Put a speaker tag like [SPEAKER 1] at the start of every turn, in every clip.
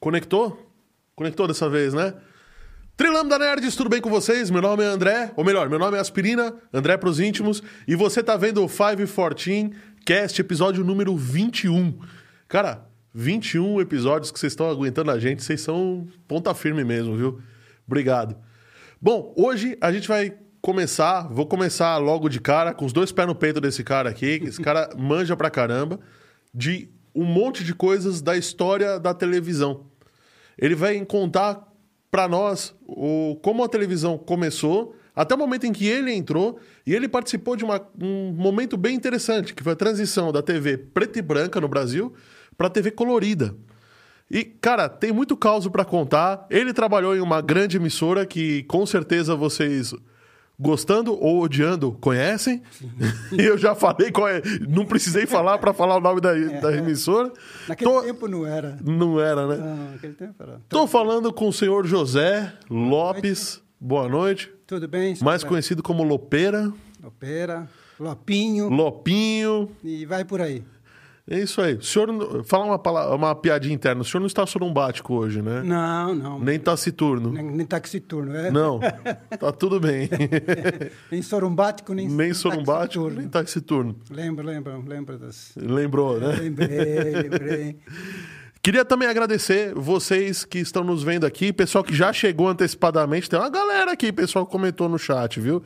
[SPEAKER 1] Conectou? Conectou dessa vez, né? Trilambda Nerds, tudo bem com vocês? Meu nome é André, ou melhor, meu nome é Aspirina, André pros íntimos, e você tá vendo o 514 Cast, episódio número 21. Cara, 21 episódios que vocês estão aguentando a gente, vocês são ponta firme mesmo, viu? Obrigado. Bom, hoje a gente vai começar, vou começar logo de cara, com os dois pés no peito desse cara aqui, que esse cara manja pra caramba, de um monte de coisas da história da televisão. Ele vai contar pra nós o, como a televisão começou, até o momento em que ele entrou, e ele participou de uma- um momento bem interessante, que foi a transição da TV preta e branca no Brasil pra TV colorida. E, cara, tem muito caos pra contar. Ele trabalhou em uma grande emissora que com certeza vocês, gostando ou odiando, conhecem. E eu já falei qual é. Não precisei falar pra falar o nome da, da emissora.
[SPEAKER 2] É. Naquele
[SPEAKER 1] Tô-
[SPEAKER 2] tempo não era.
[SPEAKER 1] Não era, né?
[SPEAKER 2] Não, naquele tempo era.
[SPEAKER 1] Tô falando com o senhor José Lopes. Boa noite.
[SPEAKER 2] Tudo bem? senhor
[SPEAKER 1] Mais
[SPEAKER 2] Beto?
[SPEAKER 1] conhecido como Lopeira,
[SPEAKER 2] Opera, Lopinho
[SPEAKER 1] Lopinho.
[SPEAKER 2] e vai por aí.
[SPEAKER 1] É isso aí. O senhor, não- falar uma, pala- uma piadinha interna. O senhor não está sorumbático hoje, né?
[SPEAKER 2] Não, não.
[SPEAKER 1] Nem taciturno.
[SPEAKER 2] Nem, nem taxiturno, é?
[SPEAKER 1] Não, tá tudo bem.
[SPEAKER 2] Nem sorumbático, nem
[SPEAKER 1] nem sorumbático, nem
[SPEAKER 2] taxiturno.
[SPEAKER 1] taxiturno.
[SPEAKER 2] Lembra, lembra, lembra das...
[SPEAKER 1] Lembrou, né?
[SPEAKER 2] Lembrei, lembrei.
[SPEAKER 1] Queria também agradecer vocês que estão nos vendo aqui, pessoal que já chegou antecipadamente. Tem uma galera aqui, pessoal que comentou no chat, viu?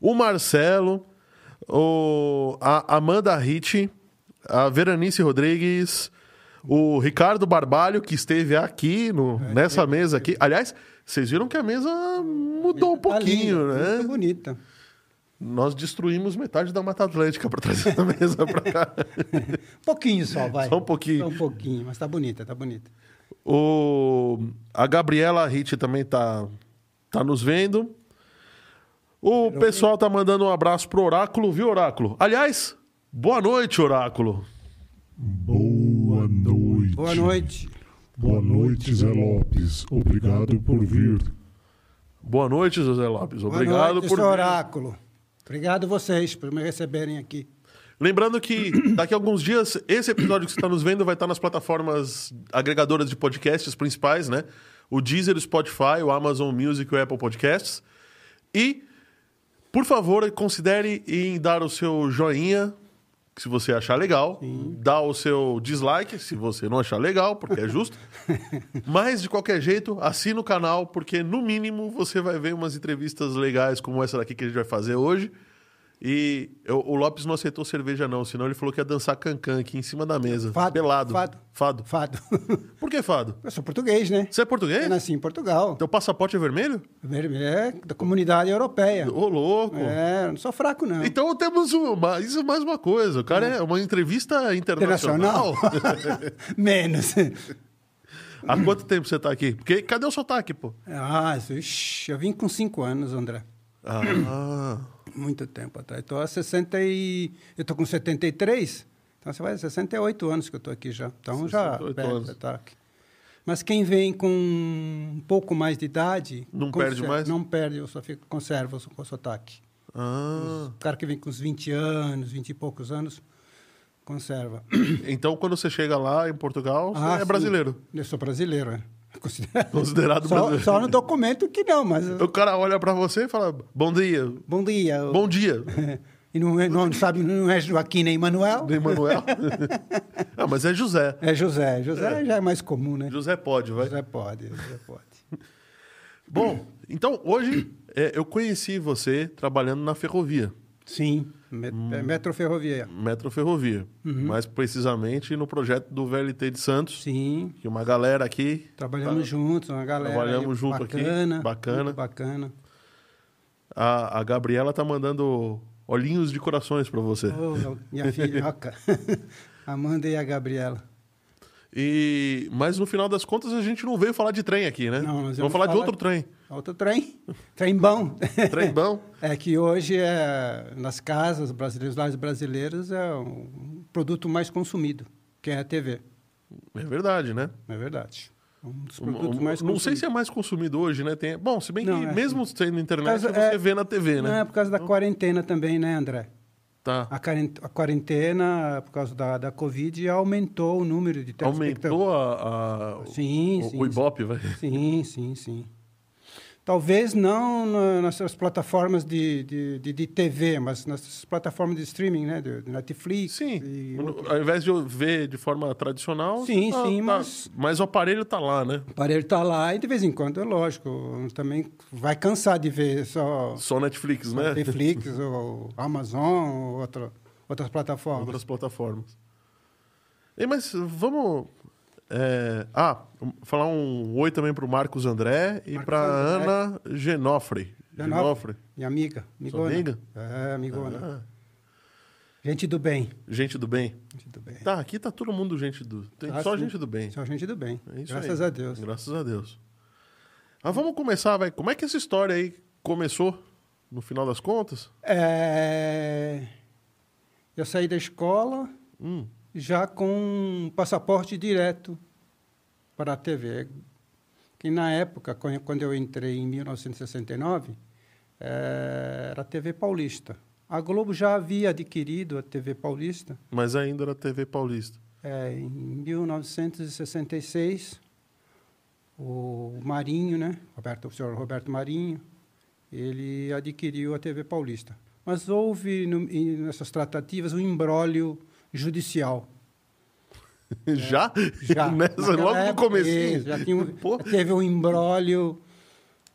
[SPEAKER 1] O Marcelo, o, a Amanda Ritt, a Veranice Rodrigues, o Ricardo Barbalho, que esteve aqui no,
[SPEAKER 2] É,
[SPEAKER 1] nessa mesa aqui. Aliás, vocês viram que a mesa mudou um pouquinho,
[SPEAKER 2] Tá linda,
[SPEAKER 1] né?
[SPEAKER 2] Muito bonita.
[SPEAKER 1] Nós destruímos metade da Mata Atlântica para trazer a mesa para cá.
[SPEAKER 2] Pouquinho só, vai.
[SPEAKER 1] Só um pouquinho.
[SPEAKER 2] Só um pouquinho, mas tá bonita, tá bonita.
[SPEAKER 1] O... A Gabriela Hit também tá, tá nos vendo. O pessoal tá mandando um abraço pro Oráculo, viu, Oráculo? Aliás, boa noite, Oráculo.
[SPEAKER 3] Boa noite.
[SPEAKER 2] Boa noite.
[SPEAKER 3] Boa noite, Zé Lopes. Obrigado por vir.
[SPEAKER 1] Boa noite, José Lopes.
[SPEAKER 2] Boa
[SPEAKER 1] Obrigado
[SPEAKER 2] noite,
[SPEAKER 1] por.
[SPEAKER 2] senhor Oráculo. Obrigado vocês por me receberem aqui.
[SPEAKER 1] Lembrando que daqui a alguns dias, esse episódio que você está nos vendo vai estar nas plataformas agregadoras de podcasts principais, né? O Deezer, o Spotify, o Amazon Music, o Apple Podcasts. E, por favor, considere em dar o seu joinha, se você achar legal. Dá o seu dislike, se você não achar legal, porque é justo. Mas, de qualquer jeito, assina o canal, porque, no mínimo, você vai ver umas entrevistas legais como essa daqui que a gente vai fazer hoje. E eu- o Lopes não aceitou cerveja, não, senão ele falou que ia dançar cancan aqui em cima da mesa.
[SPEAKER 2] Fado,
[SPEAKER 1] pelado.
[SPEAKER 2] fado.
[SPEAKER 1] Fado.
[SPEAKER 2] Fado.
[SPEAKER 1] Por que fado?
[SPEAKER 2] Eu sou português, né?
[SPEAKER 1] Você é português?
[SPEAKER 2] Eu nasci em Portugal.
[SPEAKER 1] Teu passaporte é vermelho?
[SPEAKER 2] É da comunidade europeia.
[SPEAKER 1] Ô, louco!
[SPEAKER 2] É, eu não sou fraco, não.
[SPEAKER 1] Então temos uma, isso é mais uma coisa. O cara é uma entrevista internacional.
[SPEAKER 2] Internacional? Menos.
[SPEAKER 1] Há quanto tempo você tá aqui? Porque cadê o sotaque, pô?
[SPEAKER 2] Ah, isso- ixi, eu vim com cinco anos, André.
[SPEAKER 1] Ah,
[SPEAKER 2] Muito tempo atrás. Estou há 60 e... Eu estou com 73, então você vai 68 anos que eu estou aqui já. Então já
[SPEAKER 1] 68
[SPEAKER 2] perde,
[SPEAKER 1] anos.
[SPEAKER 2] tá aqui. Mas quem vem com um pouco mais de idade...
[SPEAKER 1] Não perde
[SPEAKER 2] conser-
[SPEAKER 1] mais?
[SPEAKER 2] Não perde, eu só fico, conservo o sotaque.
[SPEAKER 1] ah.
[SPEAKER 2] O cara que vem com uns 20 anos, 20 e poucos anos, conserva.
[SPEAKER 1] Então quando você chega lá em Portugal, você
[SPEAKER 2] Ah,
[SPEAKER 1] é
[SPEAKER 2] sim.
[SPEAKER 1] brasileiro.
[SPEAKER 2] Eu sou brasileiro, é. Considerado,
[SPEAKER 1] Considerado
[SPEAKER 2] só,
[SPEAKER 1] brasileiro.
[SPEAKER 2] Só no documento que não, mas...
[SPEAKER 1] O cara olha pra você e fala: Bom dia.
[SPEAKER 2] Bom dia. eu-
[SPEAKER 1] Bom dia,
[SPEAKER 2] E não, é- não sabe, não é Joaquim nem Manuel?
[SPEAKER 1] Emanuel. ah, mas é José.
[SPEAKER 2] É José. José já é mais comum, né?
[SPEAKER 1] José pode, vai.
[SPEAKER 2] José pode, José pode.
[SPEAKER 1] Bom, então hoje é, eu conheci você trabalhando na ferrovia,
[SPEAKER 2] Sim, met
[SPEAKER 1] Hum.
[SPEAKER 2] é metroferrovia.
[SPEAKER 1] metroferrovia.
[SPEAKER 2] Uhum.
[SPEAKER 1] Mais precisamente no projeto do VLT de Santos.
[SPEAKER 2] Sim,
[SPEAKER 1] que uma galera aqui.
[SPEAKER 2] trabalhamos juntos, uma galera
[SPEAKER 1] Tá. Trabalhamos
[SPEAKER 2] aí
[SPEAKER 1] junto aqui,
[SPEAKER 2] bacana,
[SPEAKER 1] bacana.
[SPEAKER 2] muito bacana.
[SPEAKER 1] A, a Gabriela tá mandando olhinhos de corações pra você.
[SPEAKER 2] Oh, minha filhoca, Amanda e a Gabriela.
[SPEAKER 1] E mas no final das contas a gente não veio falar de trem aqui, né?
[SPEAKER 2] Não, nós
[SPEAKER 1] vamos
[SPEAKER 2] vamos
[SPEAKER 1] falar, de
[SPEAKER 2] falar-
[SPEAKER 1] outro trem.
[SPEAKER 2] Outro trem, trem bom.
[SPEAKER 1] Trem bom.
[SPEAKER 2] É que hoje, é, nas casas brasileiras, lares brasileiros, é o produto mais consumido, que é a TV.
[SPEAKER 1] É verdade, né?
[SPEAKER 2] É verdade. Um dos
[SPEAKER 1] Um-
[SPEAKER 2] produtos
[SPEAKER 1] um-
[SPEAKER 2] mais
[SPEAKER 1] não sei
[SPEAKER 2] consumidos.
[SPEAKER 1] se é mais consumido hoje, né? Tem... Bom, se bem
[SPEAKER 2] Não,
[SPEAKER 1] que
[SPEAKER 2] é.
[SPEAKER 1] mesmo sendo
[SPEAKER 2] Por
[SPEAKER 1] internet,
[SPEAKER 2] causa-
[SPEAKER 1] você vê na TV,
[SPEAKER 2] Não,
[SPEAKER 1] né?
[SPEAKER 2] é por causa da quarentena também, né, André?
[SPEAKER 1] Tá.
[SPEAKER 2] A quaren- a quarentena, por causa da, da Covid, aumentou o número de telespectadores.
[SPEAKER 1] Aumentou a, a-
[SPEAKER 2] tá. Sim,
[SPEAKER 1] o,
[SPEAKER 2] sim.
[SPEAKER 1] o Ibope, vai.
[SPEAKER 2] Sim, sim, sim. Talvez não na- nas suas plataformas de, de, de, de TV, mas nas suas plataformas de streaming, né? De, de Netflix.
[SPEAKER 1] Sim.
[SPEAKER 2] e outro-
[SPEAKER 1] Ao invés de eu ver de forma tradicional.
[SPEAKER 2] Sim,
[SPEAKER 1] tá-
[SPEAKER 2] sim,
[SPEAKER 1] tá-
[SPEAKER 2] mas-
[SPEAKER 1] Mas o aparelho tá lá, né?
[SPEAKER 2] O aparelho está lá e de vez em quando, é lógico, também vai cansar de ver só
[SPEAKER 1] Só Netflix, né?
[SPEAKER 2] Netflix ou Amazon ou outra- outras plataformas.
[SPEAKER 1] Outras plataformas. Ei, mas vamos. é, Ah, um- falar um oi também pro Marcos André e
[SPEAKER 2] Marcos
[SPEAKER 1] pra
[SPEAKER 2] André.
[SPEAKER 1] Ana Genofre.
[SPEAKER 2] Genofre. Minha amiga, amigona.
[SPEAKER 1] amiga?
[SPEAKER 2] É, amigona.
[SPEAKER 1] Ah,
[SPEAKER 2] Gente do bem.
[SPEAKER 1] gente do bem.
[SPEAKER 2] Gente do bem.
[SPEAKER 1] Tá, aqui tá todo mundo gente do. Tem
[SPEAKER 2] Tá,
[SPEAKER 1] só
[SPEAKER 2] sim.
[SPEAKER 1] gente do bem.
[SPEAKER 2] Só gente do bem.
[SPEAKER 1] É isso
[SPEAKER 2] Graças
[SPEAKER 1] aí.
[SPEAKER 2] a Deus.
[SPEAKER 1] Graças a Deus. Mas vamos começar, vai. Como é que essa história aí começou, no final das contas?
[SPEAKER 2] É, Eu saí da escola
[SPEAKER 1] Hum,
[SPEAKER 2] já com um passaporte direto para a TV. Que na época, quan- quando eu entrei em 1969, é, era a TV Paulista. A Globo já havia adquirido a TV Paulista
[SPEAKER 1] mas ainda era TV Paulista.
[SPEAKER 2] é, em 1966. O Marinho, né? Roberto, o senhor Roberto Marinho, ele adquiriu a TV Paulista. Mas houve no, em- nessas tratativas um imbróglio judicial.
[SPEAKER 1] já?
[SPEAKER 2] É, Já.
[SPEAKER 1] Nessa,
[SPEAKER 2] Naquela
[SPEAKER 1] logo no
[SPEAKER 2] época,
[SPEAKER 1] comecinho.
[SPEAKER 2] isso, Já tinha um-
[SPEAKER 1] Pô.
[SPEAKER 2] teve um imbróglio,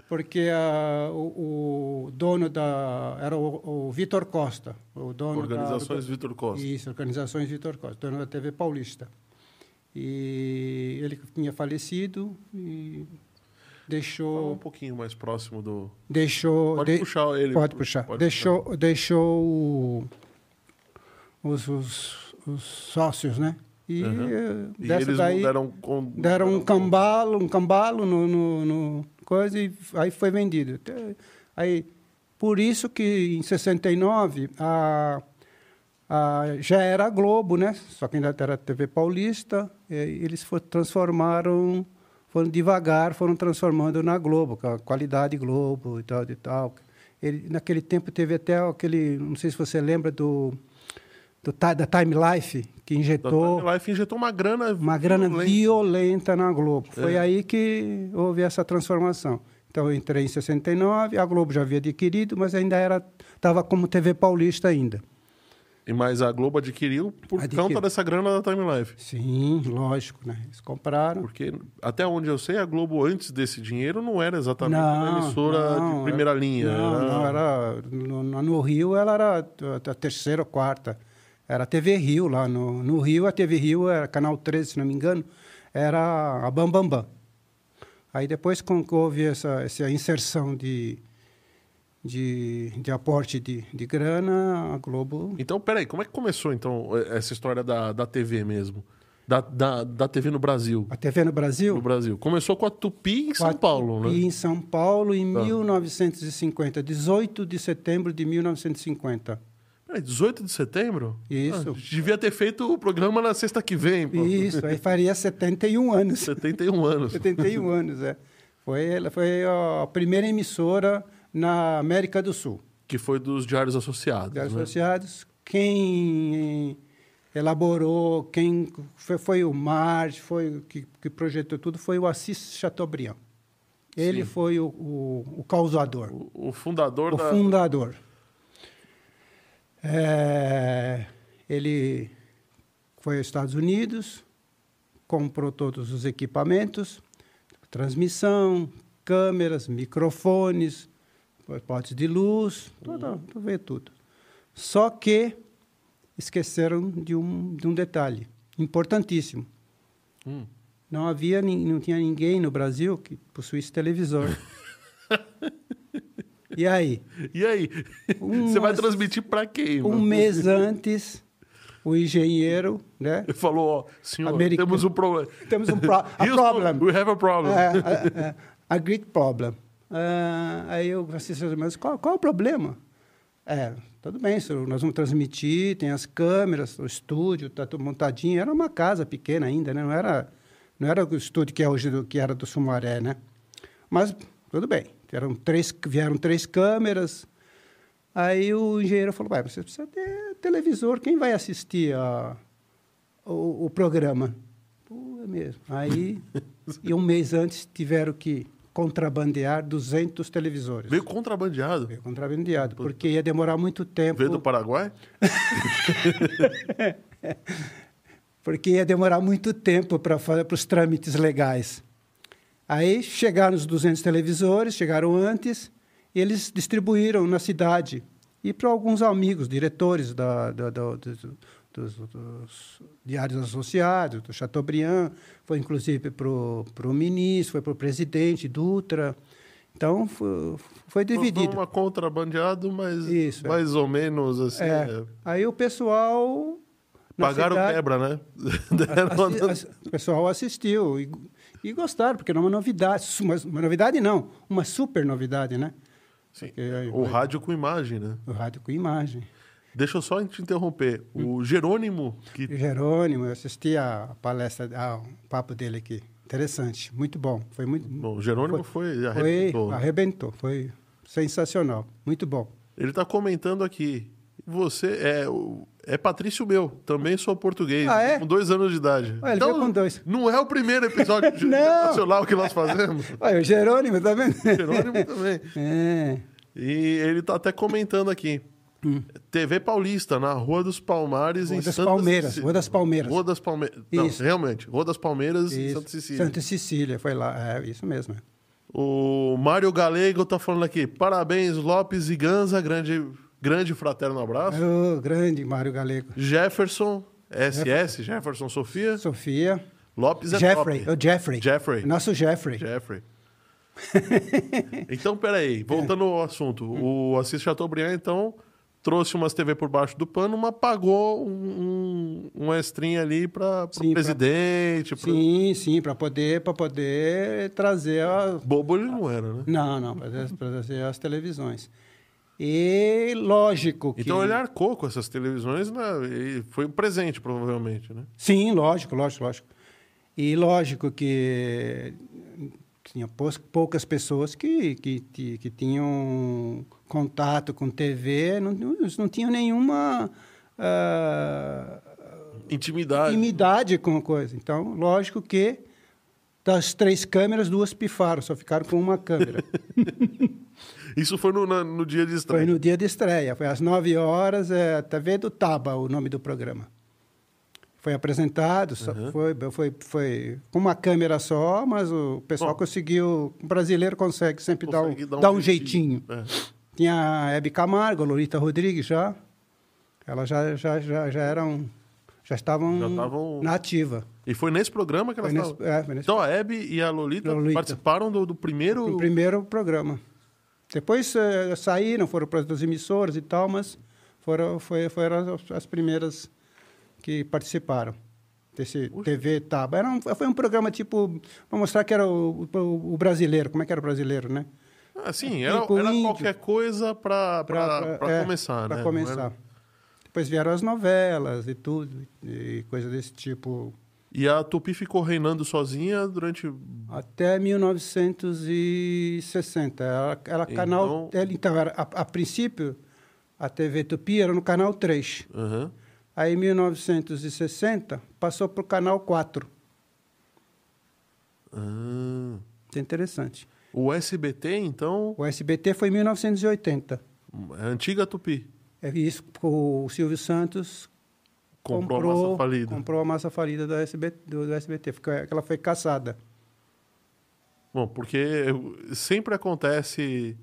[SPEAKER 2] porque ah, o, o dono da... Era o, o Vitor Costa, o dono da-
[SPEAKER 1] Organizações Vitor Costa.
[SPEAKER 2] Isso, Organizações Vitor Costa, dono da TV Paulista. E ele tinha falecido e
[SPEAKER 1] Fala
[SPEAKER 2] deixou...
[SPEAKER 1] um pouquinho mais próximo do.
[SPEAKER 2] deixou
[SPEAKER 1] Pode
[SPEAKER 2] de-
[SPEAKER 1] puxar ele.
[SPEAKER 2] Pode puxar.
[SPEAKER 1] Pode
[SPEAKER 2] deixou deixou o- os, os, os sócios, né? E,
[SPEAKER 1] Aham.
[SPEAKER 2] eh,
[SPEAKER 1] E
[SPEAKER 2] dessa
[SPEAKER 1] eles
[SPEAKER 2] daí deram,
[SPEAKER 1] deram, com,
[SPEAKER 2] um cambalo, um cambalo no, no- no coisa e aí foi vendido. Até- Aí por isso que em 69 a a- já era a Globo, né? Só que ainda era a TV Paulista. e eles foram, transformaram, foram devagar, foram transformando na Globo, com a qualidade Globo e tal, e tal. Ele, naquele tempo teve até aquele, não sei se você lembra do, do Ti- da Time Life que
[SPEAKER 1] Da
[SPEAKER 2] injetou
[SPEAKER 1] Time Life injetou uma grana.
[SPEAKER 2] uma grana
[SPEAKER 1] violenta.
[SPEAKER 2] violenta na Globo. Foi
[SPEAKER 1] É.
[SPEAKER 2] aí que houve essa transformação. Então eu entrei em 69, a Globo já havia adquirido, mas ainda era estava como TV Paulista ainda.
[SPEAKER 1] E mais a Globo adquiriu por
[SPEAKER 2] Adquiriu.
[SPEAKER 1] conta dessa grana da Time Life.
[SPEAKER 2] Sim, lógico, né? Eles compraram.
[SPEAKER 1] Porque, até onde eu sei, a Globo, antes desse dinheiro, não era exatamente uma emissora de
[SPEAKER 2] não,
[SPEAKER 1] primeira linha.
[SPEAKER 2] Não,
[SPEAKER 1] era-
[SPEAKER 2] não, era. No, no- no Rio ela era a- a terceira ou quarta. Era a TV Rio lá. No, no Rio, a TV Rio era canal 13, se não me engano, era a Bam Bam Bam. Aí depois com, que houve essa, essa inserção de, de, de aporte de, de grana, a Globo.
[SPEAKER 1] Então, peraí, como é que começou, então, essa história da, da TV mesmo? Da, da, da TV no Brasil.
[SPEAKER 2] A TV no Brasil?
[SPEAKER 1] No Brasil. Começou com a Tupi em São Paulo, né?
[SPEAKER 2] E em São Paulo, em
[SPEAKER 1] Tá.
[SPEAKER 2] 1950, 18 de setembro de 1950.
[SPEAKER 1] Peraí, 18 de setembro?
[SPEAKER 2] Isso.
[SPEAKER 1] Ah, devia ter feito o programa na sexta que vem, pô.
[SPEAKER 2] Isso, aí faria 71 anos.
[SPEAKER 1] 71 anos.
[SPEAKER 2] 71 anos, é. Foi, ela foi a primeira emissora na América do Sul.
[SPEAKER 1] Que foi dos Diários Associados.
[SPEAKER 2] Diários
[SPEAKER 1] né?
[SPEAKER 2] Associados, quem elaborou, quem foi, foi o Marge, foi o que, que projetou tudo, foi o Assis Chateaubriand. Ele
[SPEAKER 1] Sim.
[SPEAKER 2] foi o, o, o causador,
[SPEAKER 1] O, o fundador
[SPEAKER 2] o
[SPEAKER 1] da.
[SPEAKER 2] fundador. É, ele foi aos Estados Unidos, comprou todos os equipamentos, transmissão, câmeras, microfones, potes de luz, toda, tu vê tudo. Só que esqueceram de um, de um detalhe importantíssimo.
[SPEAKER 1] Hum.
[SPEAKER 2] Não havia, nin- não tinha ninguém no Brasil que possuísse televisor. e aí?
[SPEAKER 1] E aí?
[SPEAKER 2] Um-
[SPEAKER 1] Você vai transmitir pra quem?
[SPEAKER 2] Um
[SPEAKER 1] mano?
[SPEAKER 2] mês antes, o engenheiro, né?
[SPEAKER 1] Ele falou, ó, senhor,
[SPEAKER 2] Americano.
[SPEAKER 1] temos um problema.
[SPEAKER 2] Temos um pro- a
[SPEAKER 1] Houston,
[SPEAKER 2] problem.
[SPEAKER 1] We have a problem.
[SPEAKER 2] É, é, é, a great problem. Ah, aí eu assisti aos meus, qual, qual é o problema? É, tudo bem, senhor, nós vamos transmitir, tem as câmeras, o estúdio, está tudo montadinho. Era uma casa pequena ainda, né? Não era, não era o estúdio que é hoje, do, que era do Sumaré, né? Mas tudo bem, vieram três, vieram três câmeras. Aí o engenheiro falou, vai, você precisa ter televisor, quem vai assistir a, o, o programa? Pô, é mesmo. Aí, e um mês antes, tiveram que contrabandear 200 televisores.
[SPEAKER 1] Veio contrabandeado.
[SPEAKER 2] Veio contrabandeado, porque ia demorar muito tempo.
[SPEAKER 1] Veio do Paraguai?
[SPEAKER 2] porque ia demorar muito tempo para os trâmites legais. Aí chegaram os 200 televisores, chegaram antes, e eles distribuíram na cidade. E para alguns amigos, diretores da, da, da- dos, dos- dos diários associados, do Chateaubriand, foi inclusive para o ministro, foi para o presidente Dutra. Então, foi, foi
[SPEAKER 1] Foi
[SPEAKER 2] dividido.
[SPEAKER 1] uma contrabandeado, mas
[SPEAKER 2] Isso, é.
[SPEAKER 1] mais ou menos assim.
[SPEAKER 2] É.
[SPEAKER 1] é.
[SPEAKER 2] Aí o pessoal. na
[SPEAKER 1] Pagaram
[SPEAKER 2] cidade-
[SPEAKER 1] quebra, né?
[SPEAKER 2] Assi- assi- o pessoal assistiu e, e gostaram, porque era uma novidade. su- Uma, uma novidade não, uma super novidade, né?
[SPEAKER 1] Sim.
[SPEAKER 2] Porque aí
[SPEAKER 1] O
[SPEAKER 2] vai-
[SPEAKER 1] rádio com imagem, né?
[SPEAKER 2] o rádio com imagem.
[SPEAKER 1] Deixa eu só te interromper.
[SPEAKER 2] Hum.
[SPEAKER 1] O Jerônimo, que
[SPEAKER 2] Jerônimo, eu assisti a palestra, a, um papo dele aqui. Interessante, muito bom. Foi muito.
[SPEAKER 1] Bom, o Jerônimo foi,
[SPEAKER 2] Foi,
[SPEAKER 1] arrebentou. né?
[SPEAKER 2] arrebentou, foi sensacional, muito bom.
[SPEAKER 1] Ele tá comentando aqui. Você é, o- é Patrício meu, também sou português,
[SPEAKER 2] Ah, é?
[SPEAKER 1] com dois anos de idade. Então,
[SPEAKER 2] Ah, ele veio com dois.
[SPEAKER 1] Não é o primeiro episódio de-
[SPEAKER 2] Não.
[SPEAKER 1] nacional que nós fazemos.
[SPEAKER 2] Olha, o Jerônimo, tá vendo?
[SPEAKER 1] Jerônimo também.
[SPEAKER 2] É.
[SPEAKER 1] E ele tá até comentando aqui. TV Paulista, na Rua dos Palmares,
[SPEAKER 2] Hum. Rua
[SPEAKER 1] em
[SPEAKER 2] das
[SPEAKER 1] Santa
[SPEAKER 2] Palmeiras,
[SPEAKER 1] Cecília.
[SPEAKER 2] Rua das Palmeiras.
[SPEAKER 1] Rua das Palmeiras. Não,
[SPEAKER 2] Isso.
[SPEAKER 1] realmente. Rua das Palmeiras em
[SPEAKER 2] Isso.
[SPEAKER 1] Santa Cecília.
[SPEAKER 2] Santa Cecília, foi lá, é isso mesmo. é.
[SPEAKER 1] O Mário Galego tá falando aqui. Parabéns, Lopes e Ganza. Grande, grande fraterno abraço.
[SPEAKER 2] O grande Mário Galego.
[SPEAKER 1] Jefferson, SS, Jefferson Sofia.
[SPEAKER 2] Sofia.
[SPEAKER 1] Lopes é
[SPEAKER 2] Jeffrey,
[SPEAKER 1] top.
[SPEAKER 2] o Jeffrey.
[SPEAKER 1] Jeffrey.
[SPEAKER 2] Nosso Jeffrey.
[SPEAKER 1] Jeffrey. então, peraí. Voltando ao assunto. O Assis Chateaubriand, então, trouxe umas TV por baixo do pano, mas pagou um, um, um extrinha ali para o
[SPEAKER 2] Sim, pra-
[SPEAKER 1] presidente. pra-
[SPEAKER 2] Sim, sim, para poder, pra poder trazer a,
[SPEAKER 1] Bobo ele não era, né?
[SPEAKER 2] Não, não, para trazer as televisões. E lógico que.
[SPEAKER 1] Então ele arcou com essas televisões, né? E foi um presente, provavelmente, né?
[SPEAKER 2] Sim, lógico, lógico, lógico. E lógico que tinha pous- poucas pessoas que, que, ti- que tinham contato com TV, não, não, eles não tinham nenhuma ah,
[SPEAKER 1] Intimidade.
[SPEAKER 2] intimidade com a coisa. Então, lógico que das três câmeras, duas pifaram, só ficaram com uma câmera.
[SPEAKER 1] Isso foi no, na- no dia de
[SPEAKER 2] Foi
[SPEAKER 1] estreia.
[SPEAKER 2] no dia de estreia, foi às 9 horas, é, TV do Taba, o nome do programa. Foi apresentado, só-
[SPEAKER 1] Uhum.
[SPEAKER 2] foi, foi, foi com uma câmera só, mas o pessoal
[SPEAKER 1] Bom.
[SPEAKER 2] conseguiu, o brasileiro consegue sempre dar um,
[SPEAKER 1] Consegue dar um
[SPEAKER 2] dar um
[SPEAKER 1] jeitinho.
[SPEAKER 2] jeitinho.
[SPEAKER 1] É.
[SPEAKER 2] Tinha a Hebe Camargo, a Lolita Rodrigues já, elas já, já, já, já eram, já estavam
[SPEAKER 1] Já estavam-
[SPEAKER 2] na ativa.
[SPEAKER 1] É. E foi nesse programa que elas
[SPEAKER 2] Foi nesse-
[SPEAKER 1] estavam.
[SPEAKER 2] é, foi nesse-
[SPEAKER 1] Então a Hebe e a Lolita,
[SPEAKER 2] Lolita.
[SPEAKER 1] participaram do, do primeiro.
[SPEAKER 2] No primeiro programa. Depois eh, saíram, foram para as emissoras e tal, mas foram, foi, foram as, as primeiras que participaram desse TV Taba. Era um, foi um programa tipo, para mostrar que era o, o- o brasileiro, como é que era o brasileiro, né?
[SPEAKER 1] Ah, sim, era,
[SPEAKER 2] Tipo
[SPEAKER 1] era
[SPEAKER 2] índio.
[SPEAKER 1] qualquer coisa pra, pra, pra começar, né?
[SPEAKER 2] Para
[SPEAKER 1] Não
[SPEAKER 2] é, começar.
[SPEAKER 1] era-
[SPEAKER 2] Depois vieram as novelas e tudo, e coisa desse tipo,
[SPEAKER 1] E a Tupi ficou reinando sozinha durante.
[SPEAKER 2] Até 1960. Ela, ela
[SPEAKER 1] Então-
[SPEAKER 2] canal, ela- então era, a, a princípio, a TV Tupi era no canal 3.
[SPEAKER 1] Aham.
[SPEAKER 2] Aí, em 1960, passou para o canal 4.
[SPEAKER 1] Ah.
[SPEAKER 2] Isso é interessante.
[SPEAKER 1] O SBT, então,
[SPEAKER 2] O SBT foi em 1980.
[SPEAKER 1] a antiga Tupi,
[SPEAKER 2] É isso, o Silvio Santos
[SPEAKER 1] comprou, a massa falida.
[SPEAKER 2] comprou a massa falida do SBT, do, do SBT porque ela foi caçada.
[SPEAKER 1] Bom, porque sempre acontece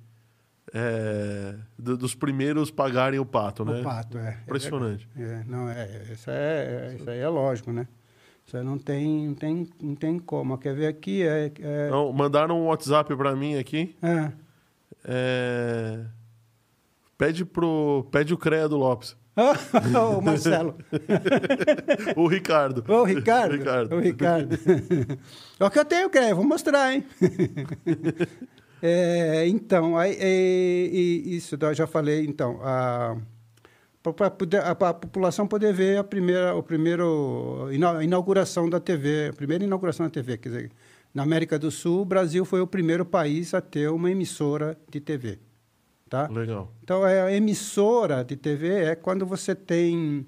[SPEAKER 1] é, do- dos primeiros pagarem o pato, né?
[SPEAKER 2] O pato, é.
[SPEAKER 1] Impressionante.
[SPEAKER 2] É, não, é, isso, é, é, isso aí é lógico, né? Isso aí não tem, não tem, não tem como. Quer ver aqui? É, é,
[SPEAKER 1] Então, mandaram um WhatsApp pra mim aqui.
[SPEAKER 2] ah,
[SPEAKER 1] é, Pede, pro... Pede o Credo Lopes.
[SPEAKER 2] o Marcelo.
[SPEAKER 1] o Ricardo.
[SPEAKER 2] Ô, Ricardo. Ô, Ricardo. Olha o que eu tenho, cara. Vou mostrar, hein? É, então, aí, é, e isso eu já falei, então. para a população poder ver a primeira o primeiro ina- inauguração da TV, a primeira inauguração da TV, quer dizer, na América do Sul, o Brasil foi o primeiro país a ter uma emissora de TV. tá?
[SPEAKER 1] Legal.
[SPEAKER 2] Então, é a emissora de TV é quando você tem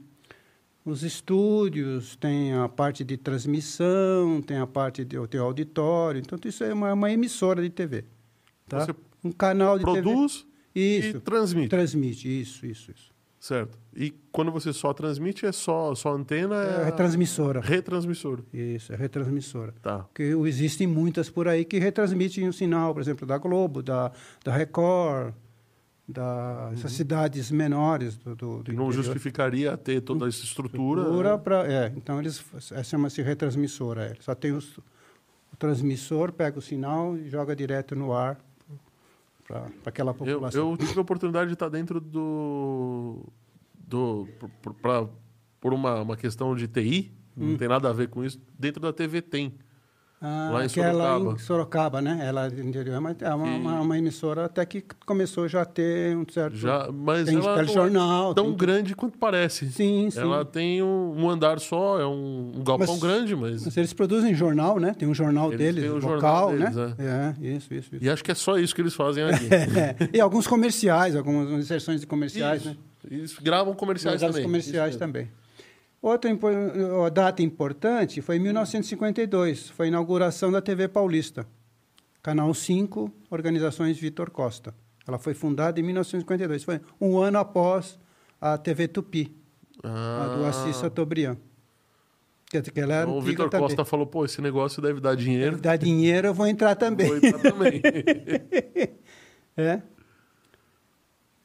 [SPEAKER 2] os estúdios, tem a parte de transmissão, tem a parte de tem o auditório. Então, isso é uma, uma emissora de TV. Tá?
[SPEAKER 1] Você
[SPEAKER 2] um canal de
[SPEAKER 1] Produz
[SPEAKER 2] TV.
[SPEAKER 1] e
[SPEAKER 2] Isso.
[SPEAKER 1] transmite.
[SPEAKER 2] Transmite, isso, isso, isso.
[SPEAKER 1] Certo. E quando você só transmite, é só, só antena?
[SPEAKER 2] É,
[SPEAKER 1] É,
[SPEAKER 2] retransmissora.
[SPEAKER 1] Retransmissor.
[SPEAKER 2] Isso, é retransmissora.
[SPEAKER 1] Tá.
[SPEAKER 2] Porque existem muitas por aí que retransmitem o sinal, por exemplo, da Globo, da, da Record, das essas cidades menores do, do, do
[SPEAKER 1] Uhum. Não
[SPEAKER 2] interior.
[SPEAKER 1] justificaria ter toda essa estrutura.
[SPEAKER 2] Cultura
[SPEAKER 1] né?
[SPEAKER 2] pra- é, então eles f- é, chama-se retransmissora. é. Só tem os- o transmissor, pega o sinal e joga direto no ar para aquela
[SPEAKER 1] Eu,
[SPEAKER 2] população.
[SPEAKER 1] eu tive a oportunidade de estar dentro do. do por- por, pra- por uma, uma questão de TI,
[SPEAKER 2] Hum.
[SPEAKER 1] não tem nada a ver com isso, dentro da TV tem.
[SPEAKER 2] Ah,
[SPEAKER 1] lá em
[SPEAKER 2] aquela
[SPEAKER 1] Sorocaba.
[SPEAKER 2] em Sorocaba, né? Ela é do interior, mas é uma,
[SPEAKER 1] E-
[SPEAKER 2] uma, uma emissora até que começou já a ter um certo.
[SPEAKER 1] Já, mas
[SPEAKER 2] tem
[SPEAKER 1] ela não é
[SPEAKER 2] telejornal.
[SPEAKER 1] tão
[SPEAKER 2] tem-
[SPEAKER 1] grande quanto parece.
[SPEAKER 2] Sim, sim.
[SPEAKER 1] Ela tem um, um andar só, é um, um galpão
[SPEAKER 2] Mas-
[SPEAKER 1] grande, mas.
[SPEAKER 2] Mas eles produzem jornal, né? Tem um jornal
[SPEAKER 1] Eles
[SPEAKER 2] deles,
[SPEAKER 1] têm o
[SPEAKER 2] local,
[SPEAKER 1] jornal
[SPEAKER 2] né?
[SPEAKER 1] deles,
[SPEAKER 2] É, isso, isso, isso.
[SPEAKER 1] E acho que é só isso que eles fazem aqui.
[SPEAKER 2] É, e alguns comerciais, algumas inserções de comerciais,
[SPEAKER 1] Isso.
[SPEAKER 2] né?
[SPEAKER 1] Eles gravam comerciais
[SPEAKER 2] Mas os
[SPEAKER 1] também.
[SPEAKER 2] comerciais
[SPEAKER 1] Isso mesmo.
[SPEAKER 2] também. Outra impo- ó, data importante foi em 1952, foi a inauguração da TV Paulista, Canal 5, Organizações Vitor Costa. Ela foi fundada em 1952, foi um ano após a TV Tupi, a do Assis
[SPEAKER 1] Ah,
[SPEAKER 2] Satobrian. Quer dizer que ela era
[SPEAKER 1] então o
[SPEAKER 2] antiga
[SPEAKER 1] Vitor
[SPEAKER 2] também.
[SPEAKER 1] Costa falou, pô, esse negócio deve dar dinheiro.
[SPEAKER 2] Dá dinheiro, eu vou entrar também.
[SPEAKER 1] Vou entrar também.
[SPEAKER 2] É.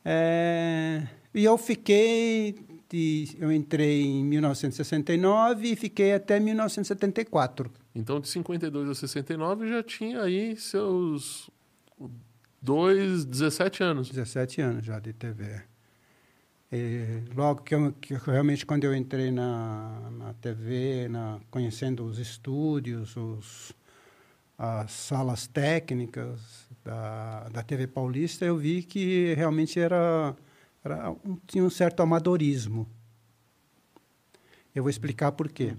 [SPEAKER 2] É, E eu fiquei, de- eu entrei em 1969 e fiquei até 1974.
[SPEAKER 1] então, de 52 a 69, já tinha aí seus dois, 17 anos.
[SPEAKER 2] 17 anos já de TV. E logo que, eu, que eu realmente quando eu entrei na, na TV, na, conhecendo os estúdios, os, as salas técnicas da, da TV Paulista, eu vi que realmente era, era um- tinha um certo amadorismo. Eu vou explicar por quê.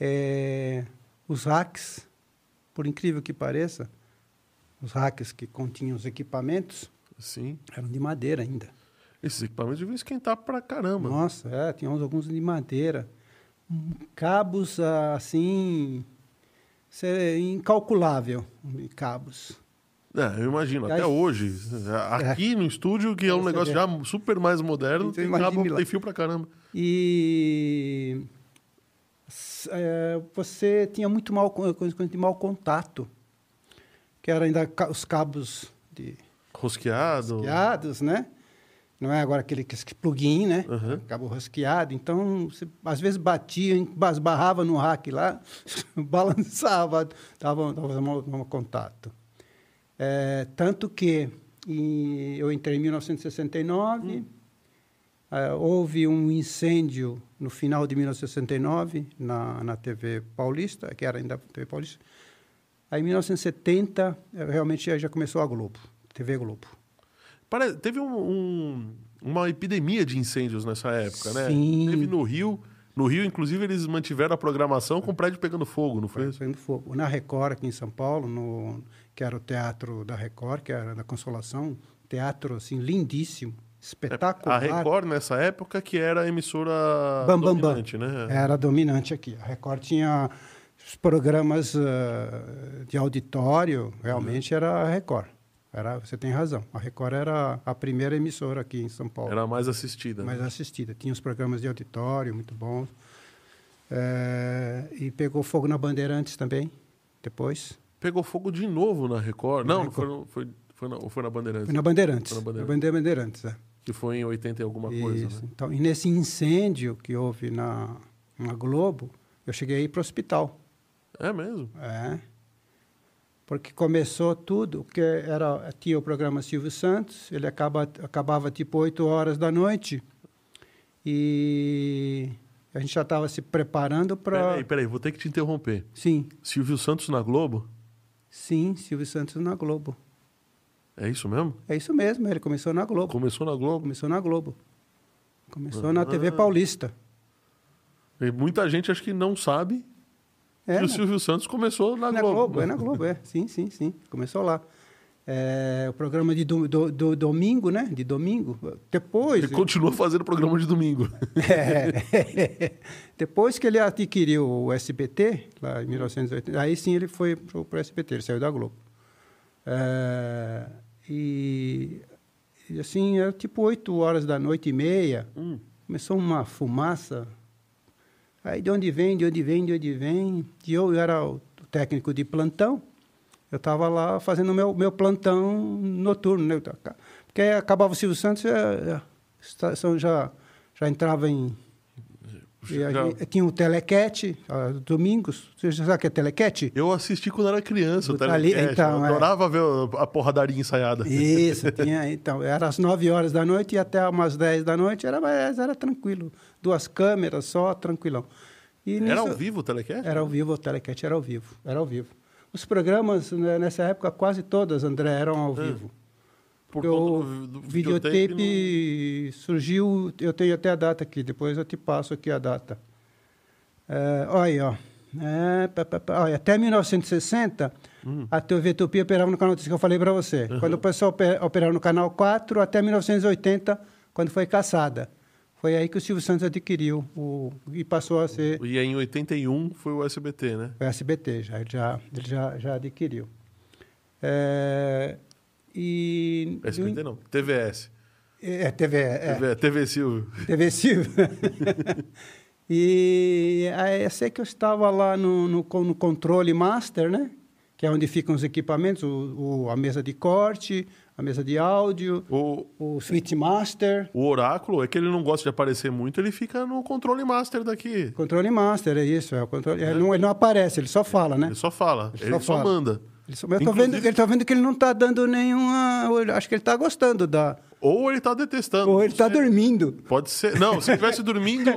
[SPEAKER 2] É, os hacks, por incrível que pareça, os racks que continham os equipamentos
[SPEAKER 1] Sim.
[SPEAKER 2] eram de madeira ainda.
[SPEAKER 1] Esses equipamentos deviam esquentar pra caramba.
[SPEAKER 2] Nossa, é, tinha uns- alguns de madeira. Hum, Cabos ah, assim. cê- Incalculável, de cabos.
[SPEAKER 1] É, eu imagino,
[SPEAKER 2] E
[SPEAKER 1] até
[SPEAKER 2] aí-
[SPEAKER 1] hoje. Aqui no estúdio, que é um
[SPEAKER 2] Você
[SPEAKER 1] negócio
[SPEAKER 2] vê.
[SPEAKER 1] já super mais moderno,
[SPEAKER 2] Então,
[SPEAKER 1] tem,
[SPEAKER 2] imagine
[SPEAKER 1] cabo,
[SPEAKER 2] lá.
[SPEAKER 1] tem fio pra caramba.
[SPEAKER 2] E s- é, você tinha muito mal, con- coisa coisa de mau contato, que era ainda ca- os cabos de
[SPEAKER 1] Rosqueado.
[SPEAKER 2] rasqueados, né? Não é agora aquele que- que plugin, né?
[SPEAKER 1] Aham.
[SPEAKER 2] Cabo rasqueado. Então, você, às vezes batia, em- esbarrava no rack lá, balançava, dava, dava um, um contato. É, tanto que em- eu entrei em 1969, é, houve um incêndio no final de 1969 na, na TV Paulista, que era ainda TV Paulista. Aí, em 1970, eh, realmente aí já começou a Globo, TV Globo.
[SPEAKER 1] Pare- Teve um- um- uma epidemia de incêndios nessa época, né?
[SPEAKER 2] Sim.
[SPEAKER 1] Teve no Rio. No Rio, inclusive, eles mantiveram a programação com o prédio pegando fogo, não foi isso?
[SPEAKER 2] Prêmio Fogo. Na Record, aqui em São Paulo, no, que era o teatro da Record, que era da Consolação, teatro assim lindíssimo, espetacular.
[SPEAKER 1] A Record, nessa época, que era a emissora
[SPEAKER 2] Bam, bam, É. bam.
[SPEAKER 1] dominante, né?
[SPEAKER 2] Era dominante aqui. A Record tinha os programas ah, de auditório, realmente
[SPEAKER 1] Uhum.
[SPEAKER 2] era a Record. Era, você tem razão. A Record era a primeira emissora aqui em São Paulo.
[SPEAKER 1] Era a mais assistida. né?
[SPEAKER 2] mais assistida. Tinha os programas de auditório muito bons. Eh, e pegou fogo na Bandeirantes também, depois.
[SPEAKER 1] Pegou fogo de novo na Record.
[SPEAKER 2] Na
[SPEAKER 1] não,
[SPEAKER 2] Record.
[SPEAKER 1] não foi, no- foi, foi na, ou foi na Bandeirantes.
[SPEAKER 2] Foi na Bandeirantes.
[SPEAKER 1] Foi na
[SPEAKER 2] Foi
[SPEAKER 1] Bandeirantes.
[SPEAKER 2] na Bandeirantes, é.
[SPEAKER 1] Que foi em 80 e alguma
[SPEAKER 2] Isso.
[SPEAKER 1] coisa, né?
[SPEAKER 2] Então, e nesse incêndio que houve na, na Globo, eu cheguei aí para o hospital.
[SPEAKER 1] É mesmo.
[SPEAKER 2] É. Porque começou tudo, porque era, tinha o programa Silvio Santos, ele acaba, acabava tipo 8 horas da noite. E a gente já estava se preparando para.
[SPEAKER 1] Peraí, peraí, vou ter que te interromper.
[SPEAKER 2] Sim,
[SPEAKER 1] Silvio Santos na Globo?
[SPEAKER 2] sim, Silvio Santos na Globo.
[SPEAKER 1] É isso mesmo?
[SPEAKER 2] É isso mesmo, ele começou na Globo.
[SPEAKER 1] Começou na Globo.
[SPEAKER 2] Começou na Globo. Começou na TV
[SPEAKER 1] Ah.
[SPEAKER 2] Paulista.
[SPEAKER 1] E muita gente acho que não sabe
[SPEAKER 2] É,
[SPEAKER 1] que
[SPEAKER 2] né?
[SPEAKER 1] o Silvio Santos começou na,
[SPEAKER 2] na
[SPEAKER 1] Globo.
[SPEAKER 2] Globo, é na Globo, é. Sim, sim, sim. Começou lá. é, o programa de do, do- do- domingo, né? De domingo. Depois.
[SPEAKER 1] Ele continua fazendo programa de domingo.
[SPEAKER 2] É. Depois que ele adquiriu o SBT, lá em 1980, aí sim ele foi para o SBT, ele saiu da Globo. É, e, e assim, era tipo 8 horas da noite e meia, começou uma fumaça. Aí de onde vem, de onde vem, de onde vem. E eu era o técnico de plantão, eu estava lá fazendo meu meu plantão noturno, né? Eu tava ca- Porque aí acabava o Silvio Santos, eh, eh, estação já já entrava em e a
[SPEAKER 1] Já-
[SPEAKER 2] gente- tinha o telequete, ah, domingos. Você já sabe o que é telequete?
[SPEAKER 1] Eu assisti quando era criança, o
[SPEAKER 2] Tá ali,
[SPEAKER 1] telecast.
[SPEAKER 2] então,
[SPEAKER 1] eu
[SPEAKER 2] é.
[SPEAKER 1] adorava ver a porradaria ensaiada.
[SPEAKER 2] Isso, tinha. Então, era às 9 horas da noite e até umas 10 da noite, era, mas era tranquilo. Duas câmeras só, tranquilão. E
[SPEAKER 1] Era ao
[SPEAKER 2] nisso- É,
[SPEAKER 1] vivo né? o telecast?
[SPEAKER 2] Era ao vivo, o Telecat era ao vivo, era ao vivo. Os programas, né, nessa época, quase todas, André, eram ao
[SPEAKER 1] É.
[SPEAKER 2] vivo.
[SPEAKER 1] Por
[SPEAKER 2] Porque o
[SPEAKER 1] conta do- do
[SPEAKER 2] videotape,
[SPEAKER 1] videotape
[SPEAKER 2] surgiu, eu tenho até a data aqui, depois eu te passo aqui a data. É, olha aí, ó. É, pá, pá, pá. Olha, até 1960,
[SPEAKER 1] Hum.
[SPEAKER 2] a TV Tupi operava no canal 3 que eu falei para você. Quando começou a oper- operar no canal 4, até 1980, quando foi caçada. Foi aí que o Silvio Santos adquiriu o, e passou a ser
[SPEAKER 1] não- E aí, em 81 foi o SBT, né?
[SPEAKER 2] o SBT já, ele já, ele já, já adquiriu. É, e.
[SPEAKER 1] SBT não, TVS.
[SPEAKER 2] É, TV. É,
[SPEAKER 1] TV, TV Silvio.
[SPEAKER 2] TV Silva. e aí, eu sei que eu estava lá no, no, con- no controle master, né? Que é onde ficam os equipamentos, o, o- a mesa de corte, a mesa de áudio,
[SPEAKER 1] O,
[SPEAKER 2] o switch master.
[SPEAKER 1] o oráculo é que ele não gosta de aparecer muito, ele fica no controle master daqui.
[SPEAKER 2] Controle master, é isso. É o controle, é, não, ele não aparece, ele só fala, né?
[SPEAKER 1] Ele só fala,
[SPEAKER 2] Ele
[SPEAKER 1] ele
[SPEAKER 2] só
[SPEAKER 1] só,
[SPEAKER 2] fala.
[SPEAKER 1] manda.
[SPEAKER 2] Ele só- mas eu tô
[SPEAKER 1] Inclusive-
[SPEAKER 2] vendo, eu tô vendo que ele não está dando nenhuma. eu Acho que ele está gostando da.
[SPEAKER 1] Ou ele tá detestando.
[SPEAKER 2] Ou ele
[SPEAKER 1] não
[SPEAKER 2] está
[SPEAKER 1] sei.
[SPEAKER 2] dormindo.
[SPEAKER 1] Pode ser. Não, se ele estivesse dormindo, é,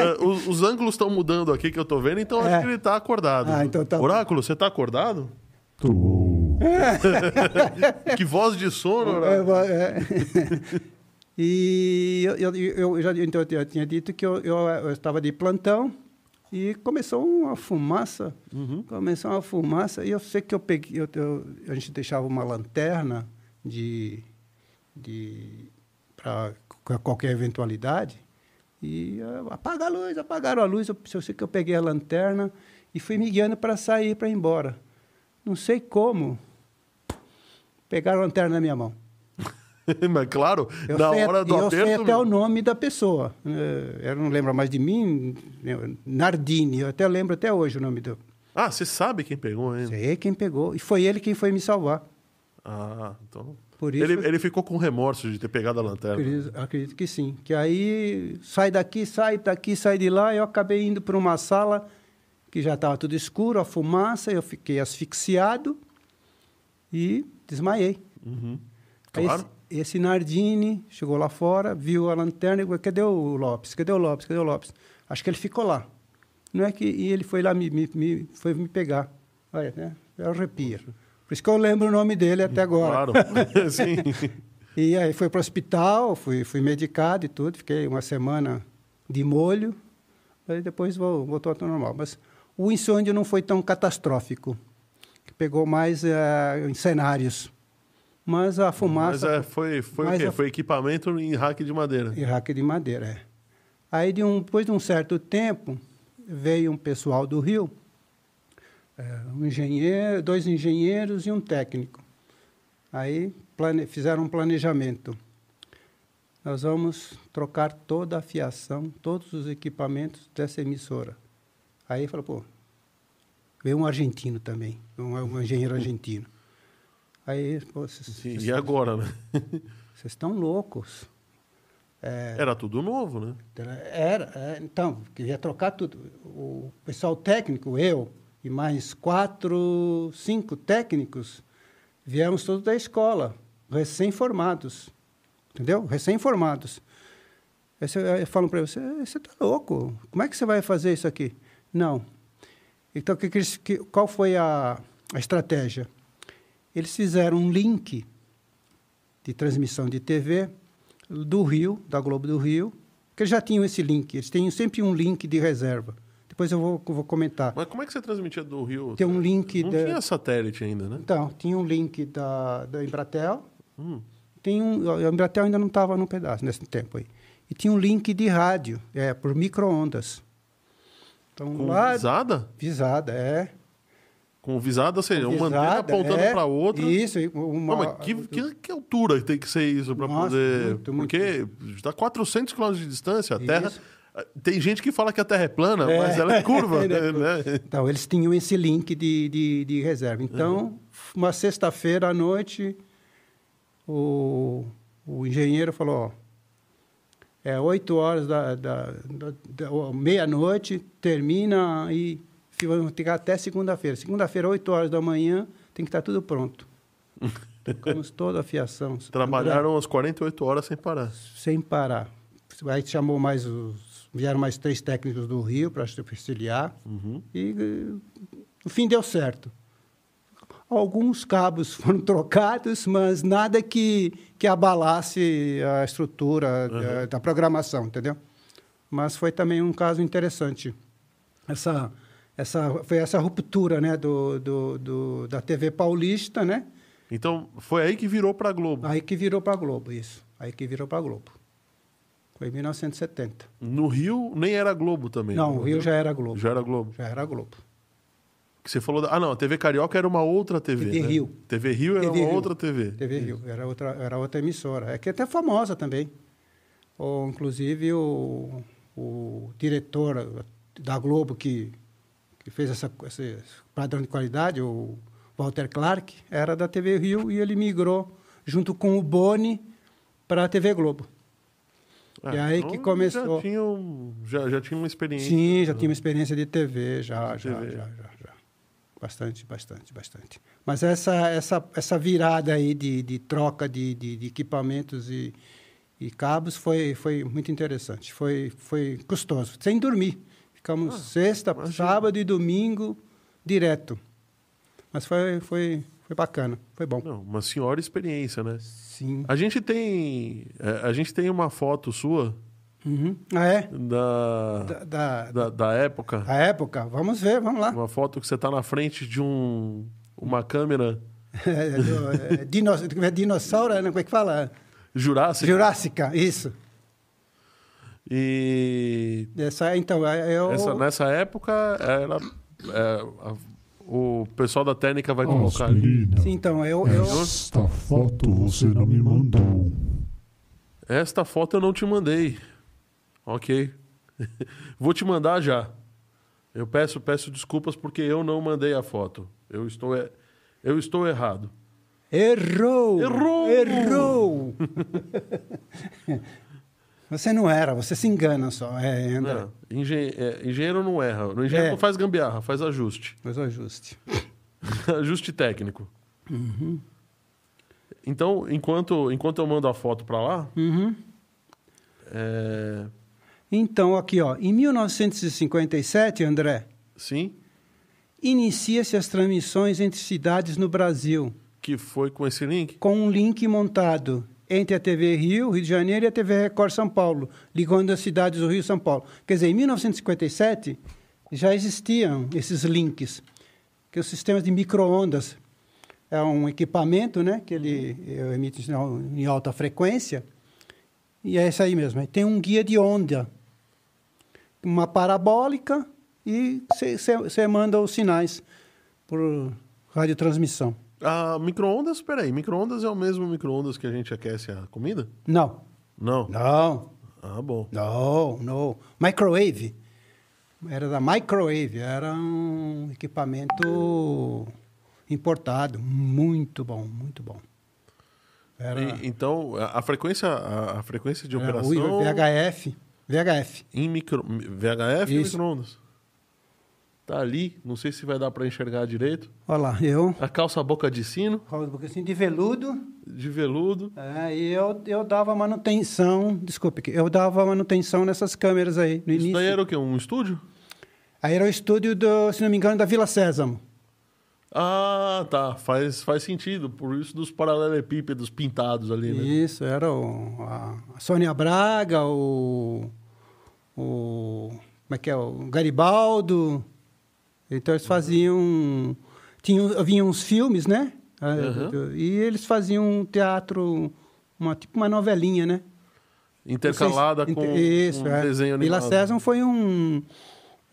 [SPEAKER 1] é, os, os ângulos estão mudando aqui que eu tô vendo, então
[SPEAKER 2] É.
[SPEAKER 1] acho que ele tá acordado.
[SPEAKER 2] Ah, então tá.
[SPEAKER 1] Oráculo, você tá acordado?
[SPEAKER 3] Tô.
[SPEAKER 1] Que voz de sono, né?
[SPEAKER 2] É,
[SPEAKER 1] Oráculo.
[SPEAKER 2] va- é. e eu, eu, eu já então, eu tinha dito que eu, eu, eu estava de plantão e começou uma fumaça. Começou uma fumaça. E eu sei que eu peguei. eu- eu- a gente deixava uma lanterna de. de para qualquer eventualidade. E ah, apaga a luz, apagaram a luz. Eu, eu sei que eu peguei a lanterna e fui me guiando para sair, para ir embora. Não sei como. Pegaram a lanterna na minha mão.
[SPEAKER 1] Mas claro,
[SPEAKER 2] Eu
[SPEAKER 1] na
[SPEAKER 2] sei,
[SPEAKER 1] hora do
[SPEAKER 2] eu
[SPEAKER 1] aperto.
[SPEAKER 2] sei até
[SPEAKER 1] meu,
[SPEAKER 2] o nome da pessoa. Eh, Eu não lembro mais de mim, eu- Nardini. Eu até lembro até hoje o nome do.
[SPEAKER 1] Ah, você sabe quem pegou, hein?
[SPEAKER 2] Sei quem pegou. E foi ele quem foi me salvar.
[SPEAKER 1] Ah, então.
[SPEAKER 2] Por isso-
[SPEAKER 1] ele, ele ficou com remorso de ter pegado a lanterna.
[SPEAKER 2] Acredito, acredito que sim. Que aí sai daqui, sai daqui, sai de lá. Eu acabei indo para uma sala que já estava tudo escuro, a fumaça. Eu fiquei asfixiado e desmaiei. Aí
[SPEAKER 1] Uhum. Claro.
[SPEAKER 2] Esse, esse Nardini chegou lá fora, viu a lanterna e falou, cadê o Lopes? Cadê o Lopes? Cadê o Lopes? Acho que ele ficou lá. Não é que e ele foi lá me, me, me- foi me pegar. Olha, né? Eu arrepio. Por isso que eu lembro o nome dele até
[SPEAKER 1] Claro.
[SPEAKER 2] agora.
[SPEAKER 1] Sim.
[SPEAKER 2] E aí foi para o hospital, fui, fui medicado e tudo, fiquei uma semana de molho, aí depois vol- voltou ao normal. Mas o incêndio não foi tão catastrófico, que pegou mais eh, em cenários. Mas a
[SPEAKER 1] Mas
[SPEAKER 2] fumaça
[SPEAKER 1] é, foi, foi
[SPEAKER 2] Mas
[SPEAKER 1] o quê?
[SPEAKER 2] a-
[SPEAKER 1] Foi equipamento em rack de madeira.
[SPEAKER 2] e raque de madeira, é. Aí, de um, depois de um certo tempo, veio um pessoal do Rio, eh, um engenheiro, dois engenheiros e um técnico. Aí plane, fizeram um planejamento. Nós vamos trocar toda a fiação, todos os equipamentos dessa emissora. Aí falou, pô, veio um argentino também, um, um engenheiro argentino. Aí, pô,
[SPEAKER 1] E,
[SPEAKER 2] vocês
[SPEAKER 1] e agora, né?
[SPEAKER 2] vocês estão loucos. É,
[SPEAKER 1] Era tudo novo, né?
[SPEAKER 2] era, é, então, queria trocar tudo. O pessoal técnico, eu e mais quatro, cinco técnicos, viemos todos da escola, recém-formados. Entendeu? Recém-formados. Aí você- aí falam para você, "Eh, você está louco, como é que você vai fazer isso aqui? Não. Então, que que eles- que- qual foi a, a estratégia? Eles fizeram um link de transmissão de TV do Rio, da Globo do Rio, que eles já tinham esse link, eles têm sempre um link de reserva. Depois eu vou, vou comentar.
[SPEAKER 1] Mas como é que você transmitia do Rio?
[SPEAKER 2] Tem um link
[SPEAKER 1] Não
[SPEAKER 2] da-
[SPEAKER 1] tinha satélite ainda, né?
[SPEAKER 2] Então, tinha um link da, da Embratel.
[SPEAKER 1] Hum.
[SPEAKER 2] Tem um, a Embratel ainda não estava no pedaço nesse tempo aí. E tinha um link de rádio, é, por micro-ondas. Então,
[SPEAKER 1] Com
[SPEAKER 2] lá...
[SPEAKER 1] visada?
[SPEAKER 2] Visada, é.
[SPEAKER 1] Com visada, ou seja, É, uma antena
[SPEAKER 2] Visada,
[SPEAKER 1] apontando
[SPEAKER 2] é.
[SPEAKER 1] para outra.
[SPEAKER 2] Isso, e uma...
[SPEAKER 1] Não, mas que, que, que altura tem que ser isso para
[SPEAKER 2] Nossa,
[SPEAKER 1] poder.
[SPEAKER 2] muito, muito.
[SPEAKER 1] Porque está 400 quilômetros de distância, a Terra.
[SPEAKER 2] Isso.
[SPEAKER 1] Tem gente que fala que a Terra é plana,
[SPEAKER 2] É.
[SPEAKER 1] mas ela é curva,
[SPEAKER 2] Ela é
[SPEAKER 1] né?
[SPEAKER 2] Então, eles tinham esse link de, de, de reserva. Então, uma sexta-feira à noite, o, o engenheiro falou, ó, é 8 horas da, da, da- da- ó, meia-noite, termina e fi- vamos ficar até segunda-feira. Segunda-feira, 8 horas da manhã, tem que estar tudo pronto. Tocamos toda a fiação.
[SPEAKER 1] Trabalharam umas 48 horas sem parar.
[SPEAKER 2] Sem parar. Aí chamou mais os... Vieram mais três técnicos do Rio para auxiliar.
[SPEAKER 1] Uhum.
[SPEAKER 2] E eh, no fim deu certo. Alguns cabos foram trocados, mas nada que, que abalasse a estrutura eh,
[SPEAKER 1] Uhum.
[SPEAKER 2] da, da programação, entendeu? Mas foi também um caso interessante. Essa, essa, foi essa ruptura né, do, do, do- da TV paulista, né?
[SPEAKER 1] Então, foi aí que virou para Globo.
[SPEAKER 2] Aí que virou para a Globo, isso. Aí que virou para a Globo. Foi em 1970.
[SPEAKER 1] No Rio, nem era Globo também.
[SPEAKER 2] Não,
[SPEAKER 1] né?
[SPEAKER 2] o Rio já era Globo.
[SPEAKER 1] Já era Globo.
[SPEAKER 2] Já era Globo.
[SPEAKER 1] Que você falou da... Ah, não, a TV Carioca era uma outra TV.
[SPEAKER 2] TV
[SPEAKER 1] né?
[SPEAKER 2] Rio.
[SPEAKER 1] TV Rio era
[SPEAKER 2] TV
[SPEAKER 1] uma
[SPEAKER 2] Rio.
[SPEAKER 1] outra TV.
[SPEAKER 2] TV Rio, era outra, era outra emissora. É que é até famosa também. Ou, inclusive, o, o diretor da Globo que, que fez essa, esse padrão de qualidade, o Walter Clark, era da TV Rio e ele migrou junto com o Boni para a TV Globo.
[SPEAKER 1] Ah,
[SPEAKER 2] E aí que começou.
[SPEAKER 1] Já tinha, um- já, já tinha uma experiência.
[SPEAKER 2] Sim, já tinha uma experiência de TV, já,
[SPEAKER 1] De
[SPEAKER 2] já,
[SPEAKER 1] TV.
[SPEAKER 2] já, já, já. Bastante, bastante, bastante. Mas essa, essa, essa virada aí de, de troca de, de, de equipamentos e, e cabos foi, foi muito interessante. Foi, foi custoso, sem dormir. Ficamos sexta,
[SPEAKER 1] Ah, imagino.
[SPEAKER 2] sábado e domingo direto. Mas foi, foi, foi bacana, foi bom.
[SPEAKER 1] Não, uma senhora experiência, né?
[SPEAKER 2] Sim.
[SPEAKER 1] A gente tem. é, A gente tem uma foto sua
[SPEAKER 2] Uhum. Ah, é?
[SPEAKER 1] da, da,
[SPEAKER 2] Da, Ah. da,
[SPEAKER 1] da época.
[SPEAKER 2] da época? Vamos ver, vamos lá.
[SPEAKER 1] Uma foto que você tá na frente de um. Uma câmera
[SPEAKER 2] É, do- é, dino- como é, dinossauro, né? como é que fala?
[SPEAKER 1] Jurássica.
[SPEAKER 2] Jurássica, isso.
[SPEAKER 1] E.
[SPEAKER 2] Essa, então, é- eu...
[SPEAKER 1] essa- nessa época era. é, a- o pessoal da técnica vai colocar ali.
[SPEAKER 3] Aspirina,
[SPEAKER 2] Sim, então, eu... eu
[SPEAKER 3] esta foto você não me mandou.
[SPEAKER 1] Esta foto eu não te mandei. Ok. Vou te mandar já. Eu peço, peço desculpas porque eu não mandei a foto. Eu estou, é, eu estou errado.
[SPEAKER 2] Errou!
[SPEAKER 1] Errou!
[SPEAKER 2] Errou! você não era, você se engana só, é, André.
[SPEAKER 1] Não, engen- é, engenheiro não erra. O engenheiro
[SPEAKER 2] É.
[SPEAKER 1] não faz gambiarra, faz ajuste.
[SPEAKER 2] Mas o ajuste.
[SPEAKER 1] ajuste técnico.
[SPEAKER 2] Uhum.
[SPEAKER 1] Então, enquanto, enquanto eu mando a foto para lá,
[SPEAKER 2] Uhum.
[SPEAKER 1] é,
[SPEAKER 2] Então, aqui, ó, em 1957, André,
[SPEAKER 1] sim,
[SPEAKER 2] inicia-se as transmissões entre cidades no Brasil,
[SPEAKER 1] que foi com esse link.
[SPEAKER 2] com um link montado entre a TV Rio, Rio de Janeiro, e a TV Record São Paulo, ligando as cidades do Rio e São Paulo. Quer dizer, em 1957 já existiam esses links, que é o sistema de micro-ondas é um equipamento, né, que ele eh, emite sinal em alta frequência, e é isso aí mesmo. Aí Tem um guia de onda, uma parabólica, e você manda os sinais por radiotransmissão.
[SPEAKER 1] Ah, micro-ondas, peraí, micro-ondas é o mesmo micro-ondas que a gente aquece a comida?
[SPEAKER 2] Não,
[SPEAKER 1] Não.
[SPEAKER 2] não,
[SPEAKER 1] Ah, bom.
[SPEAKER 2] Não, não. Microwave. Era da Microwave. Era um equipamento importado. Muito bom, muito bom. Era,
[SPEAKER 1] E- então, a, a frequência, a, a frequência de
[SPEAKER 2] era
[SPEAKER 1] operação
[SPEAKER 2] o VHF. VHF.
[SPEAKER 1] em micro, VHF e
[SPEAKER 2] Isso.
[SPEAKER 1] micro-ondas. Tá ali, não sei se vai dar para enxergar direito.
[SPEAKER 2] Olha lá, eu.
[SPEAKER 1] A calça boca de sino,
[SPEAKER 2] Um pouquinho de veludo.
[SPEAKER 1] de veludo.
[SPEAKER 2] É, e eu, eu dava manutenção. Desculpe, aqui, eu dava manutenção nessas câmeras aí no
[SPEAKER 1] Isso
[SPEAKER 2] início.
[SPEAKER 1] daí era o quê? Um estúdio?
[SPEAKER 2] Aí era o estúdio, do, se não me engano, da Vila Sésamo.
[SPEAKER 1] Ah, tá. Faz, faz sentido. Por isso dos paralelepípedos pintados ali, né?
[SPEAKER 2] Isso, era o, a a Sônia Braga, o, o como é que é, o Garibaldo. Então eles faziam. um, Tinham, havia uns filmes, né? Ah,
[SPEAKER 1] Uhum.
[SPEAKER 2] E eles faziam um teatro, uma, tipo uma novelinha, né?
[SPEAKER 1] Intercalada
[SPEAKER 2] Vocês-
[SPEAKER 1] com
[SPEAKER 2] inter-
[SPEAKER 1] um
[SPEAKER 2] é.
[SPEAKER 1] desenho
[SPEAKER 2] E La
[SPEAKER 1] animado.
[SPEAKER 2] César foi um,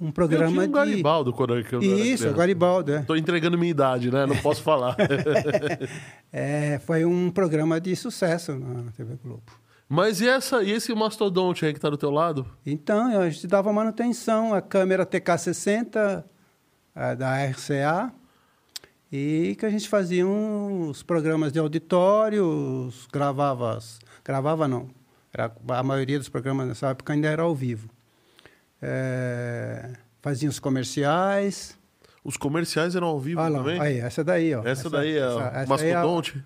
[SPEAKER 2] um
[SPEAKER 1] Eu
[SPEAKER 2] programa
[SPEAKER 1] tinha um Garibaldo quando eu que eu
[SPEAKER 2] de...
[SPEAKER 1] era
[SPEAKER 2] Isso,
[SPEAKER 1] criança.
[SPEAKER 2] Garibaldo, é.
[SPEAKER 1] Tô entregando minha idade, né? Não posso falar.
[SPEAKER 2] É, Foi um programa de sucesso na TV Globo.
[SPEAKER 1] Mas e, essa, e esse mastodonte aí que tá do teu lado?
[SPEAKER 2] Então, a gente dava manutenção, a câmera TK60 a da RCA, e que a gente fazia uns programas de auditório, os- gravava, as- gravava não, era, a maioria dos programas nessa época ainda era ao vivo. É, fazia os comerciais.
[SPEAKER 1] Os comerciais eram ao vivo
[SPEAKER 2] Olha
[SPEAKER 1] também?
[SPEAKER 2] lá, Ah, aí, essa daí, ó.
[SPEAKER 1] essa, daí é o
[SPEAKER 2] essa- essa aí é a-
[SPEAKER 1] mastodonte.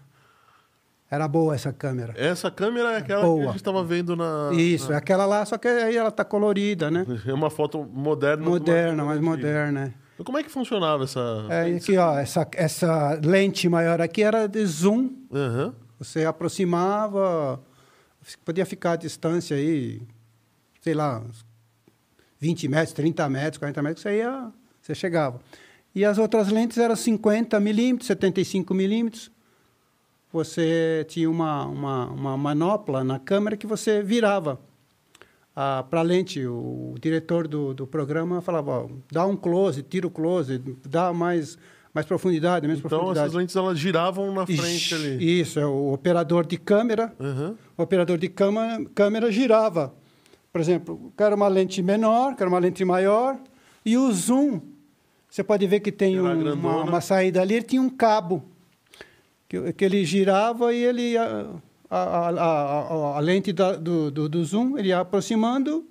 [SPEAKER 2] era boa essa câmera.
[SPEAKER 1] Essa câmera é aquela que a
[SPEAKER 2] Boa.
[SPEAKER 1] gente tava vendo na...
[SPEAKER 2] Isso, é
[SPEAKER 1] na-
[SPEAKER 2] aquela lá, só que aí ela tá colorida, né?
[SPEAKER 1] É uma foto moderna. de uma
[SPEAKER 2] Moderna, mais
[SPEAKER 1] câmera antiga.
[SPEAKER 2] moderna, né?
[SPEAKER 1] Então, Como é que funcionava essa...
[SPEAKER 2] É, e aqui, ó, essa, essa lente maior aqui era de zoom.
[SPEAKER 1] Aham.
[SPEAKER 2] Você aproximava, f- podia ficar à distância aí, sei lá, uns 20 metros, 30 metros, 40 metros, você ia, você chegava. E as outras lentes eram 50 milímetros, 75 milímetros. Você tinha uma, uma, uma manopla na câmera que você virava para a lente. O diretor do, do programa falava, ó, dá um close, tira o close, dá mais, mais profundidade, menos
[SPEAKER 1] Então,
[SPEAKER 2] profundidade.
[SPEAKER 1] essas lentes, elas giravam na frente
[SPEAKER 2] Ixi,
[SPEAKER 1] ali.
[SPEAKER 2] Isso, é o operador de câmera.
[SPEAKER 1] Aham.
[SPEAKER 2] O operador de câmera, câmera girava. Por exemplo, quero uma lente menor, quero uma lente maior. E o zoom, você pode ver que tem
[SPEAKER 1] Era
[SPEAKER 2] um- uma,
[SPEAKER 1] grandona.
[SPEAKER 2] uma saída ali, ele tinha um cabo que, que ele girava e ele a, a, a, a- a lente da- do, do, do zoom, ele ia aproximando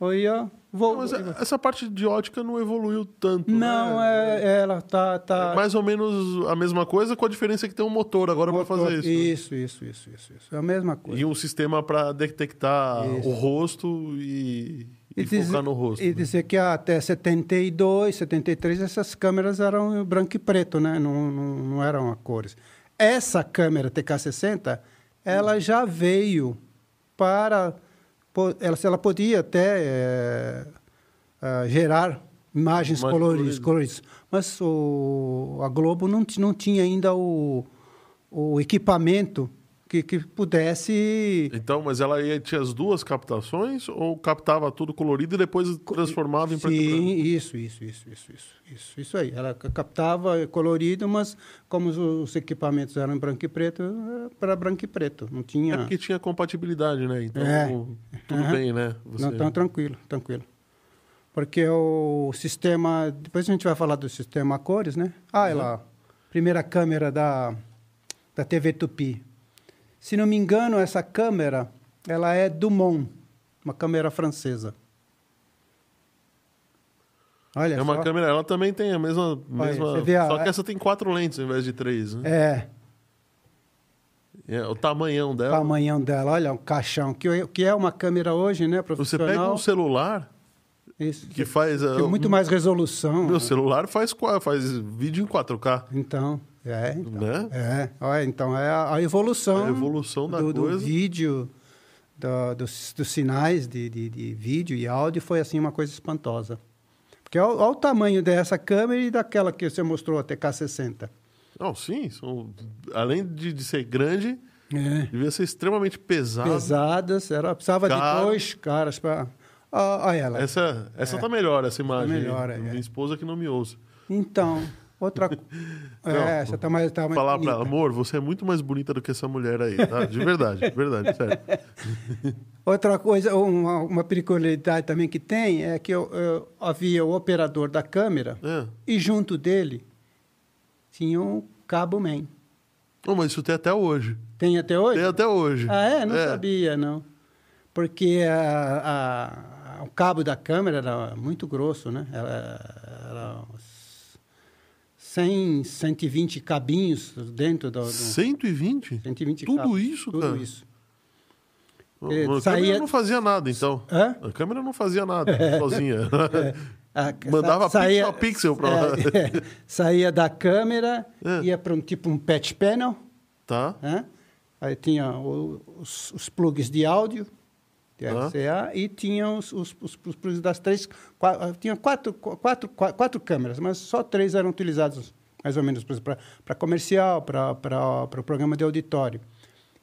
[SPEAKER 2] ou ia
[SPEAKER 1] Não,
[SPEAKER 2] voltando.
[SPEAKER 1] mas é- a- essa parte de ótica não evoluiu tanto,
[SPEAKER 2] é Não,
[SPEAKER 1] né?
[SPEAKER 2] é, ela tá, tá
[SPEAKER 1] É mais ou menos a mesma coisa, com a diferença que tem um motor agora para fazer isso. né?
[SPEAKER 2] Isso, isso, isso, isso, isso. É a mesma coisa.
[SPEAKER 1] E um sistema para detectar
[SPEAKER 2] Isso.
[SPEAKER 1] o rosto e, e
[SPEAKER 2] diz-
[SPEAKER 1] focar no rosto.
[SPEAKER 2] E
[SPEAKER 1] né?
[SPEAKER 2] dizer que até 72, 73, essas câmeras eram em branco e preto, né? Não, não, não eram a cores. Essa câmera TK60, ela já veio para... po- Ela, ela podia até eh, ah, gerar imagens
[SPEAKER 1] Mais
[SPEAKER 2] coloridas,
[SPEAKER 1] coloridas.
[SPEAKER 2] coloridas. Mas o, a Globo não, ti- não tinha ainda o, o equipamento que, que pudesse...
[SPEAKER 1] Então, mas ela ia, tinha as duas captações ou captava tudo colorido e depois transformava em preto e branco?
[SPEAKER 2] Sim, isso, isso, isso, isso, isso, isso, isso aí. Ela ca- captava é colorido, mas como os, os equipamentos eram em branco e preto, era para branco e preto. Não tinha.
[SPEAKER 1] É porque tinha compatibilidade, né? Então,
[SPEAKER 2] É.
[SPEAKER 1] tudo
[SPEAKER 2] Aham.
[SPEAKER 1] bem, né? Você-
[SPEAKER 2] Não, então tranquilo, tranquilo. Porque o sistema. Depois a gente vai falar do sistema a cores, né?
[SPEAKER 1] Uhum.
[SPEAKER 2] Ah, é lá. Primeira câmera da, da TV Tupi. Se não me engano, essa câmera ela é Dumont, uma câmera francesa. Olha
[SPEAKER 1] É uma
[SPEAKER 2] só.
[SPEAKER 1] câmera, ela também tem a mesma...
[SPEAKER 2] Olha,
[SPEAKER 1] mesma...
[SPEAKER 2] você vê a-
[SPEAKER 1] Só que essa tem quatro lentes ao invés de três, né?
[SPEAKER 2] É,
[SPEAKER 1] É, o tamanhão
[SPEAKER 2] o
[SPEAKER 1] dela.
[SPEAKER 2] tamanhão dela, olha, um caixão, que, eu- que é uma câmera hoje, né,
[SPEAKER 1] Você
[SPEAKER 2] profissional.
[SPEAKER 1] pega um celular
[SPEAKER 2] Isso,
[SPEAKER 1] que faz...
[SPEAKER 2] tem
[SPEAKER 1] ah,
[SPEAKER 2] muito mais resolução. né?
[SPEAKER 1] Meu celular faz, qua- faz vídeo em 4K,
[SPEAKER 2] Então, é,
[SPEAKER 1] né?
[SPEAKER 2] é, olha, então é a, a evolução,
[SPEAKER 1] A evolução da
[SPEAKER 2] do, do
[SPEAKER 1] coisa.
[SPEAKER 2] vídeo, da- dos, dos sinais de, de, de vídeo e áudio foi, assim, uma coisa espantosa. Porque olha, olha o tamanho dessa câmera e daquela que você mostrou, a TK60.
[SPEAKER 1] Não, sim. são- além de, de ser grande,
[SPEAKER 2] É.
[SPEAKER 1] devia ser extremamente pesado.
[SPEAKER 2] Pesadas, era, precisava
[SPEAKER 1] Caro.
[SPEAKER 2] de dois caras para... Ah, olha ela.
[SPEAKER 1] Essa, essa tá melhor, essa imagem. aí.
[SPEAKER 2] É. melhor, é.
[SPEAKER 1] Minha esposa que não me ouça.
[SPEAKER 2] Então, outra.
[SPEAKER 1] Não,
[SPEAKER 2] é, você tá mais. Tá mais
[SPEAKER 1] Falar pra ela,
[SPEAKER 2] bonita.
[SPEAKER 1] amor, você é muito mais bonita do que essa mulher aí, tá? De verdade, de verdade, sério.
[SPEAKER 2] Outra coisa, uma, uma peculiaridade também que tem é que eu- eu- havia o operador da câmera
[SPEAKER 1] É.
[SPEAKER 2] e junto dele tinha um cabo man.
[SPEAKER 1] Não, mas isso tem até hoje.
[SPEAKER 2] Tem até hoje?
[SPEAKER 1] Tem até hoje.
[SPEAKER 2] Ah, é? Não sabia, não. Porque a- a- o cabo da câmera era muito grosso, né? Era, era uns 100, 120 cabinhos dentro do... do
[SPEAKER 1] 120?
[SPEAKER 2] 120
[SPEAKER 1] Tudo
[SPEAKER 2] cabos.
[SPEAKER 1] isso,
[SPEAKER 2] Tudo
[SPEAKER 1] cara?
[SPEAKER 2] isso. É,
[SPEAKER 1] A câmera
[SPEAKER 2] saía- É.
[SPEAKER 1] não fazia nada, então.
[SPEAKER 2] Hã?
[SPEAKER 1] A câmera não fazia nada, sozinha.
[SPEAKER 2] A-
[SPEAKER 1] Ah, Mandava
[SPEAKER 2] sa-
[SPEAKER 1] pixel a pixel pra lá.
[SPEAKER 2] Ah, É, é. saía da câmera,
[SPEAKER 1] É.
[SPEAKER 2] ia para um tipo um patch panel,
[SPEAKER 1] Tá?
[SPEAKER 2] né? aí tinha o- os, os plugs de áudio, que era CA, e tinha os, os, os, os- os das três. qua- ah, Tinha quatro, qu- quatro, qua- quatro câmeras, mas só três eram utilizados, mais ou menos, para comercial, para o programa de auditório.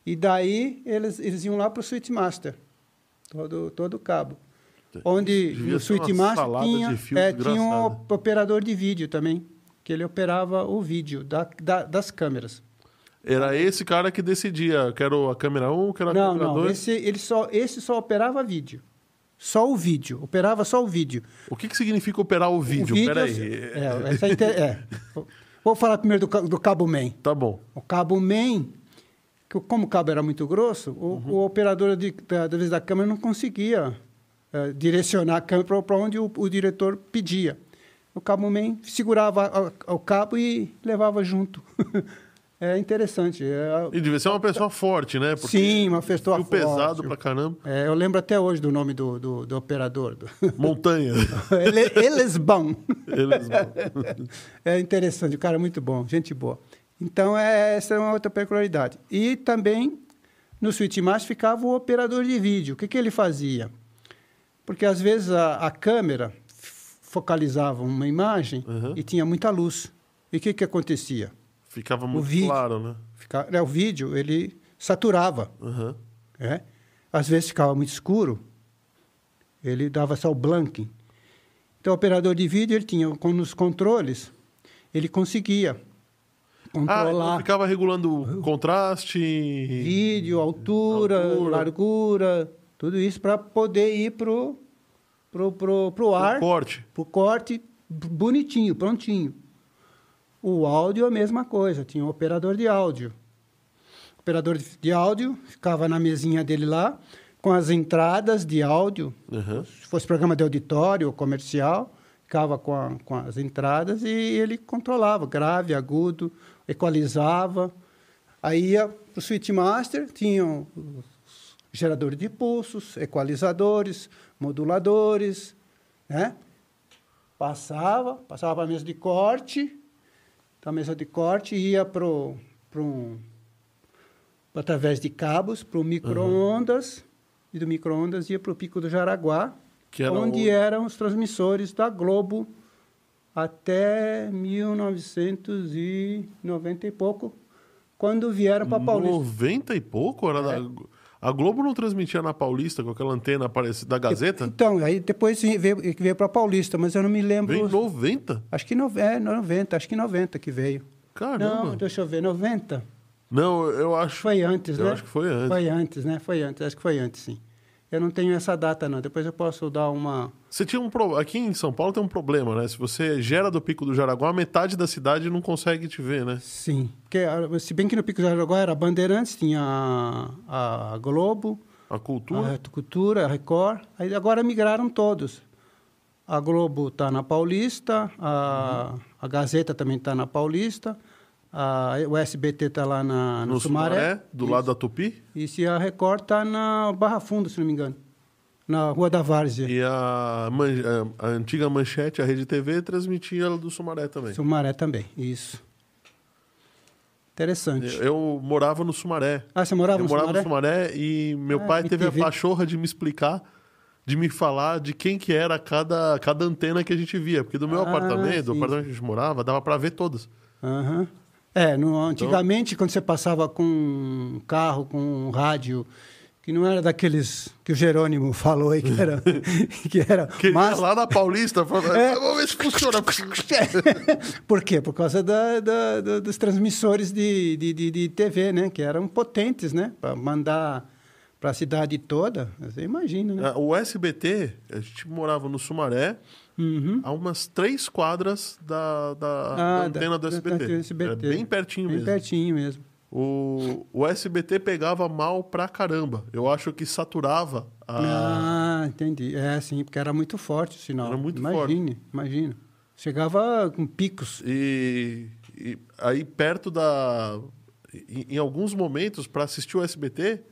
[SPEAKER 2] E daí eles, eles iam lá para o Switch Master, todo, todo o cabo. Onde
[SPEAKER 1] Devia
[SPEAKER 2] no
[SPEAKER 1] ser uma
[SPEAKER 2] Switch Master
[SPEAKER 1] salada de
[SPEAKER 2] tinha,
[SPEAKER 1] fio
[SPEAKER 2] é, tinha um
[SPEAKER 1] desgraçada.
[SPEAKER 2] op- operador de vídeo também, que ele operava o vídeo da- da, das câmeras.
[SPEAKER 1] Era esse cara que decidia, quero a câmera 1, quero a
[SPEAKER 2] Não,
[SPEAKER 1] câmera
[SPEAKER 2] não.
[SPEAKER 1] 2.
[SPEAKER 2] Esse, ele só, esse só operava vídeo. Só o vídeo. Operava só o vídeo.
[SPEAKER 1] O que, que significa operar o vídeo? Peraí.
[SPEAKER 2] É, essa inter- é. Vou falar primeiro do, ca- do cabo main.
[SPEAKER 1] Tá bom.
[SPEAKER 2] O cabo main, que o- como o cabo era muito grosso, o,
[SPEAKER 1] Uhum.
[SPEAKER 2] o operador de, da, da, da câmera não conseguia eh, direcionar a câmera para onde o, o diretor pedia. O cabo main segurava a- a- o cabo e levava junto. é interessante. É,
[SPEAKER 1] E devia ser uma pessoa forte, né? Porque
[SPEAKER 2] Sim, uma pessoa
[SPEAKER 1] fio pesado
[SPEAKER 2] forte.
[SPEAKER 1] pra caramba.
[SPEAKER 2] É, eu lembro até hoje do nome do, do, do operador. Do...
[SPEAKER 1] Montanha.
[SPEAKER 2] Ele- Eles bom.
[SPEAKER 1] Eles...
[SPEAKER 2] É interessante, o cara é muito bom, gente boa. Então, é, essa é uma outra peculiaridade. E também, no Switch Master ficava o operador de vídeo. O que, que ele fazia? Porque, às vezes, a, a câmera f- focalizava uma imagem
[SPEAKER 1] Uhum.
[SPEAKER 2] e tinha muita luz. E o que, que acontecia?
[SPEAKER 1] Ficava muito
[SPEAKER 2] vídeo.
[SPEAKER 1] claro, né?
[SPEAKER 2] Fica- né, o vídeo, ele saturava.
[SPEAKER 1] Aham.
[SPEAKER 2] É. Às vezes ficava muito escuro, ele dava só o blanking. Então, o operador de vídeo, ele tinha, com nos controles, ele conseguia
[SPEAKER 1] Ah, então
[SPEAKER 2] controlar
[SPEAKER 1] ficava regulando o contraste. E...
[SPEAKER 2] vídeo, altura,
[SPEAKER 1] Altura.
[SPEAKER 2] largura, tudo isso para poder ir pro pro, pro, pro ar,
[SPEAKER 1] O corte.
[SPEAKER 2] pro corte bonitinho, prontinho. O áudio é a mesma coisa, tinha um operador de áudio. O operador de de áudio ficava na mesinha dele lá, com as entradas de áudio,
[SPEAKER 1] Aham.
[SPEAKER 2] se fosse programa de auditório ou comercial, ficava com, a- com as entradas e ele controlava, grave, agudo, equalizava. Aí ia para o Switch Master, tinham os geradores de pulsos, equalizadores, moduladores, né? Passava, passava para a mesa de corte, da mesa de corte ia para um, através de cabos, para o micro-ondas, e do micro-ondas ia para o Pico do Jaraguá,
[SPEAKER 1] Que era
[SPEAKER 2] onde
[SPEAKER 1] o-
[SPEAKER 2] eram os transmissores da Globo até 1990 e pouco, quando vieram para Paulista. É.
[SPEAKER 1] 90 e pouco? Era da- A Globo não transmitia na Paulista com aquela antena aparecida da Gazeta?
[SPEAKER 2] Então, aí depois veio, veio para Paulista, mas eu não me lembro.
[SPEAKER 1] Vem 90?
[SPEAKER 2] Acho que nove- é, 90, acho que 90 que veio. Não,
[SPEAKER 1] Caramba.
[SPEAKER 2] deixa eu ver, 90?
[SPEAKER 1] Não, eu acho.
[SPEAKER 2] Foi antes,
[SPEAKER 1] Eu
[SPEAKER 2] né?
[SPEAKER 1] acho que foi antes.
[SPEAKER 2] Foi antes, né? Foi antes, acho que foi antes, sim. Eu não tenho essa data, não. Depois eu posso dar uma...
[SPEAKER 1] Você tinha um pro... Aqui em São Paulo tem um problema, né? Se você gera do Pico do Jaraguá, metade da cidade não consegue te ver, né?
[SPEAKER 2] Sim. Porque, ah, se bem que no Pico do Jaraguá era Bandeirantes, tinha a, a Globo,
[SPEAKER 1] A cultura.
[SPEAKER 2] a Cultura, a Record. Aí agora migraram todos. A Globo está na Paulista, a,
[SPEAKER 1] Uhum.
[SPEAKER 2] a Gazeta também está na Paulista, a, o SBT está tá lá na, Ah, no,
[SPEAKER 1] no Sumaré, do
[SPEAKER 2] Isso.
[SPEAKER 1] lado da Tupi.
[SPEAKER 2] E se a Record está na Barra Funda, se não me engano. Na Rua da Várzea.
[SPEAKER 1] E a, man- a- a antiga manchete, a Rede TV, transmitia do Sumaré também.
[SPEAKER 2] Sumaré também, isso. Interessante.
[SPEAKER 1] Eu- Eu morava no Sumaré.
[SPEAKER 2] Ah, você morava
[SPEAKER 1] eu
[SPEAKER 2] no
[SPEAKER 1] morava
[SPEAKER 2] Sumaré?
[SPEAKER 1] no Sumaré e meu
[SPEAKER 2] Ah,
[SPEAKER 1] pai
[SPEAKER 2] me
[SPEAKER 1] teve
[SPEAKER 2] TV.
[SPEAKER 1] a pachorra de me explicar, de me falar de quem que era cada, cada antena que a gente via. Porque do meu
[SPEAKER 2] Ah,
[SPEAKER 1] apartamento, do
[SPEAKER 2] sim.
[SPEAKER 1] apartamento que a gente morava, dava pra ver todas.
[SPEAKER 2] Aham. É, no-
[SPEAKER 1] Então
[SPEAKER 2] antigamente, quando você passava com um carro, com um rádio, que não era daqueles que o Jerônimo falou aí, que era... que era
[SPEAKER 1] Que
[SPEAKER 2] mas-
[SPEAKER 1] lá na Paulista, falava, "Ah,
[SPEAKER 2] É.
[SPEAKER 1] vamos ver se funciona.
[SPEAKER 2] Por quê? Por causa da- da- da- dos transmissores de, de, de- de TV, né? Que eram potentes, né? Para mandar para a cidade toda. Você imagina, né?
[SPEAKER 1] Ah, O SBT, a gente morava no Sumaré,
[SPEAKER 2] Uhum.
[SPEAKER 1] a umas três quadras da, da- da
[SPEAKER 2] Ah,
[SPEAKER 1] antena do
[SPEAKER 2] da- da-
[SPEAKER 1] SBT.
[SPEAKER 2] da- do SBT.
[SPEAKER 1] Era É bem pertinho
[SPEAKER 2] Bem
[SPEAKER 1] mesmo.
[SPEAKER 2] pertinho mesmo.
[SPEAKER 1] O, o SBT pegava mal pra caramba. Eu acho que saturava a.
[SPEAKER 2] Ah, entendi. É, sim, porque era muito forte o sinal.
[SPEAKER 1] Era muito
[SPEAKER 2] imagine,
[SPEAKER 1] forte.
[SPEAKER 2] Imagine, Chegava com picos.
[SPEAKER 1] E, e aí perto da. Em, em alguns momentos, pra assistir o SBT,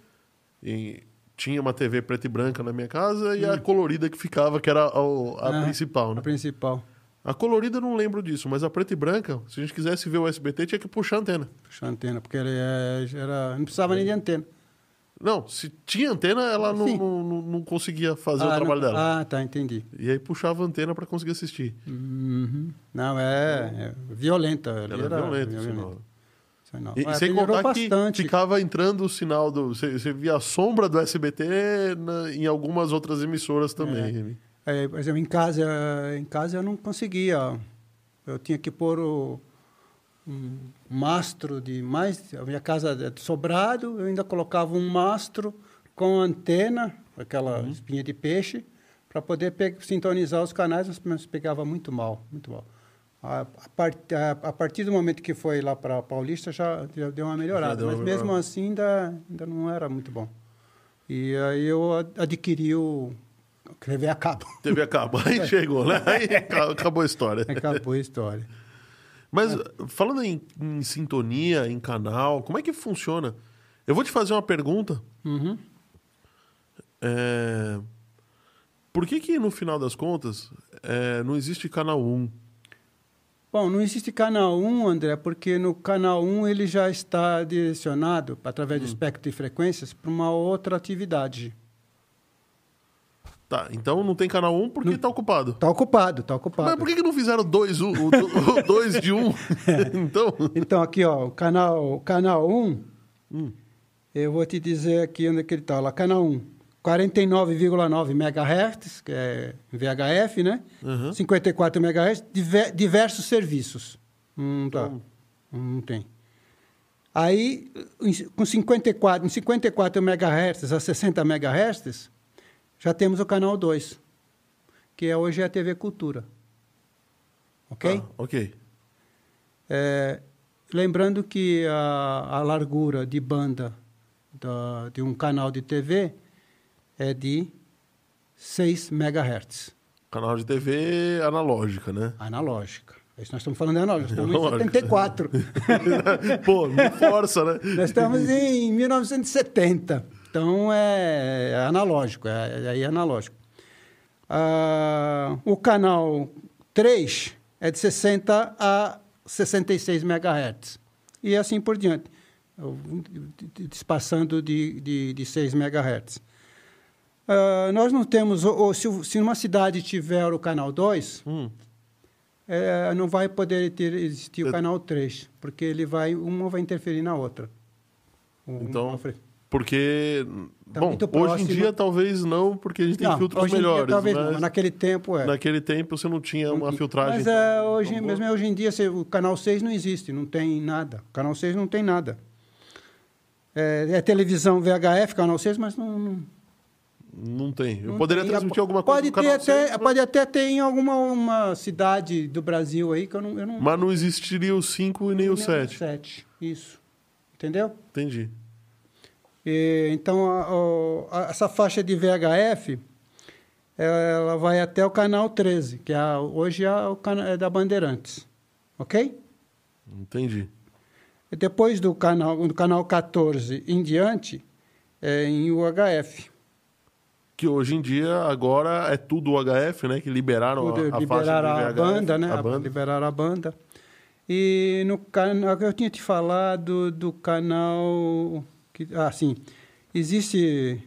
[SPEAKER 1] em- tinha uma TV preta e branca na minha casa e a colorida que ficava, que era a, a
[SPEAKER 2] Hum. Ah,
[SPEAKER 1] principal, né?
[SPEAKER 2] A principal.
[SPEAKER 1] A colorida eu não lembro disso, mas a preta e branca, se a gente quisesse ver o SBT, tinha que puxar a antena.
[SPEAKER 2] é, Puxa a antena, porque era, era- não precisava nem de antena.
[SPEAKER 1] Não, se tinha antena, ela não,
[SPEAKER 2] Sim.
[SPEAKER 1] não, não- não conseguia fazer
[SPEAKER 2] Ah,
[SPEAKER 1] o trabalho
[SPEAKER 2] não-
[SPEAKER 1] dela.
[SPEAKER 2] Ah, tá, entendi.
[SPEAKER 1] E aí puxava a antena pra conseguir assistir.
[SPEAKER 2] Uhum. Não, é, é violenta. ali
[SPEAKER 1] Ela era violenta, assim, o sinal.
[SPEAKER 2] Isso aí não.
[SPEAKER 1] E, e
[SPEAKER 2] Mas
[SPEAKER 1] sem
[SPEAKER 2] melhorou
[SPEAKER 1] contar
[SPEAKER 2] bastante.
[SPEAKER 1] que ficava entrando o sinal do. Você, você via a sombra do SBT na- em algumas outras emissoras também.
[SPEAKER 2] É, por exemplo, em casa, em casa eu não conseguia. Eu tinha que pôr o, um mastro de mais. A minha casa é de sobrado, eu ainda colocava um mastro com antena, aquela
[SPEAKER 1] Uhum.
[SPEAKER 2] espinha de peixe, para poder pe- sintonizar os canais, mas- mas pegava muito mal, muito mal. A, a part- a- a partir do momento que foi lá para Paulista já, já deu uma melhorada,
[SPEAKER 1] deu uma
[SPEAKER 2] mas mesmo
[SPEAKER 1] melhorada.
[SPEAKER 2] assim ainda, ainda não era muito bom. E aí eu ad- adquiri o TV a cabo.
[SPEAKER 1] TV a cabo.
[SPEAKER 2] É.
[SPEAKER 1] Aí chegou, né? Aí aca- acabou a história.
[SPEAKER 2] Acabou a história.
[SPEAKER 1] Mas falando em, em sintonia, em canal, como é que funciona? Eu vou te fazer uma pergunta.
[SPEAKER 2] Uhum.
[SPEAKER 1] É, Por que que, no final das contas, é, não existe canal 1?
[SPEAKER 2] Bom, não existe canal 1, André, porque no canal 1 ele já está direcionado, através do espectro de frequências, para uma outra atividade.
[SPEAKER 1] Tá, então não tem canal 1 porque tá ocupado.
[SPEAKER 2] Está ocupado, está ocupado.
[SPEAKER 1] Mas por que, que não fizeram dois, um, o, do- o dois de um? então,
[SPEAKER 2] Então, aqui, ó, o canal, o canal 1,
[SPEAKER 1] Hum.
[SPEAKER 2] eu vou te dizer aqui onde é que ele está. Lá, canal 1, 49,9 MHz, que é VHF, né?
[SPEAKER 1] Uhum.
[SPEAKER 2] 54 MHz, diver- diversos serviços. Não tá. Não tem. Aí, em- com 54, em 54 MHz a 60 MHz, já temos o canal 2, que é, hoje é a TV Cultura. Ok?
[SPEAKER 1] Ah, ok.
[SPEAKER 2] É, lembrando que a, a largura de banda da- de um canal de TV é de 6 MHz,
[SPEAKER 1] Canal de TV analógica, né?
[SPEAKER 2] analógica. Isso nós estamos falando de analógica, nós estamos em
[SPEAKER 1] Analógica.
[SPEAKER 2] 74.
[SPEAKER 1] Pô, não força, né?
[SPEAKER 2] nós estamos em 1970. Então é, é analógico, é, é- aí é analógico. Ah, o canal 3 é de 60 a 66 MHz. E assim por diante, eu- passando de, de, de 6 MHz. Ah, nós não temos, ou, ou se, o- se uma cidade tiver o canal 2,
[SPEAKER 1] Hum,
[SPEAKER 2] é, não vai poder ter, existir
[SPEAKER 1] Eu-
[SPEAKER 2] o canal 3, porque ele vai, uma vai interferir na outra. Um-
[SPEAKER 1] Então,
[SPEAKER 2] uma fre-
[SPEAKER 1] porque.
[SPEAKER 2] Tá
[SPEAKER 1] bom,
[SPEAKER 2] muito
[SPEAKER 1] hoje em
[SPEAKER 2] próximo.
[SPEAKER 1] dia talvez não, porque a gente tem
[SPEAKER 2] Não,
[SPEAKER 1] filtros
[SPEAKER 2] hoje em dia
[SPEAKER 1] melhores.
[SPEAKER 2] talvez não,
[SPEAKER 1] mas
[SPEAKER 2] mas naquele tempo é.
[SPEAKER 1] naquele tempo você não tinha uma filtragem.
[SPEAKER 2] Mas
[SPEAKER 1] tão-
[SPEAKER 2] é,
[SPEAKER 1] tão
[SPEAKER 2] hoje,
[SPEAKER 1] boa.
[SPEAKER 2] mesmo hoje em dia, se- o canal 6 não existe, não tem nada. O canal 6 não tem nada. É, é televisão VHF, canal 6, mas não. não
[SPEAKER 1] então, Não tem. Eu
[SPEAKER 2] não
[SPEAKER 1] poderia
[SPEAKER 2] tem. é,
[SPEAKER 1] transmitir alguma coisa
[SPEAKER 2] pode
[SPEAKER 1] no canal
[SPEAKER 2] ter até,
[SPEAKER 1] 6, mas-
[SPEAKER 2] Pode até ter em alguma uma cidade do Brasil aí que eu não. Eu não
[SPEAKER 1] mas não existiria o 5 e nem o 7.
[SPEAKER 2] 7. Isso. Entendeu?
[SPEAKER 1] Entendi.
[SPEAKER 2] E, então, a- o- a- essa faixa de VHF, ela vai até o canal 13, que é a- hoje é, o cana- é da Bandeirantes, ok?
[SPEAKER 1] Entendi.
[SPEAKER 2] E depois do canal, do canal 14 em diante, é em UHF.
[SPEAKER 1] Que hoje em dia, agora, é tudo UHF, né? Que liberaram a- a, faixa
[SPEAKER 2] liberaram
[SPEAKER 1] de
[SPEAKER 2] a,
[SPEAKER 1] VHF,
[SPEAKER 2] banda, né?
[SPEAKER 1] A banda.
[SPEAKER 2] Liberaram a banda. E no canal, eu tinha te falado do canal, que, ah, sim, existe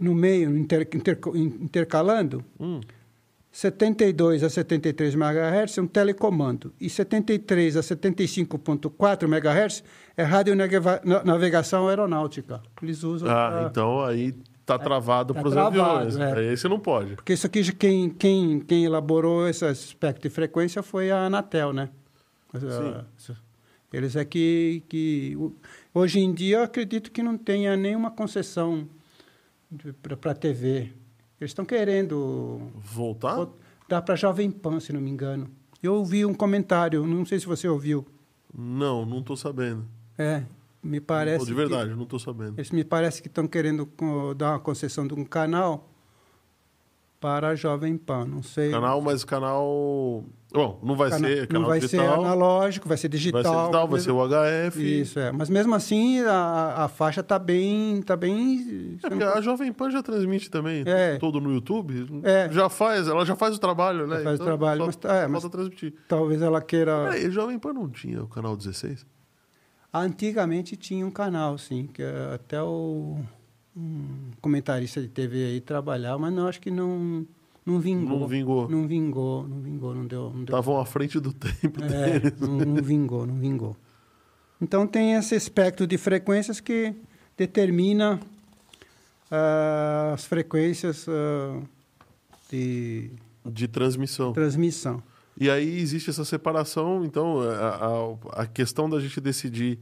[SPEAKER 2] no meio, inter- interco- intercalando,
[SPEAKER 1] Hum.
[SPEAKER 2] 72 a 73 MHz é um telecomando e 73 a 75.4 MHz é radionavegação aeronáutica. Eles usam
[SPEAKER 1] Ah,
[SPEAKER 2] pra-
[SPEAKER 1] então aí tá travado
[SPEAKER 2] é. tá
[SPEAKER 1] pros
[SPEAKER 2] travado,
[SPEAKER 1] aviões.
[SPEAKER 2] é.
[SPEAKER 1] Aí você não pode.
[SPEAKER 2] porque isso aqui já- quem quem quem elaborou esse espectro de frequência foi a Anatel, né? Ah, Eles é que que o- hoje em dia eu acredito que não tenha nenhuma concessão para TV. Eles estão querendo
[SPEAKER 1] Voltar?
[SPEAKER 2] Ou- Dá para Jovem Pan, se não me engano. Eu ouvi um comentário, não sei se você ouviu.
[SPEAKER 1] Não, não tô sabendo.
[SPEAKER 2] É, me
[SPEAKER 1] Pô,
[SPEAKER 2] parece.
[SPEAKER 1] de verdade, não tô sabendo.
[SPEAKER 2] que- eles me parece que estão querendo co- dar uma concessão de um canal para a Jovem Pan. Não sei.
[SPEAKER 1] Canal, mas canal. Bom, não vai
[SPEAKER 2] Cana-
[SPEAKER 1] ser
[SPEAKER 2] não
[SPEAKER 1] canal
[SPEAKER 2] vai ser
[SPEAKER 1] digital.
[SPEAKER 2] analógico, vai ser
[SPEAKER 1] Vai
[SPEAKER 2] digital.
[SPEAKER 1] ser digital, vai ser o HF.
[SPEAKER 2] Isso, é. Mas mesmo assim, a, a faixa está bem. Tá bem
[SPEAKER 1] É porque a Jovem Pan já transmite também
[SPEAKER 2] É.
[SPEAKER 1] todo no YouTube.
[SPEAKER 2] É.
[SPEAKER 1] Já faz, ela já faz o trabalho, né?
[SPEAKER 2] Já faz o trabalho,
[SPEAKER 1] só
[SPEAKER 2] mas Ah. tá- é, mas-
[SPEAKER 1] falta transmitir. É,
[SPEAKER 2] Talvez ela queira.
[SPEAKER 1] Peraí, a Jovem Pan não tinha o canal 16?
[SPEAKER 2] Antigamente tinha um canal, sim, que eh, até o um comentarista de TV aí trabalhava, mas não acho que não não vingou.
[SPEAKER 1] Não vingou. Tá
[SPEAKER 2] Não vingou, não vingou, não deu, não deu
[SPEAKER 1] Estavam à frente do tempo
[SPEAKER 2] é,
[SPEAKER 1] deles.
[SPEAKER 2] não, não vingou, não vingou. Então tem esse espectro de frequências que determina ah, as frequências ah, de
[SPEAKER 1] De transmissão.
[SPEAKER 2] transmissão.
[SPEAKER 1] E aí existe essa separação, então a, a- a questão da gente decidir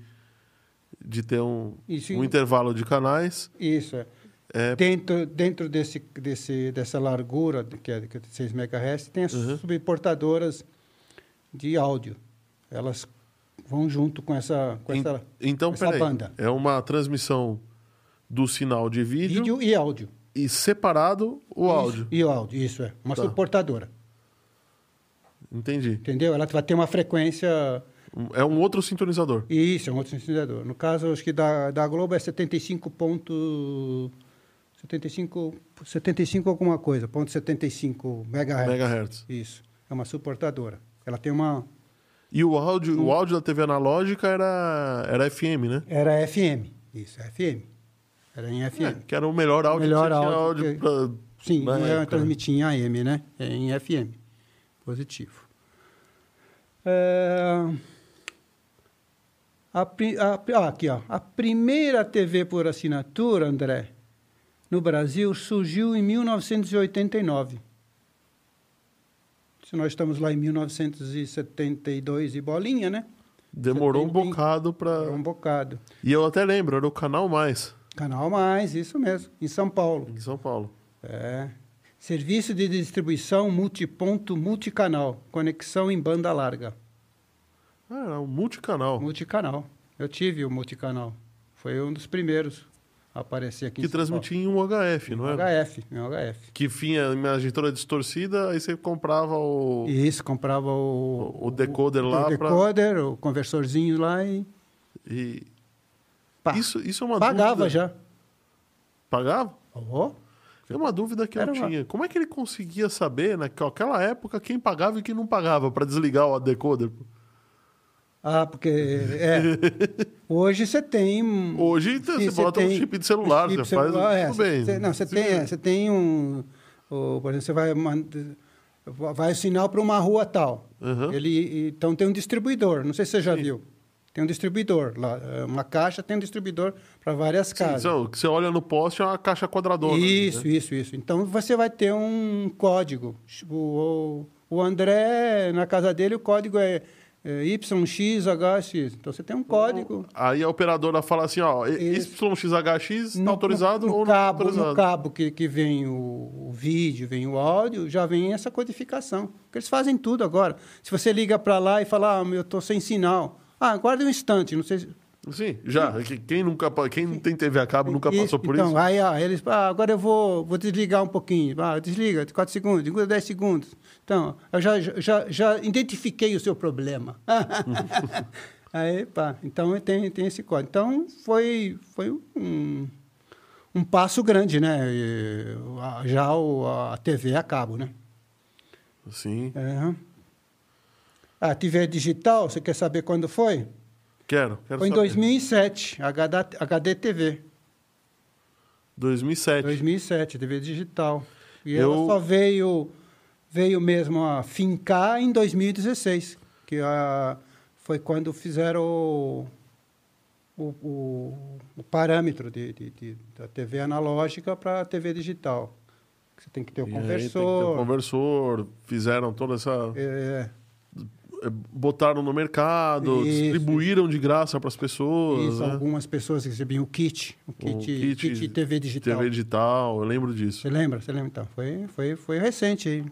[SPEAKER 1] de ter um,
[SPEAKER 2] Isso.
[SPEAKER 1] um intervalo de canais
[SPEAKER 2] Isso é.
[SPEAKER 1] é
[SPEAKER 2] Dentro, dentro desse, desse, dessa largura, de- que é que é de 6 MHz, tem as
[SPEAKER 1] Uhum.
[SPEAKER 2] subportadoras de áudio. Elas vão junto com essa, com
[SPEAKER 1] En-
[SPEAKER 2] essa
[SPEAKER 1] então,
[SPEAKER 2] essa
[SPEAKER 1] peraí,
[SPEAKER 2] banda.
[SPEAKER 1] é uma transmissão do sinal de vídeo,
[SPEAKER 2] vídeo e áudio.
[SPEAKER 1] e separado o
[SPEAKER 2] Isso,
[SPEAKER 1] áudio.
[SPEAKER 2] E o áudio, isso é. Uma
[SPEAKER 1] Tá.
[SPEAKER 2] suportadora.
[SPEAKER 1] Entendi.
[SPEAKER 2] Entendeu? Ela vai ter uma frequência.
[SPEAKER 1] Um- É um outro sintonizador.
[SPEAKER 2] Isso, é um outro sintetizador. No caso, acho que da, da Globo é 75 ponto... 75, 75 alguma coisa, ponto 75 megahertz.
[SPEAKER 1] Megahertz.
[SPEAKER 2] Isso, é uma suportadora. Ela tem uma...
[SPEAKER 1] E o áudio, o áudio da TV analógica era, era FM, né?
[SPEAKER 2] Era FM, isso, FM. Era em FM.
[SPEAKER 1] É, que era o melhor áudio
[SPEAKER 2] Melhor
[SPEAKER 1] que você tinha
[SPEAKER 2] áudio
[SPEAKER 1] áudio pra-
[SPEAKER 2] Sim,
[SPEAKER 1] na
[SPEAKER 2] não é
[SPEAKER 1] época, né?
[SPEAKER 2] transmitir em AM, né? É em FM. Positivo. É, a pri- a pri- ah, aqui, ó. A primeira TV por assinatura, André, no Brasil, surgiu em 1989. Se nós estamos lá em 1972 e bolinha, né?
[SPEAKER 1] Demorou um
[SPEAKER 2] Você tem-
[SPEAKER 1] bocado pra.
[SPEAKER 2] Era um bocado.
[SPEAKER 1] E eu até lembro, era o Canal Mais,
[SPEAKER 2] Canal Mais, isso mesmo, em São Paulo.
[SPEAKER 1] em São Paulo.
[SPEAKER 2] É. Serviço de distribuição multiponto multicanal. Conexão em banda larga.
[SPEAKER 1] Ah, era um multicanal.
[SPEAKER 2] Multicanal. Eu tive o multicanal. Foi um dos primeiros a aparecer
[SPEAKER 1] que
[SPEAKER 2] aqui em São Paulo.
[SPEAKER 1] transmitia em um HF, não era?
[SPEAKER 2] HF, em HF.
[SPEAKER 1] Que vinha a imagem toda distorcida, aí você comprava o.
[SPEAKER 2] E isso, comprava o...
[SPEAKER 1] Oh. O- o decoder lá
[SPEAKER 2] O
[SPEAKER 1] pra-
[SPEAKER 2] decoder, o conversorzinho lá e...
[SPEAKER 1] e-
[SPEAKER 2] Pá.
[SPEAKER 1] Isso, isso é uma
[SPEAKER 2] Pagava
[SPEAKER 1] dúvida.
[SPEAKER 2] já.
[SPEAKER 1] Pagava?
[SPEAKER 2] Oh,
[SPEAKER 1] É uma dúvida que
[SPEAKER 2] Era
[SPEAKER 1] eu
[SPEAKER 2] uma-
[SPEAKER 1] tinha. Como é que ele conseguia saber, naquela época, quem pagava e quem não pagava pra desligar o decoder?
[SPEAKER 2] Ah, porque... É. Hoje você tem... um-
[SPEAKER 1] Hoje então,
[SPEAKER 2] Sim,
[SPEAKER 1] você
[SPEAKER 2] você
[SPEAKER 1] bota um
[SPEAKER 2] tem
[SPEAKER 1] chip de celular,
[SPEAKER 2] chip
[SPEAKER 1] você faz
[SPEAKER 2] celular, é,
[SPEAKER 1] tudo bem.
[SPEAKER 2] Você, não, você
[SPEAKER 1] Se-
[SPEAKER 2] tem, é, você tem um. o- por exemplo, você vai, mand- vai o sinal para uma rua tal.
[SPEAKER 1] Uhum.
[SPEAKER 2] Ele, então tem um distribuidor, não sei se você já
[SPEAKER 1] Sim.
[SPEAKER 2] viu. Tem um distribuidor lá, é, uma caixa tem um distribuidor para várias
[SPEAKER 1] Sim,
[SPEAKER 2] casas.
[SPEAKER 1] então, que você olha no poste, é uma caixa quadradona. ali,
[SPEAKER 2] Isso,
[SPEAKER 1] né?
[SPEAKER 2] isso, isso. Então você vai ter um código. Tipo, O, o André, na casa dele, o código é, é YXHX. Então você tem um código.
[SPEAKER 1] Aí a operadora fala assim, ó, e-
[SPEAKER 2] Isso.
[SPEAKER 1] YXHX tá
[SPEAKER 2] No-
[SPEAKER 1] autorizado
[SPEAKER 2] no
[SPEAKER 1] ou não tá
[SPEAKER 2] cabo, No
[SPEAKER 1] autorizado?
[SPEAKER 2] cabo que, que vem o, o vídeo, vem o áudio, já vem essa codificação. Porque eles fazem tudo agora. Se você liga para lá e fala, ah, meu, eu estou sem sinal. Ah, aguarde um instante, não sei se...
[SPEAKER 1] Sim, já. Que- Quem, nunca, pa- quem não tem TV a cabo nunca passou por
[SPEAKER 2] então,
[SPEAKER 1] isso.
[SPEAKER 2] Aí, ah, eles, ah, agora eu vou, vou desligar um pouquinho. Ah, desliga, 4 segundos, segura 10 segundos. Então, eu já, já, já identifiquei o seu problema. aí, pá, então tem, tem esse código. Então, foi, foi um, um passo grande, né? E, a- já o- a TV a cabo, né?
[SPEAKER 1] Sim,
[SPEAKER 2] Aham. Ah, A TV é digital, você quer saber quando foi?
[SPEAKER 1] quero. quero
[SPEAKER 2] foi em
[SPEAKER 1] saber.
[SPEAKER 2] 2007, HD, HDTV.
[SPEAKER 1] 2007.
[SPEAKER 2] 2007, TV digital. E
[SPEAKER 1] Eu-
[SPEAKER 2] ela só veio, veio mesmo a fincar em 2016, que a, foi quando fizeram o, o, o- o parâmetro de, de- de- da TV analógica para a TV digital. Você tem que ter
[SPEAKER 1] E
[SPEAKER 2] o
[SPEAKER 1] aí tem que ter o
[SPEAKER 2] conversor.
[SPEAKER 1] conversor, fizeram toda essa.
[SPEAKER 2] é,
[SPEAKER 1] eh, Botaram no mercado,
[SPEAKER 2] Isso.
[SPEAKER 1] distribuíram de graça para as pessoas.
[SPEAKER 2] isso,
[SPEAKER 1] né?
[SPEAKER 2] algumas pessoas recebiam o kit, o kit,
[SPEAKER 1] kit-
[SPEAKER 2] kit TV digital.
[SPEAKER 1] TV digital, eu lembro disso.
[SPEAKER 2] Você lembra? Você lembra? Então, foi, foi, foi recente, hein?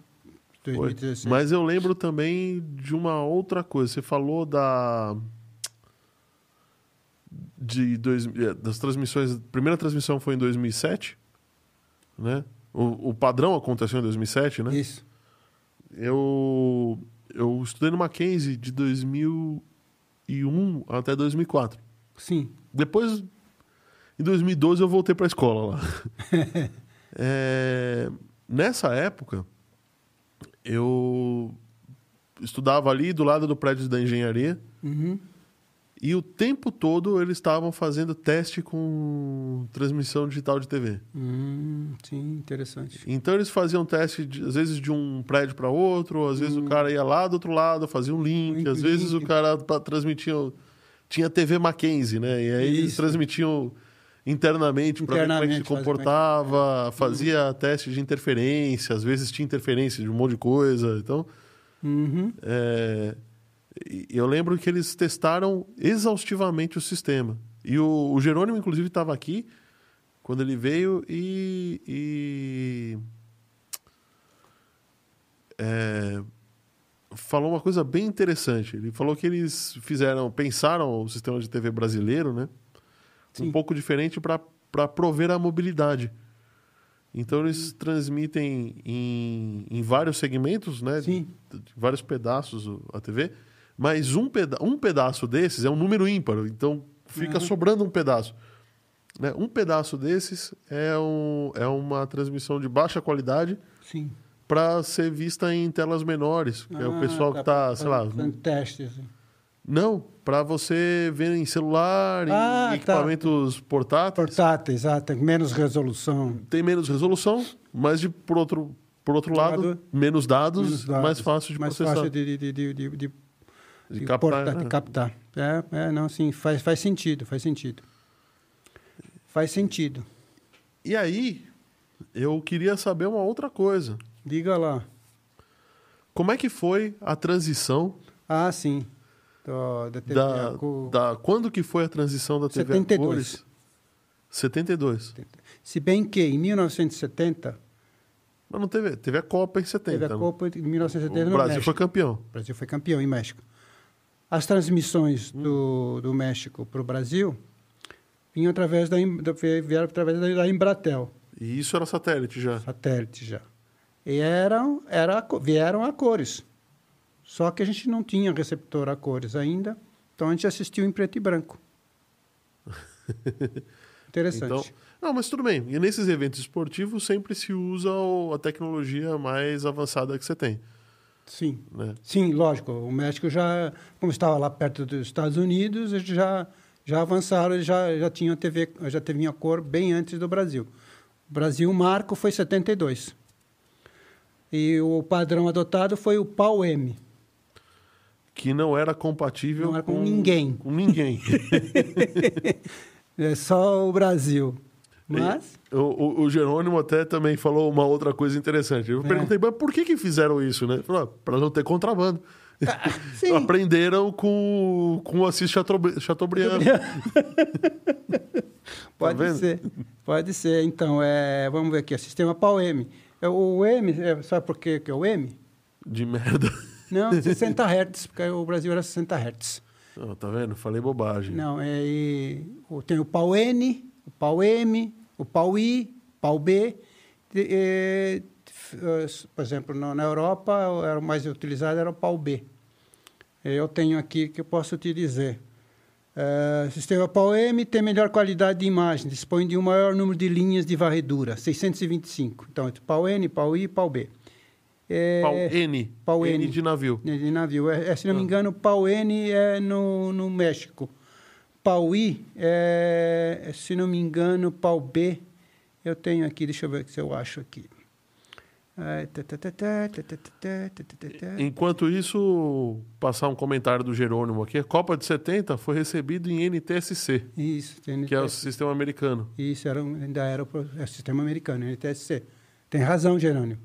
[SPEAKER 1] Foi.
[SPEAKER 2] 2016.
[SPEAKER 1] Mas eu lembro também de uma outra coisa. Você falou da. De dois, eh, das transmissões. A primeira transmissão foi em 2007, né? O, o padrão aconteceu em 2007, né?
[SPEAKER 2] Isso.
[SPEAKER 1] Eu, eu estudei no Mackenzie de 2001 até 2004.
[SPEAKER 2] Sim.
[SPEAKER 1] Depois, em 2012, eu voltei pra escola lá. É, nessa época, eu estudava ali do lado do prédio da engenharia
[SPEAKER 2] Uhum.
[SPEAKER 1] E o tempo todo eles estavam fazendo teste com transmissão digital de TV.
[SPEAKER 2] Hum, sim, interessante.
[SPEAKER 1] Então eles faziam teste, de- às vezes, de um prédio para outro, às vezes o cara ia lá do outro lado, fazia um link,
[SPEAKER 2] Link,
[SPEAKER 1] às vezes
[SPEAKER 2] link.
[SPEAKER 1] o cara pa- transmitia. o- Tinha TV Mackenzie, né? E aí eles
[SPEAKER 2] Isso. transmitiam
[SPEAKER 1] transmitiam internamente para ver como é que é. Uhum. se
[SPEAKER 2] Internamente, faz-
[SPEAKER 1] comportava, fazia teste de interferência, às vezes tinha interferência de um monte de coisa. Então,
[SPEAKER 2] Uhum.
[SPEAKER 1] é, e- eu lembro que eles testaram exaustivamente o sistema. E o, o Jerônimo, inclusive, estava aqui quando ele veio e. e, é, falou uma coisa bem interessante. Ele falou que eles fizeram, pensaram o sistema de TV brasileiro, né? Um
[SPEAKER 2] Sim.
[SPEAKER 1] pouco diferente para prover a mobilidade. Então eles transmitem em, em vários segmentos, né?
[SPEAKER 2] Sim.
[SPEAKER 1] de vários pedaços o- a TV, mas um, peda um pedaço desses é um número ímpar, então fica
[SPEAKER 2] Uhum.
[SPEAKER 1] sobrando um pedaço. Né? Um pedaço desses é, um, é uma transmissão de baixa qualidade
[SPEAKER 2] Sim.
[SPEAKER 1] para ser vista em telas menores, que é o
[SPEAKER 2] Ah, assim.
[SPEAKER 1] pessoal que
[SPEAKER 2] tá
[SPEAKER 1] está, sei lá. né?
[SPEAKER 2] fazendo testes.
[SPEAKER 1] Não, para você ver em celular, em
[SPEAKER 2] Ah, tá.
[SPEAKER 1] equipamentos portáteis.
[SPEAKER 2] Portáteis, ah, tem menos resolução.
[SPEAKER 1] Tem menos resolução, mas de, por outro, por outro lado,
[SPEAKER 2] Lado.
[SPEAKER 1] menos, dados,
[SPEAKER 2] menos dados,
[SPEAKER 1] mais fácil de
[SPEAKER 2] mais
[SPEAKER 1] processar.
[SPEAKER 2] fácil de, de, de, de, de-
[SPEAKER 1] de
[SPEAKER 2] de
[SPEAKER 1] captar,
[SPEAKER 2] portar,
[SPEAKER 1] né?
[SPEAKER 2] de captar. É, é, não, sim, faz, faz sentido, faz sentido. Faz sentido.
[SPEAKER 1] E aí, eu queria saber uma outra coisa.
[SPEAKER 2] Diga lá.
[SPEAKER 1] Como é que foi a transição
[SPEAKER 2] Ah, sim. Do, da TV
[SPEAKER 1] da,
[SPEAKER 2] a cor.
[SPEAKER 1] da- Quando que foi a transição da TV a
[SPEAKER 2] 72.
[SPEAKER 1] cores? 72.
[SPEAKER 2] Se bem que em 1970,
[SPEAKER 1] Mas não teve, teve a Copa em 70.
[SPEAKER 2] teve a
[SPEAKER 1] né?
[SPEAKER 2] Copa de
[SPEAKER 1] o
[SPEAKER 2] 1970 no
[SPEAKER 1] Brasil
[SPEAKER 2] México.
[SPEAKER 1] foi campeão.
[SPEAKER 2] O Brasil foi campeão em México. As transmissões do, do México para o Brasil vinham através da, Em- da- vieram através da- da Embratel,
[SPEAKER 1] E isso era satélite já.
[SPEAKER 2] satélite já. E eram, era, a co- vieram a cores. Só que a gente não tinha receptor a cores ainda, então a gente assistiu em preto e branco.
[SPEAKER 1] Então,
[SPEAKER 2] Interessante.
[SPEAKER 1] não, mas tudo bem. E nesses eventos esportivos sempre se usa o- a tecnologia mais avançada que você tem.
[SPEAKER 2] Sim.
[SPEAKER 1] Né?
[SPEAKER 2] Sim, lógico. O México já, como estava lá perto dos Estados Unidos, eles já já avançaram, eles já já tinham TV, já teve a cor bem antes do Brasil. O Brasil o marco foi 72. E o padrão adotado foi o pau M.
[SPEAKER 1] Que não era compatível
[SPEAKER 2] Não era com ninguém.
[SPEAKER 1] Com ninguém.
[SPEAKER 2] É só o Brasil. Mas
[SPEAKER 1] E O, o- o Jerônimo até também falou uma outra coisa interessante. Eu
[SPEAKER 2] É.
[SPEAKER 1] perguntei, mas por que, que fizeram isso, né? Falou, "Ah, pra não ter contrabando.
[SPEAKER 2] ah, sim.
[SPEAKER 1] Aprenderam com, com o Assis Chateaubri- Chateaubriand.
[SPEAKER 2] Pode
[SPEAKER 1] Tá vendo?
[SPEAKER 2] ser, pode ser. Então, é, vamos ver aqui, é sistema pau M. É, O M, é, sabe por que que é o M?
[SPEAKER 1] De merda.
[SPEAKER 2] Não, 60 Hz, porque o Brasil era 60 Hz.
[SPEAKER 1] Não, tá vendo? Falei bobagem.
[SPEAKER 2] Não, é, e o- tem o pau N, o pau M, o pau I, pau B. E, e, f- eh, s- por exemplo, na, na Europa, o- era o mais utilizado era o pau B. Eu tenho aqui que eu posso te dizer. Eh, sistema pau M tem melhor qualidade de imagem, dispõe de um maior número de linhas de varredura, 625. Então, entre pau N, pau I e pau B. Eh,
[SPEAKER 1] Pau N.
[SPEAKER 2] Pau N.
[SPEAKER 1] de navio.
[SPEAKER 2] né, de navio. É, é, se não me
[SPEAKER 1] Ah.
[SPEAKER 2] engano, Pau N é no, no México. Pau I é, é, se não me engano, Pau B. Eu tenho aqui, deixa eu ver se eu acho aqui. Ah, tá, tá, tá, tá, tá, tá, tá, tá, tá, tá, tá.
[SPEAKER 1] Enquanto isso, passar um comentário do Jerônimo aqui. A Copa de 70 foi recebida em NTSC,
[SPEAKER 2] Isso, tem
[SPEAKER 1] que é o
[SPEAKER 2] NTSC.
[SPEAKER 1] sistema americano.
[SPEAKER 2] Isso era, um- ainda era o, pro- é o sistema americano, NTSC. Tem razão, Gerônimo.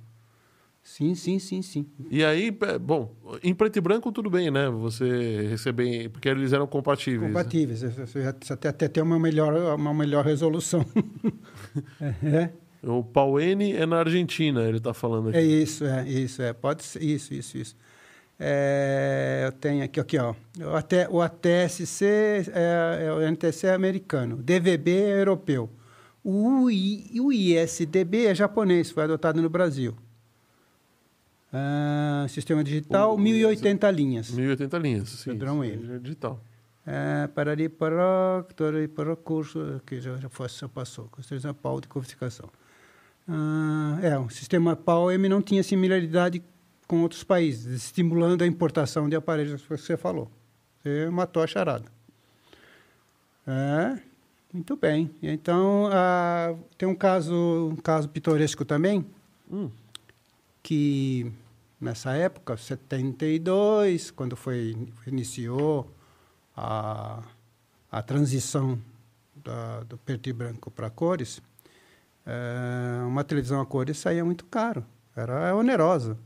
[SPEAKER 2] Sim, sim, sim, sim.
[SPEAKER 1] E aí, é, bom, em preto e branco tudo bem, né? Você receber, porque eles eram compatíveis. né?
[SPEAKER 2] Compatíveis. Você já- você até, até tem uma melhor, uma melhor resolução. é.
[SPEAKER 1] O Pau N é na Argentina, ele tá falando aqui.
[SPEAKER 2] É isso, é isso, é. Pode ser isso, isso, isso. É, eu tenho aqui, aqui ó. O, AT, o ATSC é, é o NTC é americano, o DVB é europeu. O, UI, o ISDB é japonês, foi adotado no Brasil. Ah, sistema digital,
[SPEAKER 1] O-
[SPEAKER 2] 1080 linhas.
[SPEAKER 1] 1080 linhas, sim.
[SPEAKER 2] Padrão
[SPEAKER 1] isso,
[SPEAKER 2] N.
[SPEAKER 1] é Digital.
[SPEAKER 2] É, parari para parari para curso que já já, foi, já passou construção pau de codificação ah, é o sistema pau M não tinha similaridade com outros países estimulando a importação de aparelhos que você falou você matou a charada É, muito bem. Então, ah, tem um caso, um caso pitoresco também,
[SPEAKER 1] Hum,
[SPEAKER 2] que nessa época, 72, quando foi iniciou a, a transição da- do preto e branco para cores, eh, uma televisão a cores saía muito caro, era onerosa.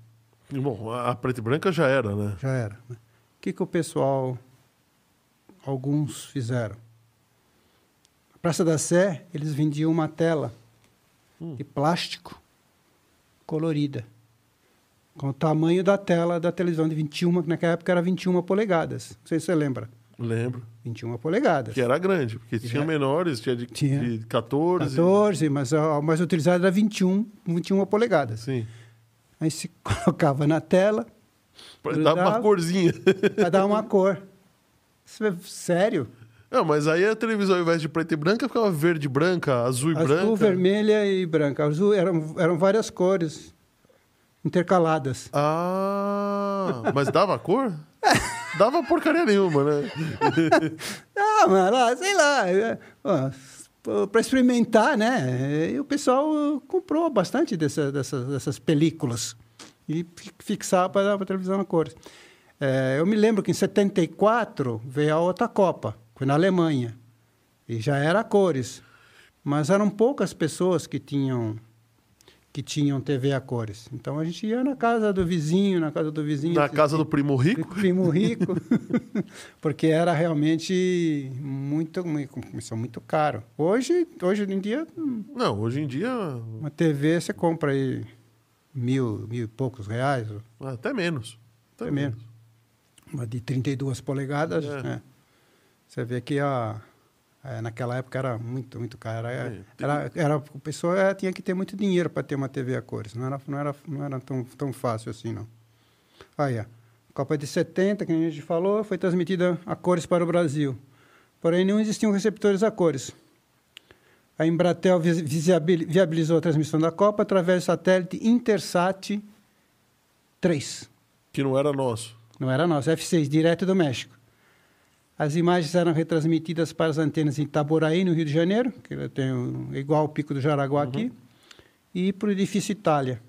[SPEAKER 1] E, Bom, a a preta e branca já era, né?
[SPEAKER 2] Já era. né? O que, que o pessoal, alguns fizeram? Na Praça da Sé, eles vendiam uma tela de plástico colorida, com o tamanho da tela da televisão de 21, que naquela época era 21 polegadas. Não sei se você lembra.
[SPEAKER 1] Lembro.
[SPEAKER 2] 21 polegadas.
[SPEAKER 1] Que era grande, porque tinha
[SPEAKER 2] Já.
[SPEAKER 1] menores, tinha de,
[SPEAKER 2] Tinha.
[SPEAKER 1] de 14.
[SPEAKER 2] 14, mas a a mais utilizada era 21, 21 polegadas.
[SPEAKER 1] Sim.
[SPEAKER 2] Aí se colocava na tela,
[SPEAKER 1] Dava uma
[SPEAKER 2] Grudava.
[SPEAKER 1] corzinha.
[SPEAKER 2] para dar uma cor. Isso é Sério?
[SPEAKER 1] Não, mas aí a televisão, ao invés de preta e branca, ficava verde e branca, azul e
[SPEAKER 2] Azul,
[SPEAKER 1] branca.
[SPEAKER 2] vermelha e branca. Azul eram, eram várias cores intercaladas.
[SPEAKER 1] Ah, mas dava cor? dava porcaria nenhuma, né?
[SPEAKER 2] Ah, mas lá, sei lá. é, ó, pô, Pra experimentar, né? E o pessoal comprou bastante dessa, dessas, dessas películas e fi- fixava para a televisão a cores. É, eu me lembro que em 74 veio a outra Copa, foi na Alemanha, e já era a cores. Mas eram poucas pessoas que tinham que tinham TV a cores. Então a gente ia na casa do vizinho, na casa do vizinho.
[SPEAKER 1] Na
[SPEAKER 2] assistia.
[SPEAKER 1] casa do primo rico?
[SPEAKER 2] Primo rico. Porque era realmente muito, muito, começou muito caro. Hoje, hoje em dia, hum,
[SPEAKER 1] Não, hoje em dia,
[SPEAKER 2] uma TV você compra aí mil, mil e poucos reais, ou
[SPEAKER 1] até menos.
[SPEAKER 2] até menos. Uma de 32 polegadas,
[SPEAKER 1] É.
[SPEAKER 2] né? Você vê que a, é, naquela época era muito, muito caro. Era,
[SPEAKER 1] É, tem-
[SPEAKER 2] era, era- a pessoa eh, tinha que ter muito dinheiro para ter uma TV a cores. Não era, não era, não era tão, tão fácil assim, não. Aí, ó. Copa de 70, que a gente falou, foi transmitida a cores para o Brasil. Porém, não existiam receptores a cores. A Embratel vi- visibil- viabilizou a transmissão da Copa através do satélite Intersat 3.
[SPEAKER 1] Que não era nosso.
[SPEAKER 2] Não era nosso, F6, direto do México. As imagens eram retransmitidas para as antenas em Itaboraí, no Rio de Janeiro, que eu tenho igual o Pico do Jaraguá
[SPEAKER 1] Uhum.
[SPEAKER 2] aqui, e para o edifício Itália.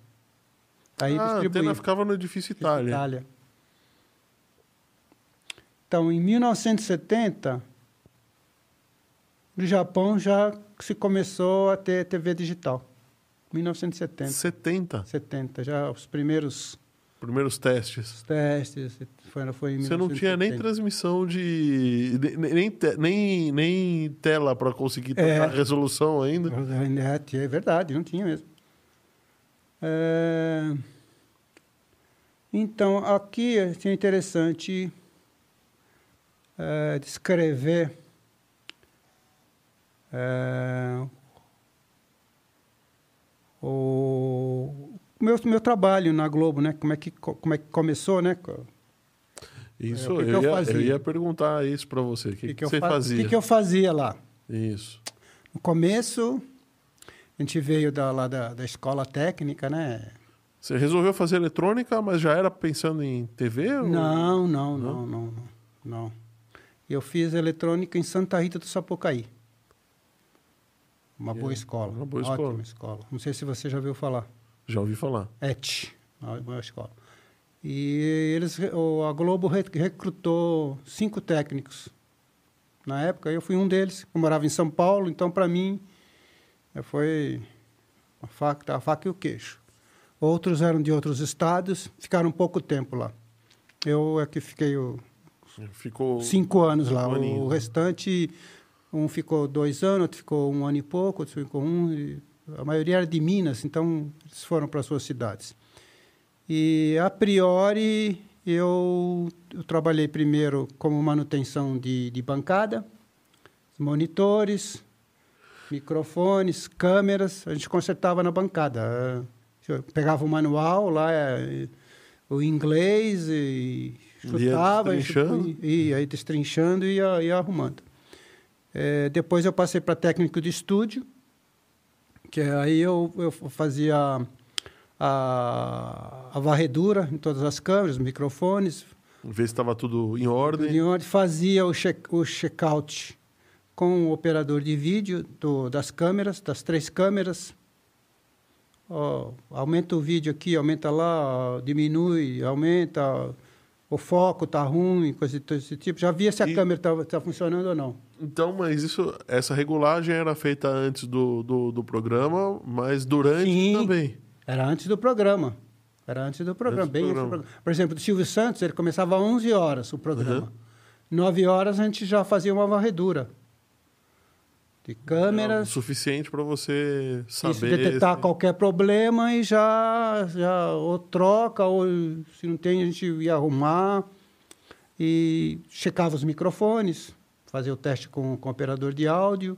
[SPEAKER 2] Aí
[SPEAKER 1] ah, a
[SPEAKER 2] distribuía.
[SPEAKER 1] antena ficava no edifício Itália.
[SPEAKER 2] Itália. Então, em 1970, no Japão já se começou a ter TV digital. 1970.
[SPEAKER 1] 70.
[SPEAKER 2] 70, já os primeiros
[SPEAKER 1] Primeiros testes.
[SPEAKER 2] os testes, foi, foi em
[SPEAKER 1] Você não tinha nem
[SPEAKER 2] 1970.
[SPEAKER 1] transmissão de. ne- ne- Nem, te- nem, nem tela para conseguir
[SPEAKER 2] É.
[SPEAKER 1] trocar a resolução ainda.
[SPEAKER 2] É, tinha- é verdade, não tinha mesmo. É, Então, aqui é interessante é, descrever é, o meu, meu trabalho na Globo, né? Como é que, co- como é que começou, né? co-
[SPEAKER 1] Isso,
[SPEAKER 2] É, o que que
[SPEAKER 1] eu,
[SPEAKER 2] eu
[SPEAKER 1] ia,
[SPEAKER 2] fazia?
[SPEAKER 1] eu ia perguntar isso para você. O que,
[SPEAKER 2] que
[SPEAKER 1] que
[SPEAKER 2] eu
[SPEAKER 1] você
[SPEAKER 2] fa-
[SPEAKER 1] fazia?
[SPEAKER 2] que que eu fazia lá?
[SPEAKER 1] Isso.
[SPEAKER 2] No começo, a gente veio da, lá da, da escola técnica, né?
[SPEAKER 1] Você resolveu fazer eletrônica, mas já era pensando em TV? ou-
[SPEAKER 2] Não,
[SPEAKER 1] Não?
[SPEAKER 2] não, não, não, não, não. Eu fiz eletrônica em Santa Rita do Sapucaí. Uma
[SPEAKER 1] É,
[SPEAKER 2] boa escola.
[SPEAKER 1] uma boa
[SPEAKER 2] Ótima escola. Não sei se você já ouviu falar.
[SPEAKER 1] Já ouvi falar.
[SPEAKER 2] ET, uma boa escola. E eles, re- o- a Globo re- recrutou cinco técnicos. Na época, eu fui um deles. Eu morava em São Paulo, então, para mim, eh, foi a faca, a faca e o queijo. Outros eram de outros estados, ficaram pouco tempo lá. Eu é que fiquei o-
[SPEAKER 1] Ficou.
[SPEAKER 2] cinco anos lá.
[SPEAKER 1] um aninho,
[SPEAKER 2] O
[SPEAKER 1] né?
[SPEAKER 2] restante, um ficou dois anos, outro ficou um ano e pouco, outro ficou um. e a maioria era de Minas, então eles foram para suas cidades. E, a priori, eu, eu trabalhei primeiro como manutenção de, de bancada, monitores, microfones, câmeras. A gente consertava na bancada. Eh, eu Pegava o manual lá, eh, o inglês, e
[SPEAKER 1] Ia
[SPEAKER 2] chutava, e
[SPEAKER 1] destrinchando?
[SPEAKER 2] e aí destrinchando e ia, ia arrumando. Eh, depois eu passei para técnico de estúdio, que é, aí eu, eu fazia a, a varredura em todas as câmeras, microfones,
[SPEAKER 1] Ver se estava tudo em ordem.
[SPEAKER 2] de onde fazia o check- o check-out com o operador de vídeo do, das câmeras, das três câmeras. Ó, aumenta o vídeo aqui, aumenta lá, ó, diminui, aumenta, ó, o foco tá ruim, coisa desse tipo. Já via se a
[SPEAKER 1] E-
[SPEAKER 2] câmera tá, tá funcionando ou não.
[SPEAKER 1] Então, mas isso, essa regulagem era feita antes do, do, do programa, mas durante
[SPEAKER 2] Sim.
[SPEAKER 1] também.
[SPEAKER 2] Era antes do programa. Era antes do programa,
[SPEAKER 1] Antes do
[SPEAKER 2] bem antes do
[SPEAKER 1] programa.
[SPEAKER 2] programa. Por exemplo, do Silvio Santos, ele começava às 11 horas o
[SPEAKER 1] Uhum.
[SPEAKER 2] programa. nove 9 horas a gente já fazia uma varredura de
[SPEAKER 1] Era o
[SPEAKER 2] câmeras,
[SPEAKER 1] suficiente para você saber.
[SPEAKER 2] isso, detectar
[SPEAKER 1] se-
[SPEAKER 2] qualquer problema e já, já ou troca, ou se não tem, a gente ia arrumar. E checava os microfones, fazia o teste com, com o operador de áudio,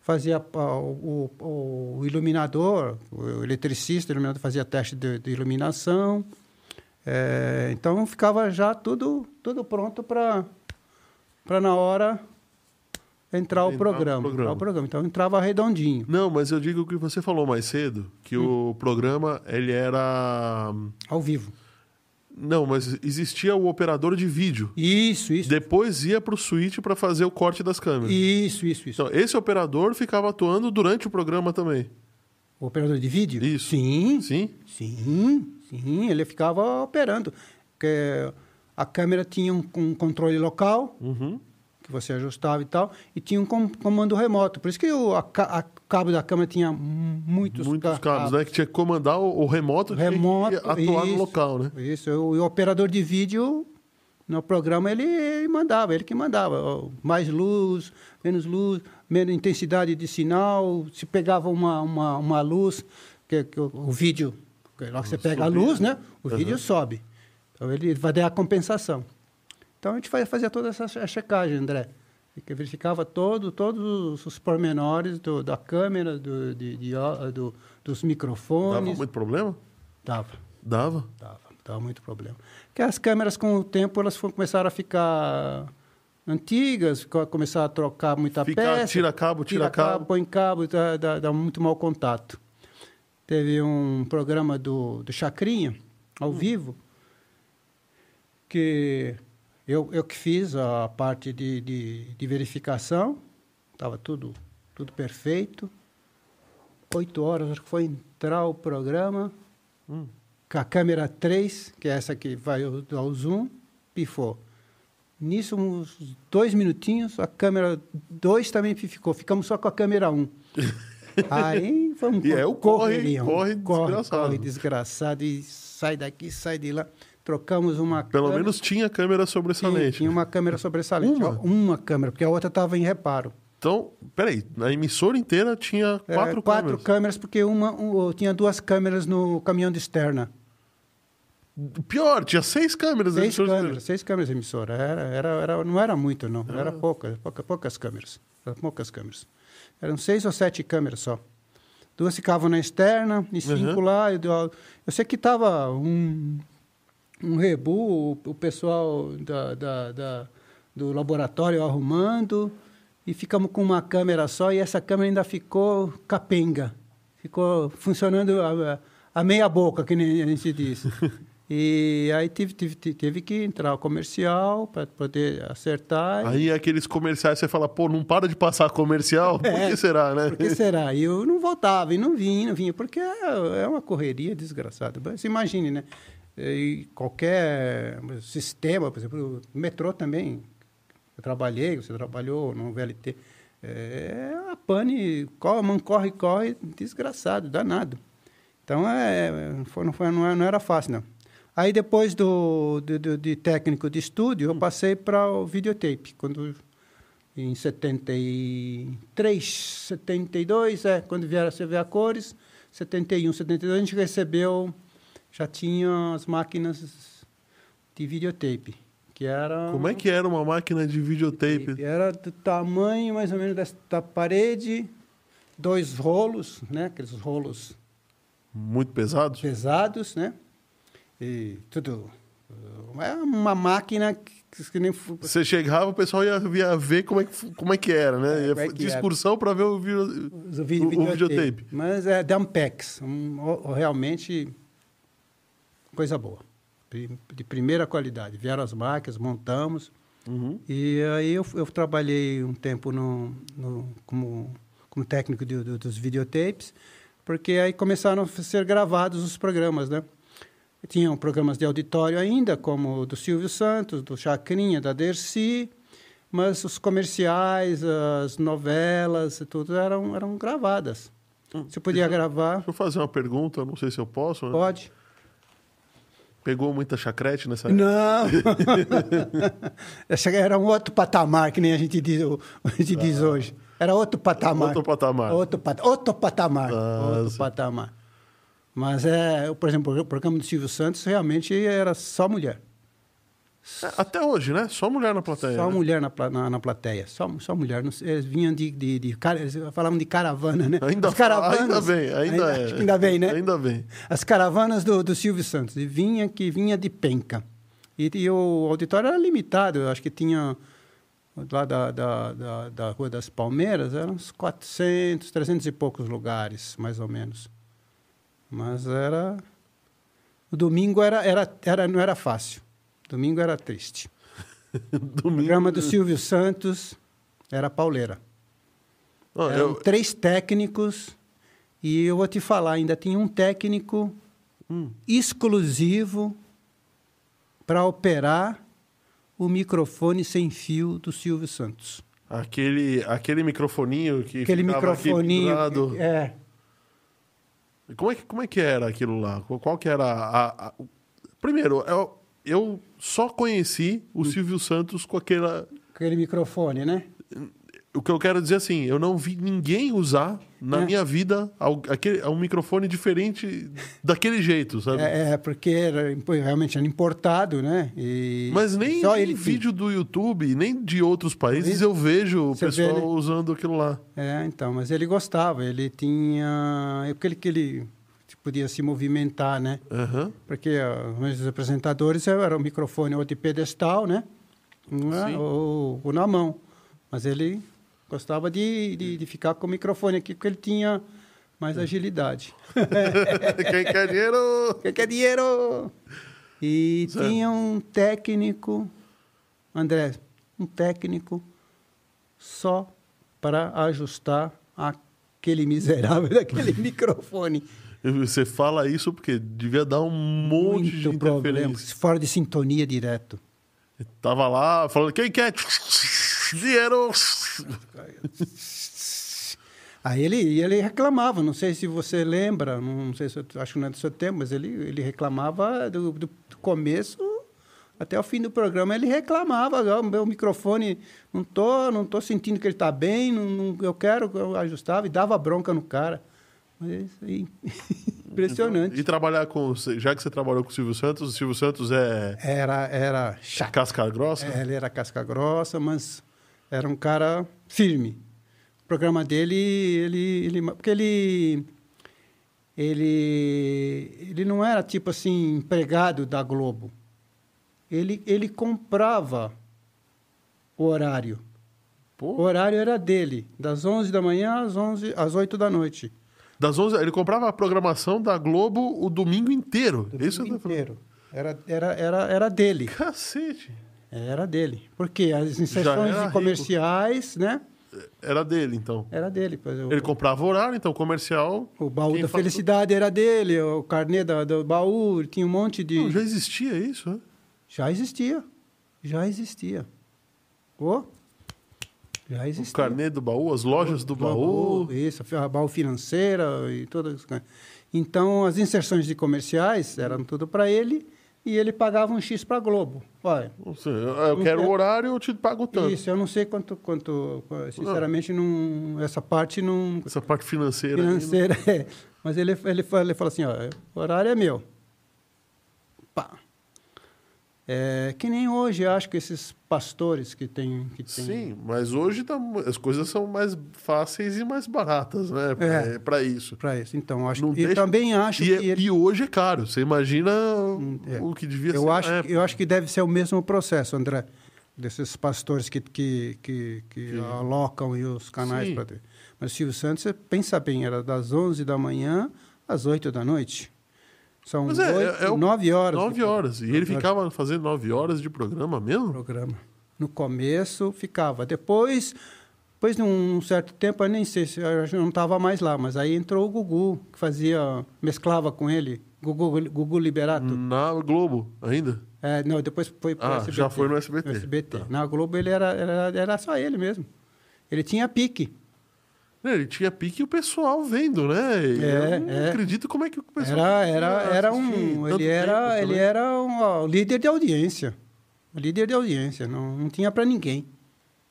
[SPEAKER 2] fazia ah, o, o- o iluminador, o eletricista, o iluminador fazia teste de, de iluminação. Eh, então ficava já tudo, tudo pronto para na hora entrar
[SPEAKER 1] Entrar
[SPEAKER 2] o
[SPEAKER 1] o
[SPEAKER 2] programa, entrar
[SPEAKER 1] programa.
[SPEAKER 2] o programa. Então entrava redondinho.
[SPEAKER 1] Não, mas eu digo o que você falou mais cedo, que
[SPEAKER 2] Hum.
[SPEAKER 1] o programa, ele era...
[SPEAKER 2] Ao vivo.
[SPEAKER 1] Não, mas existia o operador de vídeo.
[SPEAKER 2] Isso, isso.
[SPEAKER 1] Depois ia para o suíte para fazer o corte das câmeras.
[SPEAKER 2] Isso, isso, isso.
[SPEAKER 1] Então, esse operador ficava atuando durante o programa também.
[SPEAKER 2] O operador de vídeo?
[SPEAKER 1] Isso.
[SPEAKER 2] Sim, sim,
[SPEAKER 1] Sim?
[SPEAKER 2] sim. Ele ficava operando. Porque a câmera tinha um, um controle local,
[SPEAKER 1] Uhum.
[SPEAKER 2] que você ajustava e tal, e tinha um com- comando remoto. Por isso que o a, ca- a cabo da câmera tinha mu- muitos,
[SPEAKER 1] Muitos
[SPEAKER 2] ca-
[SPEAKER 1] cabos, né? Que tinha que comandar o, o remoto, tinha que
[SPEAKER 2] Remoto,
[SPEAKER 1] atuar no
[SPEAKER 2] isso.
[SPEAKER 1] local, né?
[SPEAKER 2] Isso, o, o operador de vídeo no programa ele, ele mandava, ele que mandava. ó, Mais luz, menos luz, menos intensidade de sinal. Se pegava uma, uma, uma luz, que, que o, o vídeo, que logo que você pega a
[SPEAKER 1] Uhum. Subia, Uhum.
[SPEAKER 2] luz, né? O
[SPEAKER 1] Aham.
[SPEAKER 2] vídeo sobe. Então ele vai dar a compensação. Então a gente fa- fazia toda essa che- checagem, André. E que Verificava todo, todos os pormenores do, da câmera, do, de, de ó- do- dos
[SPEAKER 1] Dava
[SPEAKER 2] microfones.
[SPEAKER 1] muito problema?
[SPEAKER 2] Dava.
[SPEAKER 1] Dava.
[SPEAKER 2] Dava, dava muito problema. Porque as câmeras, com o tempo, elas foram, começaram a ficar antigas, co- começaram a trocar muita
[SPEAKER 1] Fica,
[SPEAKER 2] peça.
[SPEAKER 1] tira cabo, tira cabo.
[SPEAKER 2] põe cabo, dá, dá- dá muito mau contato. Teve um programa do, do Chacrinha,
[SPEAKER 1] Hum.
[SPEAKER 2] ao vivo, que eu, eu que fiz a parte de, de, de verificação, estava tudo, tudo perfeito. Oito horas, acho que foi entrar o programa,
[SPEAKER 1] Hum.
[SPEAKER 2] com a câmera 3, que é essa que vai ao- dar o zoom, pifou. Nisso, uns dois minutinhos, a câmera 2 também ficou. Ficamos só com a câmera 1. Aí vamos
[SPEAKER 1] E é o corre, corre desgraçado.
[SPEAKER 2] Corre desgraçado e sai daqui, sai de lá. Trocamos uma
[SPEAKER 1] Pelo
[SPEAKER 2] câmera.
[SPEAKER 1] menos tinha câmera
[SPEAKER 2] tinha,
[SPEAKER 1] sobressalente.
[SPEAKER 2] tinha uma câmera sobressalente.
[SPEAKER 1] Uma?
[SPEAKER 2] Ó, uma câmera, porque a outra estava em reparo.
[SPEAKER 1] Então, peraí, na emissora inteira tinha
[SPEAKER 2] É,
[SPEAKER 1] quatro,
[SPEAKER 2] quatro
[SPEAKER 1] câmeras.
[SPEAKER 2] câmeras, porque uma um, tinha duas câmeras no caminhão de externa.
[SPEAKER 1] Pior, tinha seis câmeras né, na
[SPEAKER 2] Seis
[SPEAKER 1] emissora inteira.
[SPEAKER 2] câmeras, seis câmeras de emissora. Era, era, era, não era muito, não. Era pouca, pouca, poucas câmeras. Era poucas câmeras. Eram seis ou sete câmeras só. Duas ficavam na externa e cinco
[SPEAKER 1] Uhum.
[SPEAKER 2] lá. Eu, deu- eu sei que estava um, um rebu, o, o pessoal da, da- da- do laboratório arrumando, e ficamos com uma câmera só, e essa câmera ainda ficou capenga. Ficou funcionando a, a meia boca, que nem a gente diz. e aí tive, tive, tive- teve que entrar o comercial para poder acertar.
[SPEAKER 1] Aí aqueles comerciais, você fala, pô, não para de passar comercial? Por
[SPEAKER 2] É,
[SPEAKER 1] que será, né?
[SPEAKER 2] Por que será? E eu não voltava, e não vinha, não vinha, porque é é uma correria desgraçada. Você imagine, né? E qualquer sistema, por exemplo, o metrô também. Eu trabalhei, você trabalhou no VLT. É a pane, corre, mão corre, corre, desgraçado, danado. Então, é, foi- não, foi- não é- não era fácil, não. Aí, depois do, do- do- de técnico de estúdio, eu passei para o videotape, quando em 73, 72, é, quando vieram a CV a cores, 71, 72, a gente recebeu, já tinha as máquinas de videotape, que era...
[SPEAKER 1] Como é que era uma máquina de videotape?
[SPEAKER 2] Era do tamanho, mais ou menos, desta parede, dois rolos, né, aqueles rolos é.
[SPEAKER 1] Muito pesado?
[SPEAKER 2] pesados, né? E tudo. É uma máquina que, que nem. fu-
[SPEAKER 1] Você chegava, o pessoal ia, ia ver como é, que, como é que era, né? Ia
[SPEAKER 2] Como é que
[SPEAKER 1] de
[SPEAKER 2] era.
[SPEAKER 1] excursão para ver o, vi-
[SPEAKER 2] Os vi-
[SPEAKER 1] o- o videotape.
[SPEAKER 2] Mas é Dampex, um, o- o- realmente coisa boa. Pri- De primeira qualidade. Vieram as máquinas, montamos.
[SPEAKER 1] Uhum.
[SPEAKER 2] E aí eu, eu trabalhei um tempo no, no- como, como técnico de- do- dos videotapes, porque aí começaram a ser gravados os programas, né? Tinham programas de auditório ainda, como o do Silvio Santos, do Chacrinha, da Dercy, mas os comerciais, as novelas, e tudo eram, eram gravadas. Você podia gravar,
[SPEAKER 1] Uhum. Deixa eu fazer uma pergunta, não sei se eu posso. né?
[SPEAKER 2] pode.
[SPEAKER 1] Pegou muita chacrete nessa época?
[SPEAKER 2] Não! Essa era um outro patamar, que nem a gente diz, a gente diz hoje. Era outro patamar.
[SPEAKER 1] Ah. Outro patamar.
[SPEAKER 2] Outro, pat- outro patamar.
[SPEAKER 1] Ah,
[SPEAKER 2] outro
[SPEAKER 1] sim.
[SPEAKER 2] patamar. Mas, é, por exemplo, o programa do Silvio Santos realmente era só mulher.
[SPEAKER 1] É, Até hoje, né? Só mulher na plateia.
[SPEAKER 2] Só
[SPEAKER 1] né?
[SPEAKER 2] mulher na, pla- na, na plateia. Só, só mulher. Não sei, Eles vinham de, de, de cara- Eles falavam de caravana, né?
[SPEAKER 1] Ainda,
[SPEAKER 2] As caravanas.
[SPEAKER 1] ainda bem, ainda,
[SPEAKER 2] Ainda-
[SPEAKER 1] é.
[SPEAKER 2] acho que ainda bem, né?
[SPEAKER 1] Ainda bem.
[SPEAKER 2] As caravanas do, do Silvio Santos. E vinha que vinha de penca. E, e o auditório era limitado. Eu acho que tinha... Lá da, da, da, da Rua das Palmeiras, eram uns 400, 300 e poucos lugares, mais ou menos. Mas era... O domingo era, era, era, não era fácil. Domingo era triste. O
[SPEAKER 1] Domingo.
[SPEAKER 2] programa do Silvio Santos era pauleira.
[SPEAKER 1] Ó,
[SPEAKER 2] Eram
[SPEAKER 1] eu-
[SPEAKER 2] três técnicos e eu vou te falar, ainda tinha um técnico
[SPEAKER 1] Hum.
[SPEAKER 2] exclusivo para operar o microfone sem fio do Silvio Santos.
[SPEAKER 1] Aquele, aquele microfoninho que
[SPEAKER 2] Aquele
[SPEAKER 1] ficava aqui
[SPEAKER 2] microfoninho.
[SPEAKER 1] do lado.
[SPEAKER 2] É,
[SPEAKER 1] Como, é que, como é que era aquilo lá? Qual, qual que era a... a- o- Primeiro, eu, eu só conheci o Silvio Santos com aquela...
[SPEAKER 2] aquele microfone, né?
[SPEAKER 1] O que eu quero dizer assim, eu não vi ninguém usar na
[SPEAKER 2] É.
[SPEAKER 1] minha vida al- aquele, um microfone diferente daquele jeito, sabe?
[SPEAKER 2] É, é, porque era, impo- realmente era importado, né? E
[SPEAKER 1] Mas nem
[SPEAKER 2] só
[SPEAKER 1] em
[SPEAKER 2] ele tinha.
[SPEAKER 1] vídeo do YouTube, nem de outros países eu vejo o
[SPEAKER 2] Você vê,
[SPEAKER 1] pessoal
[SPEAKER 2] né?
[SPEAKER 1] usando aquilo lá.
[SPEAKER 2] É, então, mas ele gostava, ele tinha. É porque ele, que ele tipo, podia se movimentar, né?
[SPEAKER 1] Aham.
[SPEAKER 2] Porque ah, os apresentadores era o microfone ou de pedestal, né? Não é?
[SPEAKER 1] Sim.
[SPEAKER 2] Ou, ou na mão. Mas ele gostava de, de, de ficar com o microfone aqui, porque ele tinha
[SPEAKER 1] É.
[SPEAKER 2] mais agilidade.
[SPEAKER 1] Quem quer dinheiro...
[SPEAKER 2] Quem quer dinheiro? E
[SPEAKER 1] Certo.
[SPEAKER 2] tinha um técnico, André, um técnico só para ajustar aquele miserável daquele microfone.
[SPEAKER 1] Você fala isso porque devia dar um monte de
[SPEAKER 2] Muito problema,
[SPEAKER 1] interferência.
[SPEAKER 2] fora de sintonia direto.
[SPEAKER 1] Tava lá falando, quem quer dinheiro?
[SPEAKER 2] Aí ele, e ele reclamava, não sei se você lembra, não sei se eu, acho que não é do seu tempo, mas ele, ele reclamava do, do começo até o fim do programa, ele reclamava, "Ah, o meu microfone, não tô, não tô sentindo que ele está bem, não, não- eu quero, eu ajustava e dava bronca no cara. Mas, e- impressionante.
[SPEAKER 1] E trabalhar com, já que você trabalhou com o Silvio Santos, o Silvio Santos é
[SPEAKER 2] Era, era chato.
[SPEAKER 1] casca grossa?
[SPEAKER 2] É, ele era casca grossa, mas era um cara firme. O programa dele, ele, ele porque ele, ele, ele não era tipo assim empregado da Globo. Ele, ele comprava o horário. O
[SPEAKER 1] Pô,
[SPEAKER 2] horário era dele, das 11 da manhã às 11, às 8 da noite.
[SPEAKER 1] das 11, ele comprava a programação da Globo o domingo inteiro. é Isso eu
[SPEAKER 2] Domingo
[SPEAKER 1] tô falando.
[SPEAKER 2] inteiro. Era, era, era, era dele.
[SPEAKER 1] Cacete.
[SPEAKER 2] Era dele. Porque as
[SPEAKER 1] era
[SPEAKER 2] inserções de
[SPEAKER 1] rico.
[SPEAKER 2] comerciais, né?
[SPEAKER 1] Era dele, então.
[SPEAKER 2] Era dele. pois eu-
[SPEAKER 1] Ele comprava horário, então comercial.
[SPEAKER 2] O baú
[SPEAKER 1] Quem
[SPEAKER 2] da
[SPEAKER 1] fala-
[SPEAKER 2] felicidade era dele, o carnê da- do baú, tinha um monte de.
[SPEAKER 1] Não, já
[SPEAKER 2] já...
[SPEAKER 1] existia isso, né?
[SPEAKER 2] existia. Já existia. Ô? Já
[SPEAKER 1] O
[SPEAKER 2] existia.
[SPEAKER 1] carnê do baú, as lojas do baú.
[SPEAKER 2] Isso, a baú financeira e todas as coisas. Então, as inserções de comerciais eram tudo para ele e ele pagava um X para Globo. Olha,
[SPEAKER 1] Não sei, eu quero
[SPEAKER 2] é
[SPEAKER 1] o horário, eu te pago tanto.
[SPEAKER 2] isso, eu não sei quanto. quanto
[SPEAKER 1] Ah.
[SPEAKER 2] sinceramente, não, essa parte não.
[SPEAKER 1] Essa parte financeira. aí, né?
[SPEAKER 2] financeira. é. Mas ele, ele, fala, ele fala assim, ó, o horário é meu. Pá. É, que nem hoje, acho que esses pastores que tem... Que tem
[SPEAKER 1] Sim, mas hoje tá mu- as coisas são mais fáceis e mais baratas, né? Pra-
[SPEAKER 2] É.
[SPEAKER 1] Pra isso.
[SPEAKER 2] Para isso. Então, acho
[SPEAKER 1] Não
[SPEAKER 2] que, e
[SPEAKER 1] deixa-
[SPEAKER 2] também acho
[SPEAKER 1] E, é-
[SPEAKER 2] que... ele-
[SPEAKER 1] e hoje é caro. Você imagina
[SPEAKER 2] é.
[SPEAKER 1] o que devia ser.
[SPEAKER 2] eu,
[SPEAKER 1] na
[SPEAKER 2] acho,
[SPEAKER 1] época.
[SPEAKER 2] eu acho que deve ser o mesmo processo, André, desses pastores que, que, que, que
[SPEAKER 1] Sim.
[SPEAKER 2] alocam aí os canais
[SPEAKER 1] Sim.
[SPEAKER 2] para ter. Mas o Silvio Santos, você pensa bem, era das 11 da manhã às 8 da noite. São
[SPEAKER 1] Mas é, é-
[SPEAKER 2] oito,
[SPEAKER 1] é o-
[SPEAKER 2] nove horas. de
[SPEAKER 1] Nove
[SPEAKER 2] pro-
[SPEAKER 1] horas. E ele ficava fazendo nove horas de programa mesmo?
[SPEAKER 2] programa. No começo ficava. Depois, depois de um certo tempo, eu nem sei se eu já não estava mais lá, mas aí entrou o Gugu, que fazia, mesclava com ele, Gugu, Gugu Liberato.
[SPEAKER 1] Na Globo, ainda?
[SPEAKER 2] É, não, depois foi pro
[SPEAKER 1] Hum. Ah,
[SPEAKER 2] SBT.
[SPEAKER 1] já foi no SBT.
[SPEAKER 2] SBT.
[SPEAKER 1] Tá.
[SPEAKER 2] Na Globo ele era, era, era só ele mesmo. Ele tinha pique.
[SPEAKER 1] É, Ele tinha pique e o pessoal vendo, né? E
[SPEAKER 2] É,
[SPEAKER 1] eu não
[SPEAKER 2] é.
[SPEAKER 1] acredito como é que o pessoal.
[SPEAKER 2] Era,
[SPEAKER 1] conseguia
[SPEAKER 2] era, era
[SPEAKER 1] assistir
[SPEAKER 2] um.
[SPEAKER 1] tanto
[SPEAKER 2] Ele era,
[SPEAKER 1] tempo
[SPEAKER 2] ele
[SPEAKER 1] também.
[SPEAKER 2] era um ó, líder de audiência. Líder de audiência. Não, não tinha para ninguém.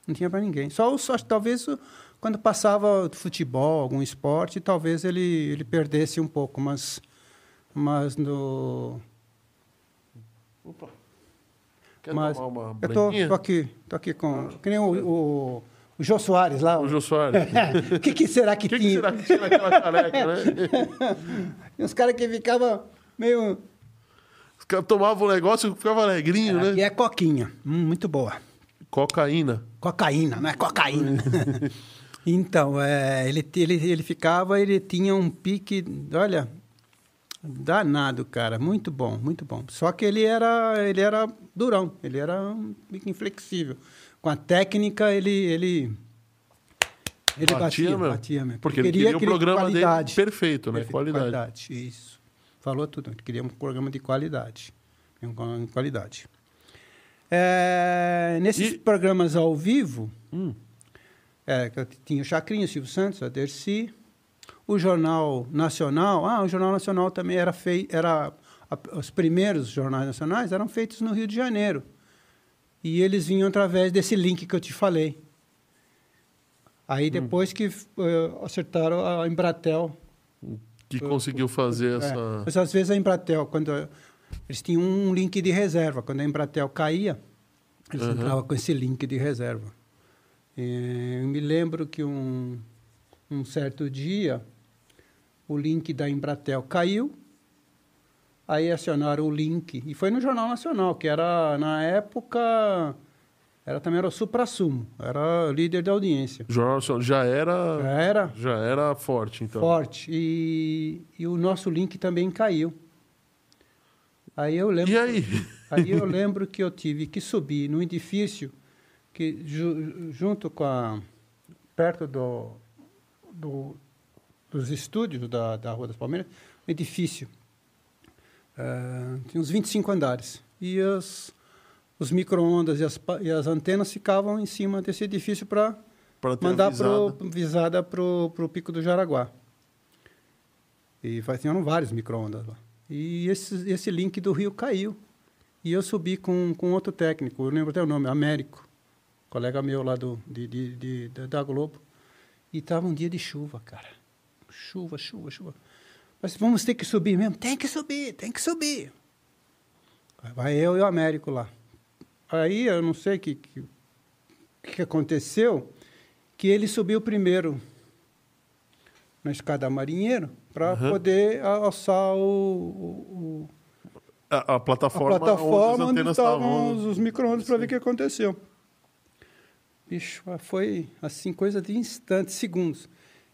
[SPEAKER 2] Não tinha para ninguém. Só, o- só talvez o- quando passava futebol, algum esporte, talvez ele, ele perdesse um pouco, mas. Mas no.
[SPEAKER 1] Opa. Quer
[SPEAKER 2] mas
[SPEAKER 1] tomar uma
[SPEAKER 2] eu tô,
[SPEAKER 1] branquinha?
[SPEAKER 2] tô aqui, tô aqui com. Que nem o, o, o Jô Soares lá.
[SPEAKER 1] O
[SPEAKER 2] O
[SPEAKER 1] Jô Soares.
[SPEAKER 2] que, que será que
[SPEAKER 1] O que, que
[SPEAKER 2] tinha?
[SPEAKER 1] será que tinha naquela careca, né?
[SPEAKER 2] E os caras que ficavam meio.
[SPEAKER 1] Os caras tomavam o negócio e ficavam alegrinho,
[SPEAKER 2] Aqui
[SPEAKER 1] né?
[SPEAKER 2] é coquinha. Hum, muito boa.
[SPEAKER 1] Cocaína.
[SPEAKER 2] Cocaína, não é cocaína. então, é, ele, ele, ele ficava, ele tinha um pique, olha, danado, cara. Muito bom, muito bom. Só que ele era, ele era durão, ele era um pique inflexível. Com a técnica, ele. ele ele batia, batia,
[SPEAKER 1] mesmo.
[SPEAKER 2] mesmo.
[SPEAKER 1] Porque ele queria, o programa
[SPEAKER 2] qualidade.
[SPEAKER 1] dele perfeito, né?
[SPEAKER 2] Perfeito,
[SPEAKER 1] Qualidade.
[SPEAKER 2] Isso. Falou tudo. Ele queria um programa de qualidade. Um programa de qualidade. É, nesses
[SPEAKER 1] E-
[SPEAKER 2] programas ao vivo,
[SPEAKER 1] Hum.
[SPEAKER 2] é, que eu tinha o Chacrinha, o Silvio Santos, a Dercy, o Jornal Nacional. Ah, o Jornal Nacional também era feito... Era, a- os primeiros jornais nacionais eram feitos no Rio de Janeiro. E eles vinham através desse link que eu te falei.
[SPEAKER 1] Hum.
[SPEAKER 2] Aí depois que eh, acertaram a Embratel,
[SPEAKER 1] Que conseguiu fazer essa.
[SPEAKER 2] é, mas às vezes a Embratel, quando eles tinham um link de reserva, quando a Embratel caía, eles
[SPEAKER 1] Aham.
[SPEAKER 2] entravam com esse link de reserva. É, eu me lembro que um, um certo dia o link da Embratel caiu, aí acionaram o link e foi no Jornal Nacional, que era na época era também era o supra-sumo, era líder de audiência.
[SPEAKER 1] O Jornal Nacional já era,
[SPEAKER 2] Já era
[SPEAKER 1] já era forte, então.
[SPEAKER 2] É. forte. E, e o nosso link também caiu. Aí eu lembro.
[SPEAKER 1] E aí?
[SPEAKER 2] aí eu lembro que eu tive que subir num edifício que ju- junto com a perto do, do- dos estúdios da, da Rua das Palmeiras, um edifício. eh, tinha uns 25 andares. E as, os micro-ondas e as, pa- e as antenas ficavam em cima desse edifício para
[SPEAKER 1] Pra ter
[SPEAKER 2] mandar
[SPEAKER 1] avisado.
[SPEAKER 2] pro, visada pro, pro Pico do Jaraguá. E vai- tinham vários micro-ondas lá. E esse, esse link do Rio caiu. E eu subi com, com outro técnico, eu lembro até o nome, Américo, colega meu lá do, de, de- de- da- da Globo. E estava um dia de chuva, cara. Chuva, chuva, chuva. Mas vamos ter que subir mesmo? Tem que subir, tem que subir. Aí Vai eu e o Américo lá. Aí eu não sei o que, que, que aconteceu, que ele subiu primeiro na escada marinheiro para
[SPEAKER 1] Aham.
[SPEAKER 2] poder a- alçar o- o- o,
[SPEAKER 1] A, a plataforma,
[SPEAKER 2] a plataforma
[SPEAKER 1] as
[SPEAKER 2] onde
[SPEAKER 1] antenas
[SPEAKER 2] estavam
[SPEAKER 1] estavam.
[SPEAKER 2] os, os micro-ondas para ver o que aconteceu. Bicho, mas foi assim, coisa de instantes, segundos.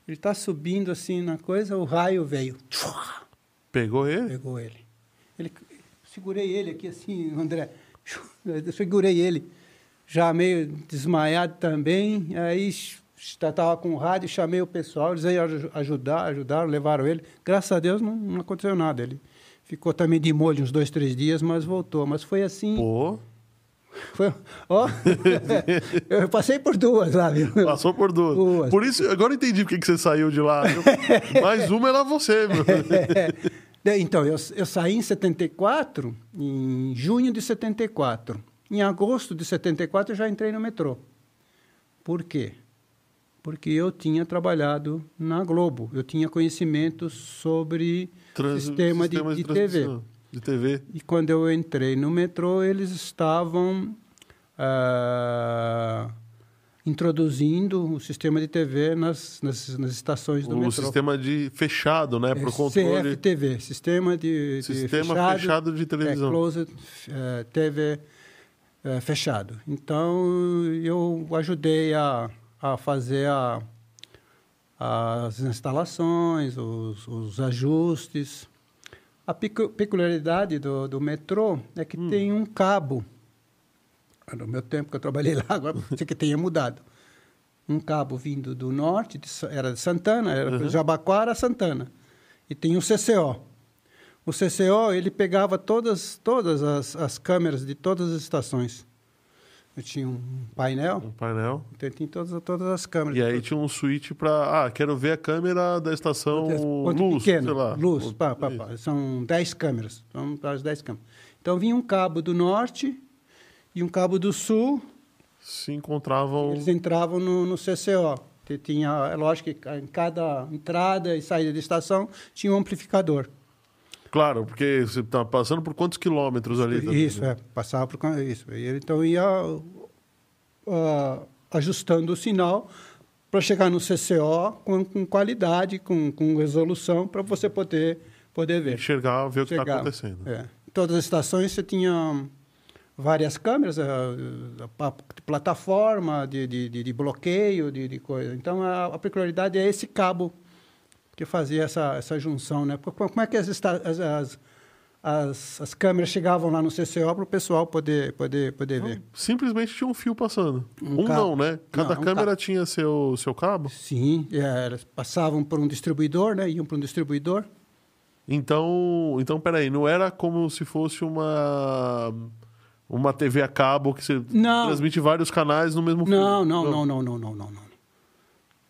[SPEAKER 2] Ele está subindo assim na coisa, o raio veio. Tchua!
[SPEAKER 1] Pegou ele?
[SPEAKER 2] Pegou ele. ele. Segurei ele aqui assim, André. Eu segurei ele, já meio desmaiado também. Aí estava com o rádio, chamei o pessoal, eles iam aju- ajudar, ajudaram, levaram ele. Graças a Deus não, não aconteceu nada. Ele ficou também de molho uns dois, três dias, mas voltou. Mas foi assim.
[SPEAKER 1] Pô.
[SPEAKER 2] Foi, ó, eu passei por duas lá, viu?
[SPEAKER 1] Passou por duas.
[SPEAKER 2] Duas.
[SPEAKER 1] Por isso, agora eu entendi porque que você saiu de lá. viu? Mais uma era você, meu.
[SPEAKER 2] É, Então, eu, eu saí em 74, em junho de 74. Em agosto de 74, eu já entrei no metrô. Por quê? Porque eu tinha trabalhado na Globo. Eu tinha conhecimento sobre
[SPEAKER 1] Trans-
[SPEAKER 2] sistema de,
[SPEAKER 1] sistemas
[SPEAKER 2] de TV.
[SPEAKER 1] transmissão. De TV.
[SPEAKER 2] E quando eu entrei no metrô, eles estavam ah, introduzindo o sistema de TV nas, nas, nas estações do
[SPEAKER 1] O
[SPEAKER 2] metrô. É,
[SPEAKER 1] sistema de fechado, né? Pro controle.
[SPEAKER 2] CFTV, sistema de, de
[SPEAKER 1] Sistema
[SPEAKER 2] fechado,
[SPEAKER 1] fechado de televisão.
[SPEAKER 2] É, closed eh, TV eh, fechado. Então eu ajudei a, a fazer a- as instalações, os, os ajustes.
[SPEAKER 1] Hum.
[SPEAKER 2] A picu- peculiaridade do, do metrô é que tem um cabo no meu tempo que eu trabalhei lá, agora pode ser que tenha mudado. Um cabo vindo do norte, de Sa- era de Santana, era
[SPEAKER 1] Uhum.
[SPEAKER 2] Jabaquara, Santana. E tem um CCO. O CCO, ele pegava todas, todas as, as câmeras de todas as estações. Eu tinha um painel,
[SPEAKER 1] Um painel.
[SPEAKER 2] então eu tinha todas, todas as câmeras.
[SPEAKER 1] E aí tinha um switch pra. Ah, quero ver a câmera da estação
[SPEAKER 2] Ponto
[SPEAKER 1] um Luz, sei lá.
[SPEAKER 2] é
[SPEAKER 1] é
[SPEAKER 2] Luz, pá, pá, pá. São 10 câmeras. Vamos para as 10 câmeras. Então vinha um cabo do norte e um cabo do sul.
[SPEAKER 1] Se encontravam.
[SPEAKER 2] Eles entravam no, no CCO. que Tinha, é lógico que em cada entrada e saída de estação tinha um amplificador.
[SPEAKER 1] Claro, porque você tá passando por quantos quilômetros ali? tá-
[SPEAKER 2] Isso, é, passava por con- isso. E ele, então ia ah, ajustando o sinal para chegar no CCO com, com qualidade, com, com resolução, para você poder, poder ver.
[SPEAKER 1] Enxergar, ver o que está
[SPEAKER 2] Chegava.
[SPEAKER 1] acontecendo.
[SPEAKER 2] É. Em todas as estações você tinha hum, várias câmeras, eh, a pa- de plataforma, de, de, de- de bloqueio, de, de coisa. Então a, a peculiaridade é esse cabo que fazia essa, essa junção, né? Porque Como é que as, esta- as, as, as- as câmeras chegavam lá no CCO para o pessoal poder, poder, poder ver?
[SPEAKER 1] Simplesmente tinha um fio passando. Um,
[SPEAKER 2] Um
[SPEAKER 1] não,
[SPEAKER 2] cabo.
[SPEAKER 1] né? Cada
[SPEAKER 2] Não, um
[SPEAKER 1] câmera
[SPEAKER 2] cabo.
[SPEAKER 1] tinha seu, seu cabo.
[SPEAKER 2] Sim, eh, elas passavam por um distribuidor, né? Iam para um distribuidor.
[SPEAKER 1] Então, então, peraí, não era como se fosse uma uma TV a cabo que você
[SPEAKER 2] Não.
[SPEAKER 1] transmite vários canais no mesmo fio.
[SPEAKER 2] Não, não, não, não, não, não, não. não.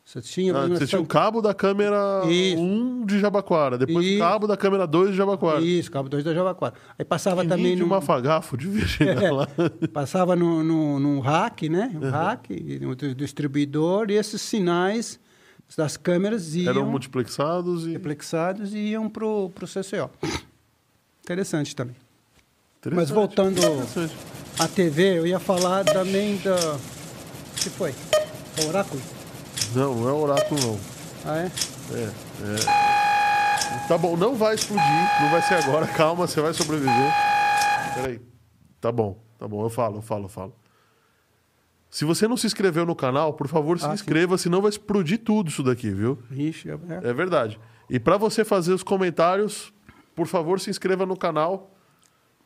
[SPEAKER 2] Você tinha...
[SPEAKER 1] Ah,
[SPEAKER 2] uma
[SPEAKER 1] você tinha o
[SPEAKER 2] estação-
[SPEAKER 1] cabo da câmera
[SPEAKER 2] Isso.
[SPEAKER 1] 1 de Jabaquara, depois o
[SPEAKER 2] Isso.
[SPEAKER 1] cabo da câmera 2 de Jabaquara.
[SPEAKER 2] Isso, Cabo 2 da Jabaquara. Aí passava
[SPEAKER 1] Que
[SPEAKER 2] também É.
[SPEAKER 1] nem de
[SPEAKER 2] num,
[SPEAKER 1] mafagafo, devia chegar lá.
[SPEAKER 2] passava no, no, num rack, né? Um rack, e no di- distribuidor, e esses sinais das câmeras iam
[SPEAKER 1] Eram multiplexados e...
[SPEAKER 2] reflexados e iam para o CCO. Interessante também.
[SPEAKER 1] Interessante,
[SPEAKER 2] voltando-
[SPEAKER 1] interessante.
[SPEAKER 2] A TV, eu ia falar também da... O que foi? O oráculo?
[SPEAKER 1] Não, não é oráculo, não.
[SPEAKER 2] Ah, é?
[SPEAKER 1] É, é. Tá bom, não vai explodir, não vai ser agora, calma, você vai sobreviver. Peraí. Tá bom, tá bom, eu falo, eu falo, eu falo. Se você não se inscreveu no canal, por favor, se
[SPEAKER 2] Ah, sim.
[SPEAKER 1] inscreva, senão vai explodir tudo isso daqui, viu?
[SPEAKER 2] Ixi, é- é.
[SPEAKER 1] É verdade. E pra você fazer os comentários, por favor, se inscreva no canal.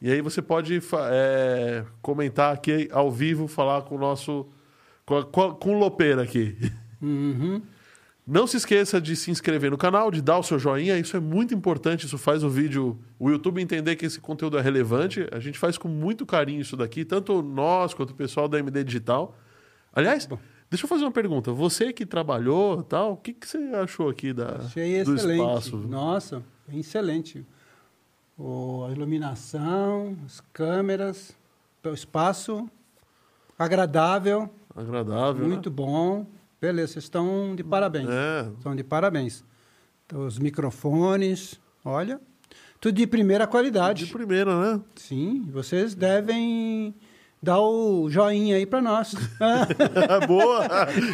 [SPEAKER 1] E aí você pode fa- é, comentar aqui ao vivo, falar com o nosso. com, a- com a- com o Lopeira aqui.
[SPEAKER 2] Uhum.
[SPEAKER 1] Não se esqueça de se inscrever no canal, de dar o seu joinha, isso é muito importante, isso faz o vídeo, o YouTube entender que esse conteúdo é relevante. A gente faz com muito carinho isso daqui, tanto nós quanto o pessoal da MD Digital. Aliás,
[SPEAKER 2] Tá
[SPEAKER 1] deixa eu fazer uma pergunta. Você que trabalhou, tal, o que, que você achou aqui da
[SPEAKER 2] Achei
[SPEAKER 1] do
[SPEAKER 2] excelente.
[SPEAKER 1] espaço?
[SPEAKER 2] Nossa, excelente. O, a iluminação, as câmeras, o espaço agradável,
[SPEAKER 1] Agradável,
[SPEAKER 2] muito bom. Beleza, vocês estão de parabéns.
[SPEAKER 1] né?
[SPEAKER 2] Estão de parabéns. Então, os microfones, olha, tudo de primeira
[SPEAKER 1] É,
[SPEAKER 2] qualidade.
[SPEAKER 1] de primeira, né?
[SPEAKER 2] Sim, vocês devem dar o joinha aí para nós.
[SPEAKER 1] Boa!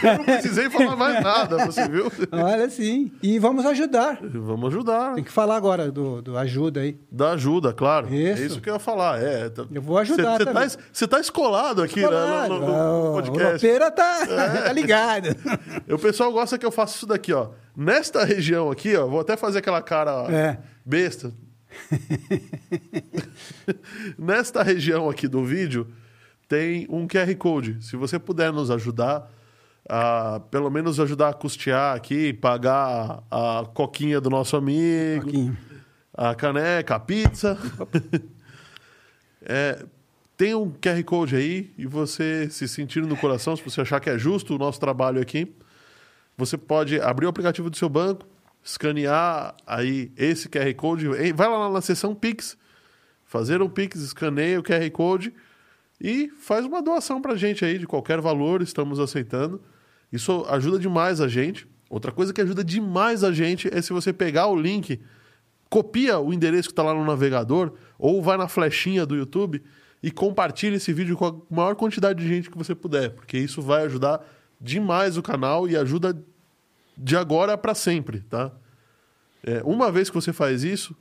[SPEAKER 1] Eu não precisei falar mais nada, você viu?
[SPEAKER 2] olha, sim. E vamos ajudar.
[SPEAKER 1] Vamos ajudar.
[SPEAKER 2] Tem que falar agora do, do ajuda aí.
[SPEAKER 1] Da ajuda, claro.
[SPEAKER 2] Isso.
[SPEAKER 1] É isso que eu ia falar. É, tá-
[SPEAKER 2] Eu vou ajudar
[SPEAKER 1] Você
[SPEAKER 2] também.
[SPEAKER 1] tá, você tá escolado aqui né, no, no- no
[SPEAKER 2] Ah, O
[SPEAKER 1] podcast. É.
[SPEAKER 2] roteiro tá, tá ligado.
[SPEAKER 1] O pessoal gosta que eu faça isso daqui, ó. Nesta região aqui, ó, vou até fazer aquela cara ó,
[SPEAKER 2] É.
[SPEAKER 1] besta. Nesta região aqui do vídeo tem um QR Code. Se você puder nos ajudar, a, pelo menos ajudar a custear aqui, pagar a coquinha do nosso amigo,
[SPEAKER 2] Pouquinho.
[SPEAKER 1] a caneca, a pizza. É, tem um QR Code aí e você se sentindo no coração, se você achar que é justo o nosso trabalho aqui, você pode abrir o aplicativo do seu banco, escanear aí esse QR Code, e vai lá na seção Pix, fazer um Pix, escaneia o QR Code e faz uma doação pra gente aí de qualquer valor, estamos aceitando. Isso ajuda demais a gente. Outra coisa que ajuda demais a gente é se você pegar o link copia o endereço que está lá no navegador ou vai na flechinha do YouTube e compartilha esse vídeo com a maior quantidade de gente que você puder, porque isso vai ajudar demais o canal e ajuda de agora para sempre, tá? É, uma vez que você faz isso,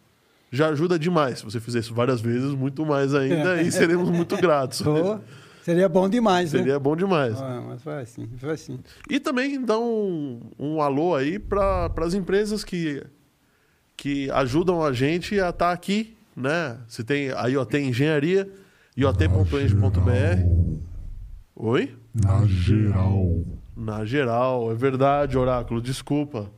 [SPEAKER 1] já ajuda demais. Se você fizer isso várias vezes, muito mais ainda, e seremos muito gratos.
[SPEAKER 2] Pô, seria bom demais, né?
[SPEAKER 1] Seria bom demais.
[SPEAKER 2] Ah, mas vai assim, vai assim.
[SPEAKER 1] E também dá um, um alô aí para as empresas que, que ajudam a gente a tá estar aqui, né? Você tem a IoT Engenharia, iot.eng.br. Oi?
[SPEAKER 3] Na geral.
[SPEAKER 1] Na geral, é verdade, Oráculo, desculpa.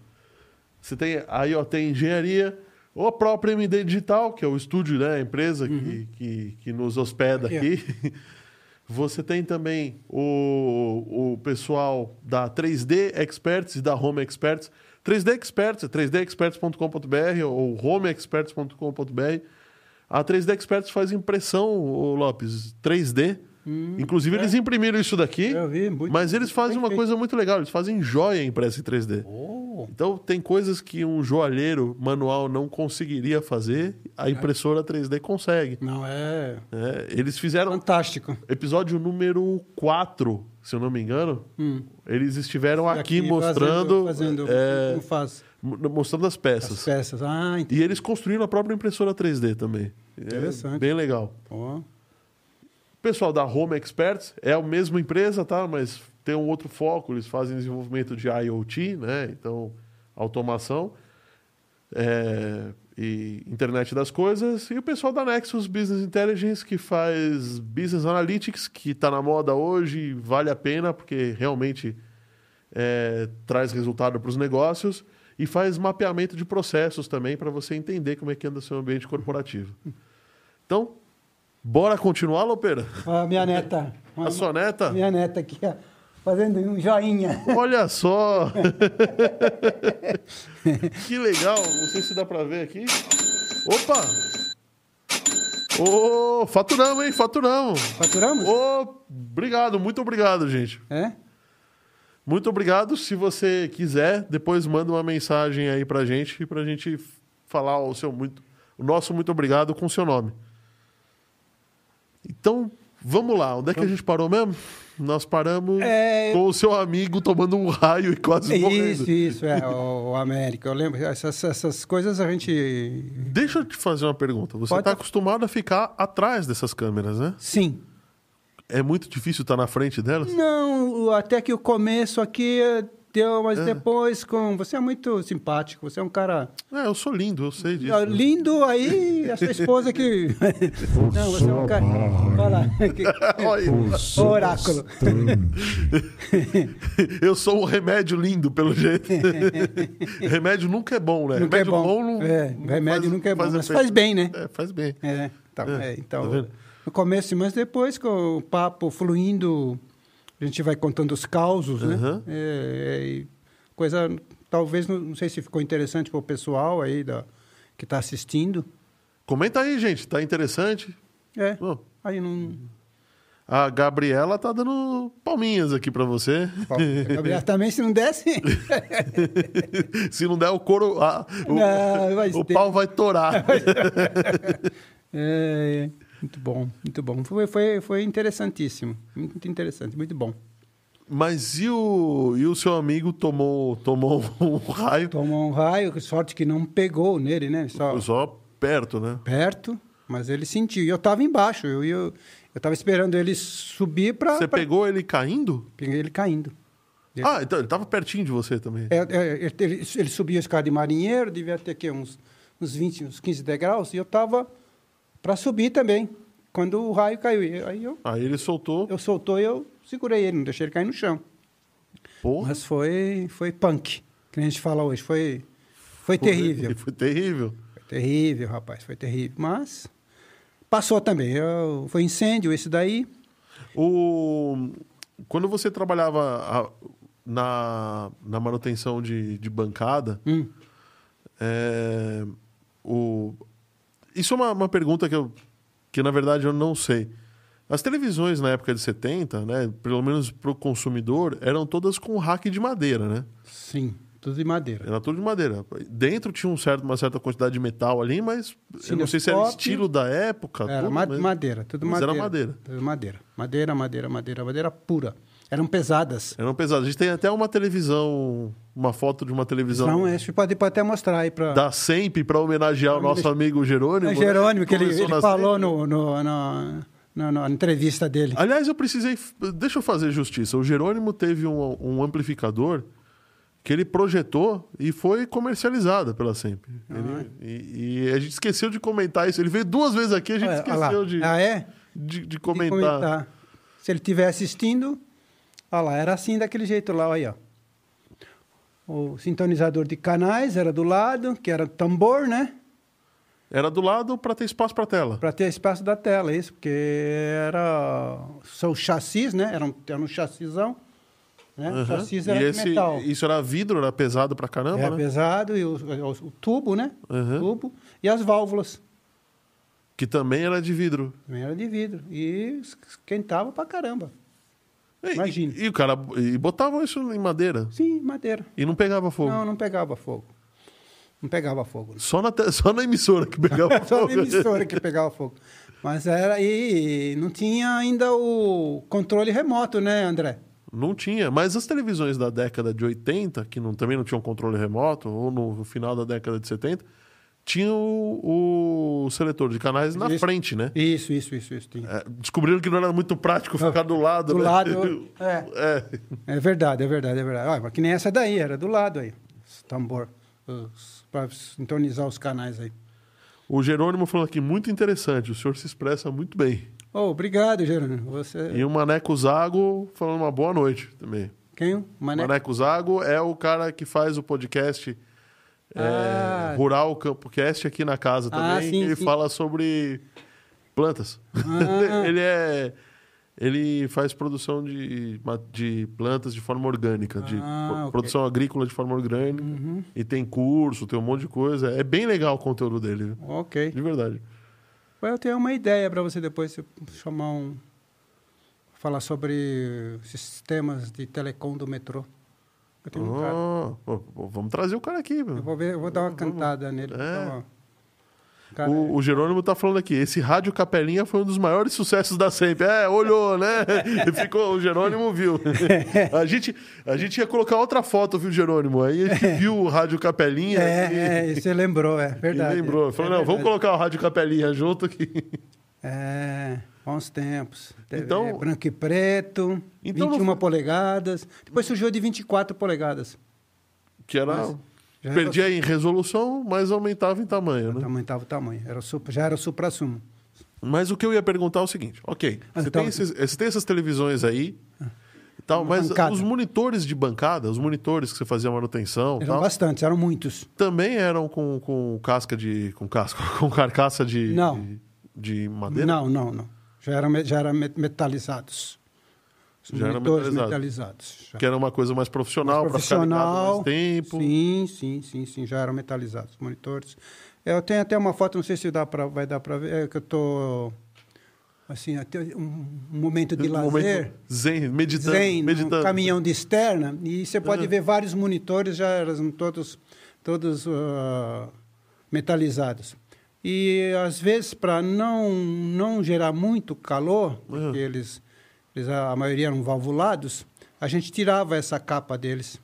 [SPEAKER 1] Você tem. Aí, ó, tem engenharia, ou a própria MD Digital, que é o estúdio, né? A empresa
[SPEAKER 2] Uhum.
[SPEAKER 1] que, que, que nos hospeda
[SPEAKER 2] Yeah.
[SPEAKER 1] aqui. Você tem também o, o pessoal da 3D Experts e da Home Experts. 3D Experts, é 3dexperts.com.br ou homeexperts.com.br. A 3D Experts faz impressão, ô Lopes, 3D. Inclusive, eles imprimiram isso daqui.
[SPEAKER 2] Hum, é. Eu vi, muito-
[SPEAKER 1] mas eles fazem
[SPEAKER 2] bem
[SPEAKER 1] uma
[SPEAKER 2] feito.
[SPEAKER 1] coisa muito legal, eles fazem joia impressa em 3D.
[SPEAKER 4] Oh.
[SPEAKER 1] Então tem coisas que um joalheiro manual não conseguiria fazer, a
[SPEAKER 2] É.
[SPEAKER 1] impressora 3D consegue.
[SPEAKER 2] Não, é
[SPEAKER 1] né? eles fizeram
[SPEAKER 2] fantástico.
[SPEAKER 1] episódio número 4, se eu não me engano.
[SPEAKER 2] Hum.
[SPEAKER 1] Eles estiveram aqui,
[SPEAKER 2] fazendo-
[SPEAKER 1] mostrando
[SPEAKER 2] Fazendo,
[SPEAKER 1] é,
[SPEAKER 2] como faz
[SPEAKER 1] mo- mostrando as peças.
[SPEAKER 2] as peças. Ah, entendi.
[SPEAKER 1] E eles construíram a própria impressora 3D também. É
[SPEAKER 2] Interessante.
[SPEAKER 1] bem legal.
[SPEAKER 2] Ó.
[SPEAKER 1] Pessoal da Home Experts é a mesma empresa, tá? Mas tem um outro foco, eles fazem desenvolvimento de IoT, né? Então, automação é, e internet das coisas. E o pessoal da Nexus Business Intelligence, que faz Business Analytics, que está na moda hoje, vale a pena, porque realmente é, traz resultado para os negócios. E faz mapeamento de processos também, para você entender como é que anda o seu ambiente corporativo. Então, bora continuar, Lopera?
[SPEAKER 2] Ó, a minha neta.
[SPEAKER 1] A sua neta?
[SPEAKER 2] Minha neta aqui, ó, fazendo um joinha.
[SPEAKER 1] Olha só! que legal! Não sei se dá pra ver aqui. Opa! Ô, faturamos, hein? Faturamos!
[SPEAKER 2] Faturamos?
[SPEAKER 1] Ô, tá obrigado, muito obrigado, gente.
[SPEAKER 2] É?
[SPEAKER 1] Muito obrigado. Se você quiser, depois manda uma mensagem aí pra gente, pra gente falar o seu muito, o nosso muito obrigado com o seu nome. Então, vamos lá. Onde é que a gente parou mesmo? Nós paramos
[SPEAKER 2] É.
[SPEAKER 1] com o seu amigo tomando um raio e quase morrendo.
[SPEAKER 2] Isso, isso, é, o, o América. Eu lembro, essas, essas coisas a gente.
[SPEAKER 1] Deixa eu te fazer uma pergunta. Você
[SPEAKER 2] Pode-
[SPEAKER 1] está acostumado a ficar atrás dessas câmeras, né?
[SPEAKER 2] Sim.
[SPEAKER 1] É muito difícil estar na frente delas?
[SPEAKER 2] Não, o- até que o começo aqui eh, deu,
[SPEAKER 1] Ah.
[SPEAKER 2] mas depois com. Você é muito simpático, você é um cara
[SPEAKER 1] É, eu sou lindo, eu sei disso.
[SPEAKER 2] ah, lindo aí, a sua esposa que. Não, você é um cara.
[SPEAKER 3] Forçou a
[SPEAKER 2] Vai lá.
[SPEAKER 3] barra.
[SPEAKER 1] Olha,
[SPEAKER 3] Forçou
[SPEAKER 2] Oráculo.
[SPEAKER 3] bastante.
[SPEAKER 1] eu sou um remédio lindo, pelo jeito. remédio nunca é bom, né?
[SPEAKER 2] Nunca é
[SPEAKER 1] remédio
[SPEAKER 2] bom.
[SPEAKER 1] não.
[SPEAKER 2] É,
[SPEAKER 1] não
[SPEAKER 2] remédio nunca é bom, mas
[SPEAKER 1] efeito.
[SPEAKER 2] faz bem, né?
[SPEAKER 1] É, faz bem.
[SPEAKER 2] É, então,
[SPEAKER 1] É,
[SPEAKER 2] é, então,
[SPEAKER 1] tá vendo?
[SPEAKER 2] no começo, mas depois com o papo fluindo, a gente vai contando os causos,
[SPEAKER 1] Aham.
[SPEAKER 2] né? É, é, e coisa, talvez, não, não sei se ficou interessante para o pessoal aí da, que está assistindo.
[SPEAKER 1] Comenta aí, gente. Tá interessante?
[SPEAKER 2] É,
[SPEAKER 1] Bom,
[SPEAKER 2] aí não...
[SPEAKER 1] a Gabriela tá dando palminhas aqui para você.
[SPEAKER 2] Bom, Gabriel, também se não desse...
[SPEAKER 1] Se não der o couro, ah, o,
[SPEAKER 2] Não, vai
[SPEAKER 1] o
[SPEAKER 2] ter.
[SPEAKER 1] pau vai torar.
[SPEAKER 2] É, muito bom, muito bom. Foi, foi, foi interessantíssimo, muito interessante, muito bom.
[SPEAKER 1] Mas e o, e o seu amigo tomou, tomou um raio?
[SPEAKER 2] Tomou um raio, que sorte que não pegou nele, né? Só...
[SPEAKER 1] Só perto, né?
[SPEAKER 2] perto, mas ele sentiu. E eu estava embaixo, eu ia, eu estava esperando ele subir para
[SPEAKER 1] Você pegou ele caindo?
[SPEAKER 2] peguei ele caindo. Ele,
[SPEAKER 1] Ah, então ele tava pertinho de você também.
[SPEAKER 2] É, é, ele- ele, ele subiu a escada de marinheiro, devia ter aqui uns uns 20, uns 15 degraus, e eu estava para subir também. Quando o raio caiu, E aí eu
[SPEAKER 1] Aí ele soltou.
[SPEAKER 2] eu soltou e eu segurei ele, não deixei ele cair no chão.
[SPEAKER 1] Porra,
[SPEAKER 2] Mas foi foi punk, que a gente fala hoje, foi foi terrível.
[SPEAKER 1] Foi terrível.
[SPEAKER 2] Foi terrível, rapaz, foi terrível, mas passou também. Eu, foi incêndio esse daí.
[SPEAKER 1] O... Quando você trabalhava a- na, na manutenção de, de bancada,
[SPEAKER 2] Hum.
[SPEAKER 1] é, o... isso é uma, uma pergunta que, eu, que, na verdade, eu não sei. As televisões na época de 70, né, pelo menos para o consumidor, eram todas com rack de madeira, né?
[SPEAKER 2] Sim, tudo de madeira.
[SPEAKER 1] Era tudo de madeira. Dentro tinha um certo, uma certa quantidade de metal ali, mas eu não sei se era
[SPEAKER 2] Cinefop.
[SPEAKER 1] estilo da época.
[SPEAKER 2] Era
[SPEAKER 1] tudo,
[SPEAKER 2] ma-
[SPEAKER 1] mas-
[SPEAKER 2] madeira, tudo
[SPEAKER 1] Mas
[SPEAKER 2] madeira.
[SPEAKER 1] era madeira.
[SPEAKER 2] Tudo madeira. Madeira, madeira, madeira, madeira pura. Eram pesadas.
[SPEAKER 1] Eram pesados. A gente tem até É uma televisão, uma foto de uma televisão
[SPEAKER 2] Então, esse pode, pode até mostrar aí para
[SPEAKER 1] da SEMP para homenagear o nosso amigo Jerônimo. né?
[SPEAKER 2] É Jerônimo, que ele,
[SPEAKER 1] Começou
[SPEAKER 2] ele
[SPEAKER 1] na
[SPEAKER 2] falou né?
[SPEAKER 1] Semp.
[SPEAKER 2] no, no, no- no- na entrevista dele.
[SPEAKER 1] Aliás, eu precisei. Deixa eu fazer justiça. O Jerônimo teve um, um amplificador que ele projetou e foi comercializado pela SEMP.
[SPEAKER 2] Ah,
[SPEAKER 1] Ele-
[SPEAKER 2] é?
[SPEAKER 1] e, e a gente esqueceu de comentar isso. Ele veio duas vezes aqui, a gente
[SPEAKER 2] Olha lá.
[SPEAKER 1] esqueceu de,
[SPEAKER 2] Ah, é?
[SPEAKER 1] de, de
[SPEAKER 2] De
[SPEAKER 1] comentar.
[SPEAKER 2] Se ele estiver assistindo, olha lá, era assim, daquele jeito lá, olha aí, ó. O sintonizador de canais era do lado, que era tambor, né?
[SPEAKER 1] Era do lado para ter espaço para tela.
[SPEAKER 2] Para ter espaço da tela, isso, porque era. São chassis, né? Era um, era um chassizão. Né? O
[SPEAKER 1] Aham.
[SPEAKER 2] Chassis era
[SPEAKER 1] e
[SPEAKER 2] de
[SPEAKER 1] esse,
[SPEAKER 2] metal.
[SPEAKER 1] isso era vidro, era pesado pra caramba,
[SPEAKER 2] é
[SPEAKER 1] né?
[SPEAKER 2] pesado, e o, o- o tubo, né?
[SPEAKER 1] Aham.
[SPEAKER 2] O tubo. E as válvulas.
[SPEAKER 1] Que também era de vidro.
[SPEAKER 2] Também era de vidro. E esquentava pra caramba.
[SPEAKER 1] É, E-
[SPEAKER 2] Imagina.
[SPEAKER 1] E, e o cara e botavam isso em madeira
[SPEAKER 2] Sim, madeira.
[SPEAKER 1] e não pegava fogo.
[SPEAKER 2] Não, não pegava fogo. Não pegava fogo.
[SPEAKER 1] Só, na, te- só na emissora que pegava
[SPEAKER 2] Só
[SPEAKER 1] fogo.
[SPEAKER 2] a emissora que pegava fogo. Mas era e não tinha ainda o controle remoto, né, André?
[SPEAKER 1] Não tinha, mas as televisões da década de 80, que não- também não tinham controle remoto, ou no final da década de 70, tinham o, o seletor de canais na
[SPEAKER 2] Isso.
[SPEAKER 1] frente, né?
[SPEAKER 2] Isso, isso, isso, isso. Tinha.
[SPEAKER 1] É, descobriram que não era muito prático ficar do lado.
[SPEAKER 2] Do
[SPEAKER 1] né?
[SPEAKER 2] lado,
[SPEAKER 1] É.
[SPEAKER 2] É verdade, é verdade, é verdade. Olha, mas que nem essa daí, era do lado aí. Esse tambor. Para sintonizar os canais aí.
[SPEAKER 1] O Jerônimo falando aqui, muito interessante, o senhor se expressa muito bem.
[SPEAKER 2] Oh, obrigado, Gerônimo. Você.
[SPEAKER 1] E o Maneco Zago falando uma boa noite também.
[SPEAKER 2] Quem? Mané.
[SPEAKER 1] Maneco Zago é o cara que faz o podcast é,
[SPEAKER 2] Ah.
[SPEAKER 1] Rural Campocast aqui na casa
[SPEAKER 2] Ah,
[SPEAKER 1] também.
[SPEAKER 2] sim,
[SPEAKER 1] ele
[SPEAKER 2] sim.
[SPEAKER 1] fala sobre plantas.
[SPEAKER 2] Ah.
[SPEAKER 1] ele é. Ele faz produção de, ma- de plantas de forma orgânica, de
[SPEAKER 2] Ah,
[SPEAKER 1] pro-
[SPEAKER 2] ok.
[SPEAKER 1] produção agrícola de forma orgânica.
[SPEAKER 2] Uhum,
[SPEAKER 1] E tem curso, tem um monte de coisa. É bem legal o conteúdo dele, viu?
[SPEAKER 2] Ok.
[SPEAKER 1] de verdade.
[SPEAKER 2] Eu tenho uma ideia para você depois se chamar um. Falar sobre sistemas de telecom do metrô. Eu tenho um cara.
[SPEAKER 1] Ah, pô, pô, vamos trazer o cara aqui, meu.
[SPEAKER 2] Eu vou, ver, eu vou dar uma
[SPEAKER 1] Vamos.
[SPEAKER 2] cantada nele.
[SPEAKER 1] É.
[SPEAKER 2] dar uma- Cara, é,
[SPEAKER 1] O, o Jerônimo tá falando aqui, esse Rádio Capelinha foi um dos maiores sucessos da sempre. É, olhou, né? E ficou, o Jerônimo viu. A gente, a gente ia colocar outra foto, viu, Jerônimo? Aí a gente viu o Rádio Capelinha e,
[SPEAKER 2] é, é, você lembrou, é
[SPEAKER 1] e
[SPEAKER 2] verdade.
[SPEAKER 1] lembrou.
[SPEAKER 2] é,
[SPEAKER 1] Falou,
[SPEAKER 2] é
[SPEAKER 1] não, vamos
[SPEAKER 2] verdade.
[SPEAKER 1] colocar o Rádio Capelinha junto aqui.
[SPEAKER 2] É, bons tempos. TV
[SPEAKER 1] Então-
[SPEAKER 2] branco e preto,
[SPEAKER 1] Então não
[SPEAKER 2] 21
[SPEAKER 1] foi-
[SPEAKER 2] polegadas. Depois surgiu a de 24 polegadas.
[SPEAKER 1] Que era...
[SPEAKER 2] Mas já
[SPEAKER 1] perdia em resolução, mas aumentava em tamanho, né?
[SPEAKER 2] Aumentava o tamanho. Era o supra- já era o supra-sumo.
[SPEAKER 1] Mas o que eu ia perguntar é o seguinte: ok, você,
[SPEAKER 2] Então-
[SPEAKER 1] tem, esses- você tem essas televisões aí, e tal,
[SPEAKER 2] Uma
[SPEAKER 1] mas
[SPEAKER 2] bancada.
[SPEAKER 1] os monitores de bancada, os monitores que você fazia manutenção, e
[SPEAKER 2] Eram
[SPEAKER 1] tal,
[SPEAKER 2] bastantes, eram muitos.
[SPEAKER 1] também eram com, com casca de. com casca, com carcaça de.
[SPEAKER 2] Não.
[SPEAKER 1] De, de madeira?
[SPEAKER 2] Não, não, não. Já eram, me- já eram me- metalizados. Os
[SPEAKER 1] Já eram
[SPEAKER 2] monitores
[SPEAKER 1] metalizados.
[SPEAKER 2] metalizados. já.
[SPEAKER 1] Que era uma coisa mais profissional, para ficar ligado
[SPEAKER 2] profissional.
[SPEAKER 1] mais tempo.
[SPEAKER 2] Sim, sim, sim, sim, já eram metalizados os monitores. Eu tenho até uma foto, não sei se dá pra, vai dar para ver, é que eu tô assim, até um um momento de
[SPEAKER 1] Um
[SPEAKER 2] lazer,
[SPEAKER 1] zen, meditando.
[SPEAKER 2] zen,
[SPEAKER 1] meditando.
[SPEAKER 2] um caminhão de externa, e você pode
[SPEAKER 1] Aham.
[SPEAKER 2] ver vários monitores, já eram todos, todos ah, metalizados. E às vezes, para não, não gerar muito calor,
[SPEAKER 1] Aham.
[SPEAKER 2] porque eles, eles, a maioria eram valvulados, a gente tirava essa capa deles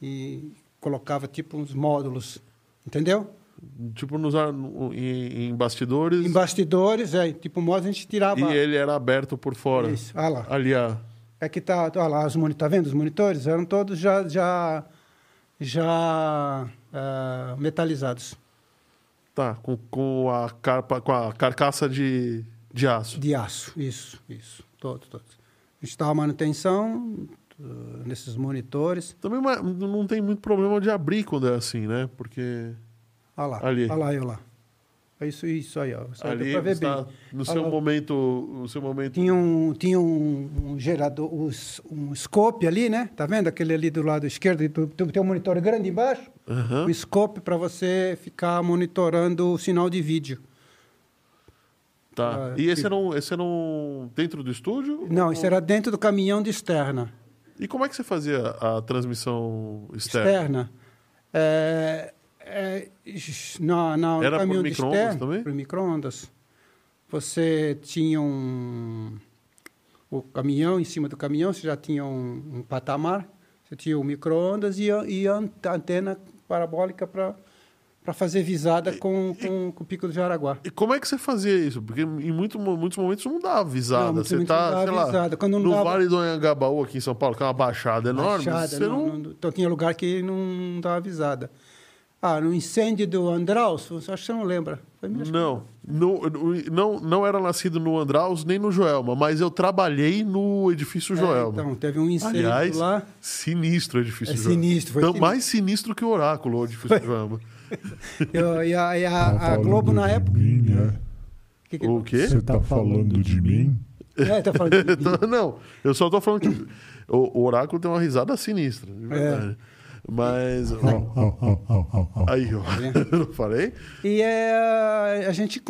[SPEAKER 2] e colocava tipo uns módulos, entendeu?
[SPEAKER 1] Tipo nos, ar- no- em, em bastidores.
[SPEAKER 2] Em bastidores, é, tipo módulos, a gente tirava.
[SPEAKER 1] e ele era aberto por fora.
[SPEAKER 2] Isso, olha lá.
[SPEAKER 1] Ali a.
[SPEAKER 2] É que tá, olha lá, os monitores, tá vendo? Os monitores eram todos já, já, já ah, metalizados,
[SPEAKER 1] Tá, com, com, a, carpa, com a carcaça de, de aço.
[SPEAKER 2] de aço. Isso, isso, todos, todos. A gente dava manutenção ah, nesses monitores.
[SPEAKER 1] Também uma- não tem muito problema de abrir quando é assim, né? Porque
[SPEAKER 2] Olha lá,
[SPEAKER 1] Ali.
[SPEAKER 2] olha lá, eu lá. É isso, isso aí, ó. Isso aí dá
[SPEAKER 1] ali
[SPEAKER 2] pra ver
[SPEAKER 1] está
[SPEAKER 2] bem.
[SPEAKER 1] no
[SPEAKER 2] Olha
[SPEAKER 1] seu
[SPEAKER 2] lá.
[SPEAKER 1] momento, no seu momento
[SPEAKER 2] Tinha um, tinha um, um gerador, os- um scope ali, né? Tá vendo? Aquele ali do lado esquerdo, e tu- tu- tem um monitor grande embaixo.
[SPEAKER 1] Aham.
[SPEAKER 2] O scope para você ficar monitorando o sinal de vídeo.
[SPEAKER 1] Tá.
[SPEAKER 2] Ah,
[SPEAKER 1] e esse
[SPEAKER 2] sim.
[SPEAKER 1] era, um, esse era um dentro do estúdio?
[SPEAKER 2] Não,
[SPEAKER 1] Ou-
[SPEAKER 2] isso era dentro do caminhão de externa.
[SPEAKER 1] E como é que você fazia a transmissão externa?
[SPEAKER 2] Externa. É, é, ix- na, na, no
[SPEAKER 1] Era por
[SPEAKER 2] caminhão de
[SPEAKER 1] micro-ondas
[SPEAKER 2] externa,
[SPEAKER 1] também?
[SPEAKER 2] Por micro-ondas. Você tinha um... O caminhão, em cima do caminhão, você já tinha um, um patamar. Você tinha o micro-ondas e, a- e a an- a antena parabólica para para fazer visada com, com, com o Pico do Jaraguá.
[SPEAKER 1] E como é que você fazia isso? Porque em muito, muitos momentos não dá avisada.
[SPEAKER 2] Não, muitos
[SPEAKER 1] você
[SPEAKER 2] momentos
[SPEAKER 1] tá,
[SPEAKER 2] não dá
[SPEAKER 1] sei lá,
[SPEAKER 2] avisada. Quando não
[SPEAKER 1] no
[SPEAKER 2] dava-
[SPEAKER 1] Vale do Anhangabaú, aqui em São Paulo, que é uma baixada enorme,
[SPEAKER 2] Baixada,
[SPEAKER 1] você
[SPEAKER 2] não-
[SPEAKER 1] não...
[SPEAKER 2] não- então tinha lugar que não dava avisada. Ah, no incêndio do Andraus, acho que você não lembra. Foi mesmo?
[SPEAKER 1] Não, não, não, não era nascido no Andraus nem no Joelma, mas eu trabalhei no edifício
[SPEAKER 2] É,
[SPEAKER 1] Joelma.
[SPEAKER 2] então, teve um incêndio
[SPEAKER 1] Aliás,
[SPEAKER 2] lá.
[SPEAKER 1] sinistro o edifício
[SPEAKER 2] É
[SPEAKER 1] Joelma.
[SPEAKER 2] sinistro, foi
[SPEAKER 1] Então,
[SPEAKER 2] sinistro.
[SPEAKER 1] Mais sinistro que o oráculo, o edifício Joelma.
[SPEAKER 2] Eu- e a, e a-
[SPEAKER 3] Tá
[SPEAKER 2] a
[SPEAKER 3] falando
[SPEAKER 2] Globo, na
[SPEAKER 3] de
[SPEAKER 2] época.
[SPEAKER 3] Mim, é?
[SPEAKER 2] que que-
[SPEAKER 1] O quê?
[SPEAKER 3] Você tá falando de mim?
[SPEAKER 2] É, tá falando de mim.
[SPEAKER 1] Então, não, eu só tô falando que o, o oráculo tem uma risada sinistra, de verdade. Mas.
[SPEAKER 3] Ah, ah, ah, ah, ah, ah.
[SPEAKER 1] Aí, ó. Não falei?
[SPEAKER 2] E é, a gente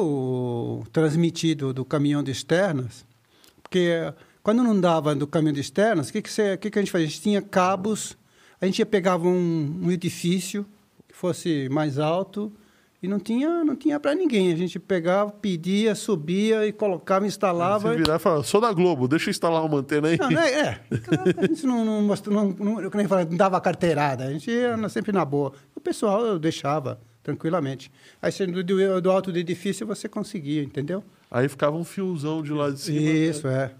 [SPEAKER 2] conseguiu transmitir do, do caminhão de externas, porque quando não dava do caminhão de externas, o que, que, você- o que, que a gente fazia? A gente tinha cabos, a gente ia- pegava um, um edifício que fosse mais alto e não tinha, não tinha para ninguém. A gente pegava, pedia, subia e colocava, instalava.
[SPEAKER 1] Se virar e falar, sou da Globo, deixa eu instalar uma antena aí.
[SPEAKER 2] Tá Não, não é, é. Caraca, a gente não, não, mostrou- não, não, eu que nem falei, não dava carteirada. A gente ia na- sempre na boa. O pessoal eu deixava tranquilamente. Aí você, do, do- do alto do edifício você conseguia, entendeu?
[SPEAKER 1] Aí ficava um fiozão de lá de cima.
[SPEAKER 2] Isso, é.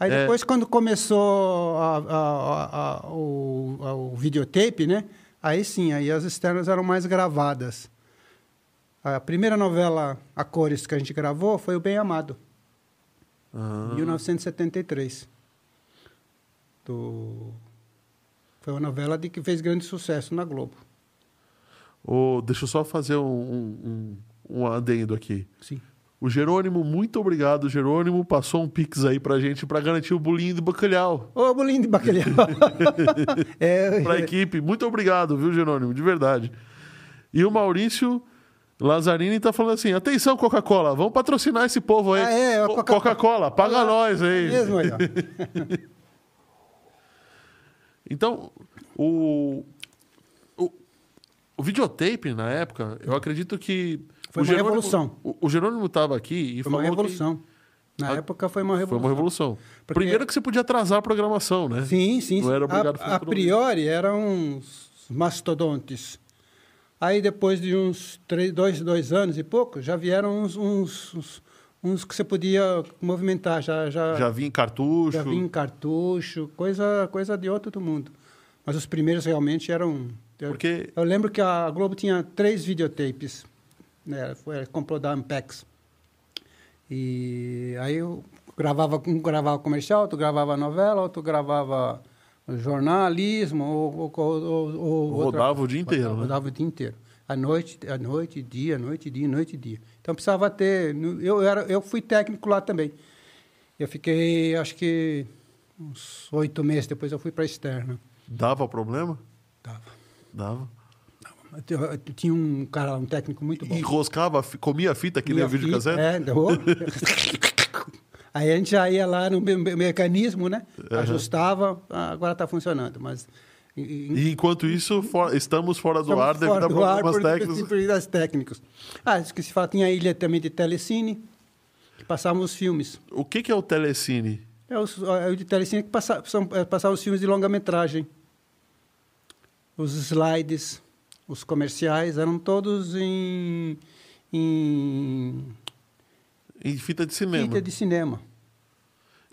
[SPEAKER 2] Aí
[SPEAKER 1] É.
[SPEAKER 2] depois, quando começou a- a- a- a- o, a- o videotape, né? Aí sim, aí as externas eram mais gravadas. A primeira novela a cores que a gente gravou foi o Bem Amado.
[SPEAKER 1] Ah,
[SPEAKER 2] 1973. Do... Foi uma novela de que fez grande sucesso na Globo.
[SPEAKER 1] ô, deixa eu só fazer um, um, um- um adendo aqui.
[SPEAKER 2] Sim.
[SPEAKER 1] O Jerônimo, muito obrigado, Jerônimo. Passou um pix aí pra gente pra garantir o bullying do bacalhau
[SPEAKER 2] Ô, bolinho de bacalhau! é,
[SPEAKER 1] pra equipe. Muito obrigado, viu, Jerônimo? De verdade. E o Maurício Lazzarini tá falando assim: atenção, Coca-Cola, vamos patrocinar esse povo aí.
[SPEAKER 2] Ah, é, a
[SPEAKER 1] Co-
[SPEAKER 2] Coca-
[SPEAKER 1] Coca-Cola, paga nós aí.
[SPEAKER 2] É mesmo aí, ó.
[SPEAKER 1] Então, o, o, o videotape, na época, eu acredito que.
[SPEAKER 2] Foi
[SPEAKER 1] o
[SPEAKER 2] uma revolução.
[SPEAKER 1] O, o Jerônimo estava aqui e
[SPEAKER 2] Foi uma
[SPEAKER 1] falou que
[SPEAKER 2] revolução. Na
[SPEAKER 1] A-
[SPEAKER 2] época foi uma
[SPEAKER 1] Foi
[SPEAKER 2] revolução.
[SPEAKER 1] uma revolução.
[SPEAKER 2] Porque-
[SPEAKER 1] Primeiro que você podia atrasar a programação, né?
[SPEAKER 2] Sim, sim.
[SPEAKER 1] Não
[SPEAKER 2] sim.
[SPEAKER 1] era obrigado a
[SPEAKER 2] a,
[SPEAKER 1] fazer
[SPEAKER 2] a
[SPEAKER 1] tudo
[SPEAKER 2] priori eram uns mastodontes. Aí depois de uns três, dois, dois anos e pouco, já vieram uns, uns, uns, uns que você podia movimentar, já, já,
[SPEAKER 1] Já vinha em cartucho.
[SPEAKER 2] Já vinha em cartucho, coisa, coisa de outro do mundo. Mas os primeiros realmente eram. Eu,
[SPEAKER 1] Porque-
[SPEAKER 2] eu lembro que a Globo tinha três videotapes, né? Foi, comprou da Ampex. E aí eu gravava, um gravava comercial, outro gravava novela, outro gravava jornalismo, ou, ou, ou- ou- ou outra-
[SPEAKER 1] Rodava o dia inteiro, né?
[SPEAKER 2] Rodava o dia inteiro. À noite, à noite, dia, noite, dia, noite, dia. Então precisava ter. Eu, era, eu fui técnico lá também. Eu fiquei, acho que, uns oito meses depois eu fui para a externa.
[SPEAKER 1] Dava problema?
[SPEAKER 2] Tava.
[SPEAKER 1] Dava.
[SPEAKER 2] Eu te- eu tinha um cara, lá, um técnico muito bom.
[SPEAKER 1] Enroscava, a fi- comia a fita que
[SPEAKER 2] E
[SPEAKER 1] nem
[SPEAKER 2] a
[SPEAKER 1] o vídeo
[SPEAKER 2] fita-
[SPEAKER 1] cassete?
[SPEAKER 2] É, derrubou. Aí a gente já ia lá no me- me- mecanismo, né? Ajustava, ah, agora está funcionando. Mas e- e-
[SPEAKER 1] E enquanto isso, for- estamos fora do
[SPEAKER 2] é. Estamos
[SPEAKER 1] ar devido
[SPEAKER 2] fora
[SPEAKER 1] a
[SPEAKER 2] do ar
[SPEAKER 1] problemas
[SPEAKER 2] por
[SPEAKER 1] técnicos.
[SPEAKER 2] dificuldades técnicas. Ah, esqueci de falar, tinha a ilha também de telecine, que passavam os filmes.
[SPEAKER 1] O que, que é o telecine?
[SPEAKER 2] É os- é o de telecine que passa, são- é, passava os filmes de longa-metragem. Os slides, os comerciais, eram todos em, em
[SPEAKER 1] Em fita de cinema.
[SPEAKER 2] fita de cinema.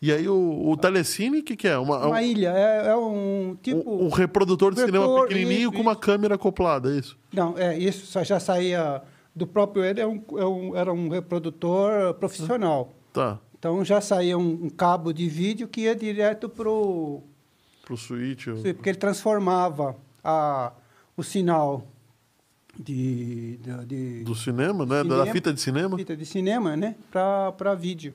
[SPEAKER 1] E aí, o, o telecine, o que, que é? Uma,
[SPEAKER 2] Uma ilha, é, é um tipo...
[SPEAKER 1] um, um reprodutor de cinema
[SPEAKER 2] Reprodutor,
[SPEAKER 1] pequenininho
[SPEAKER 2] isso,
[SPEAKER 1] com uma
[SPEAKER 2] isso.
[SPEAKER 1] câmera acoplada, é isso?
[SPEAKER 2] Não, é, isso só já saía do próprio... Ele é um- é um- era um reprodutor profissional.
[SPEAKER 1] Tá.
[SPEAKER 2] Então já saía um, um cabo de vídeo que ia direto para o.
[SPEAKER 1] Pro Switch. ou-
[SPEAKER 2] Porque ele transformava a, o sinal de, de, de
[SPEAKER 1] Do cinema, né? Da
[SPEAKER 2] Cinema.
[SPEAKER 1] fita de cinema.
[SPEAKER 2] fita de cinema né? para vídeo.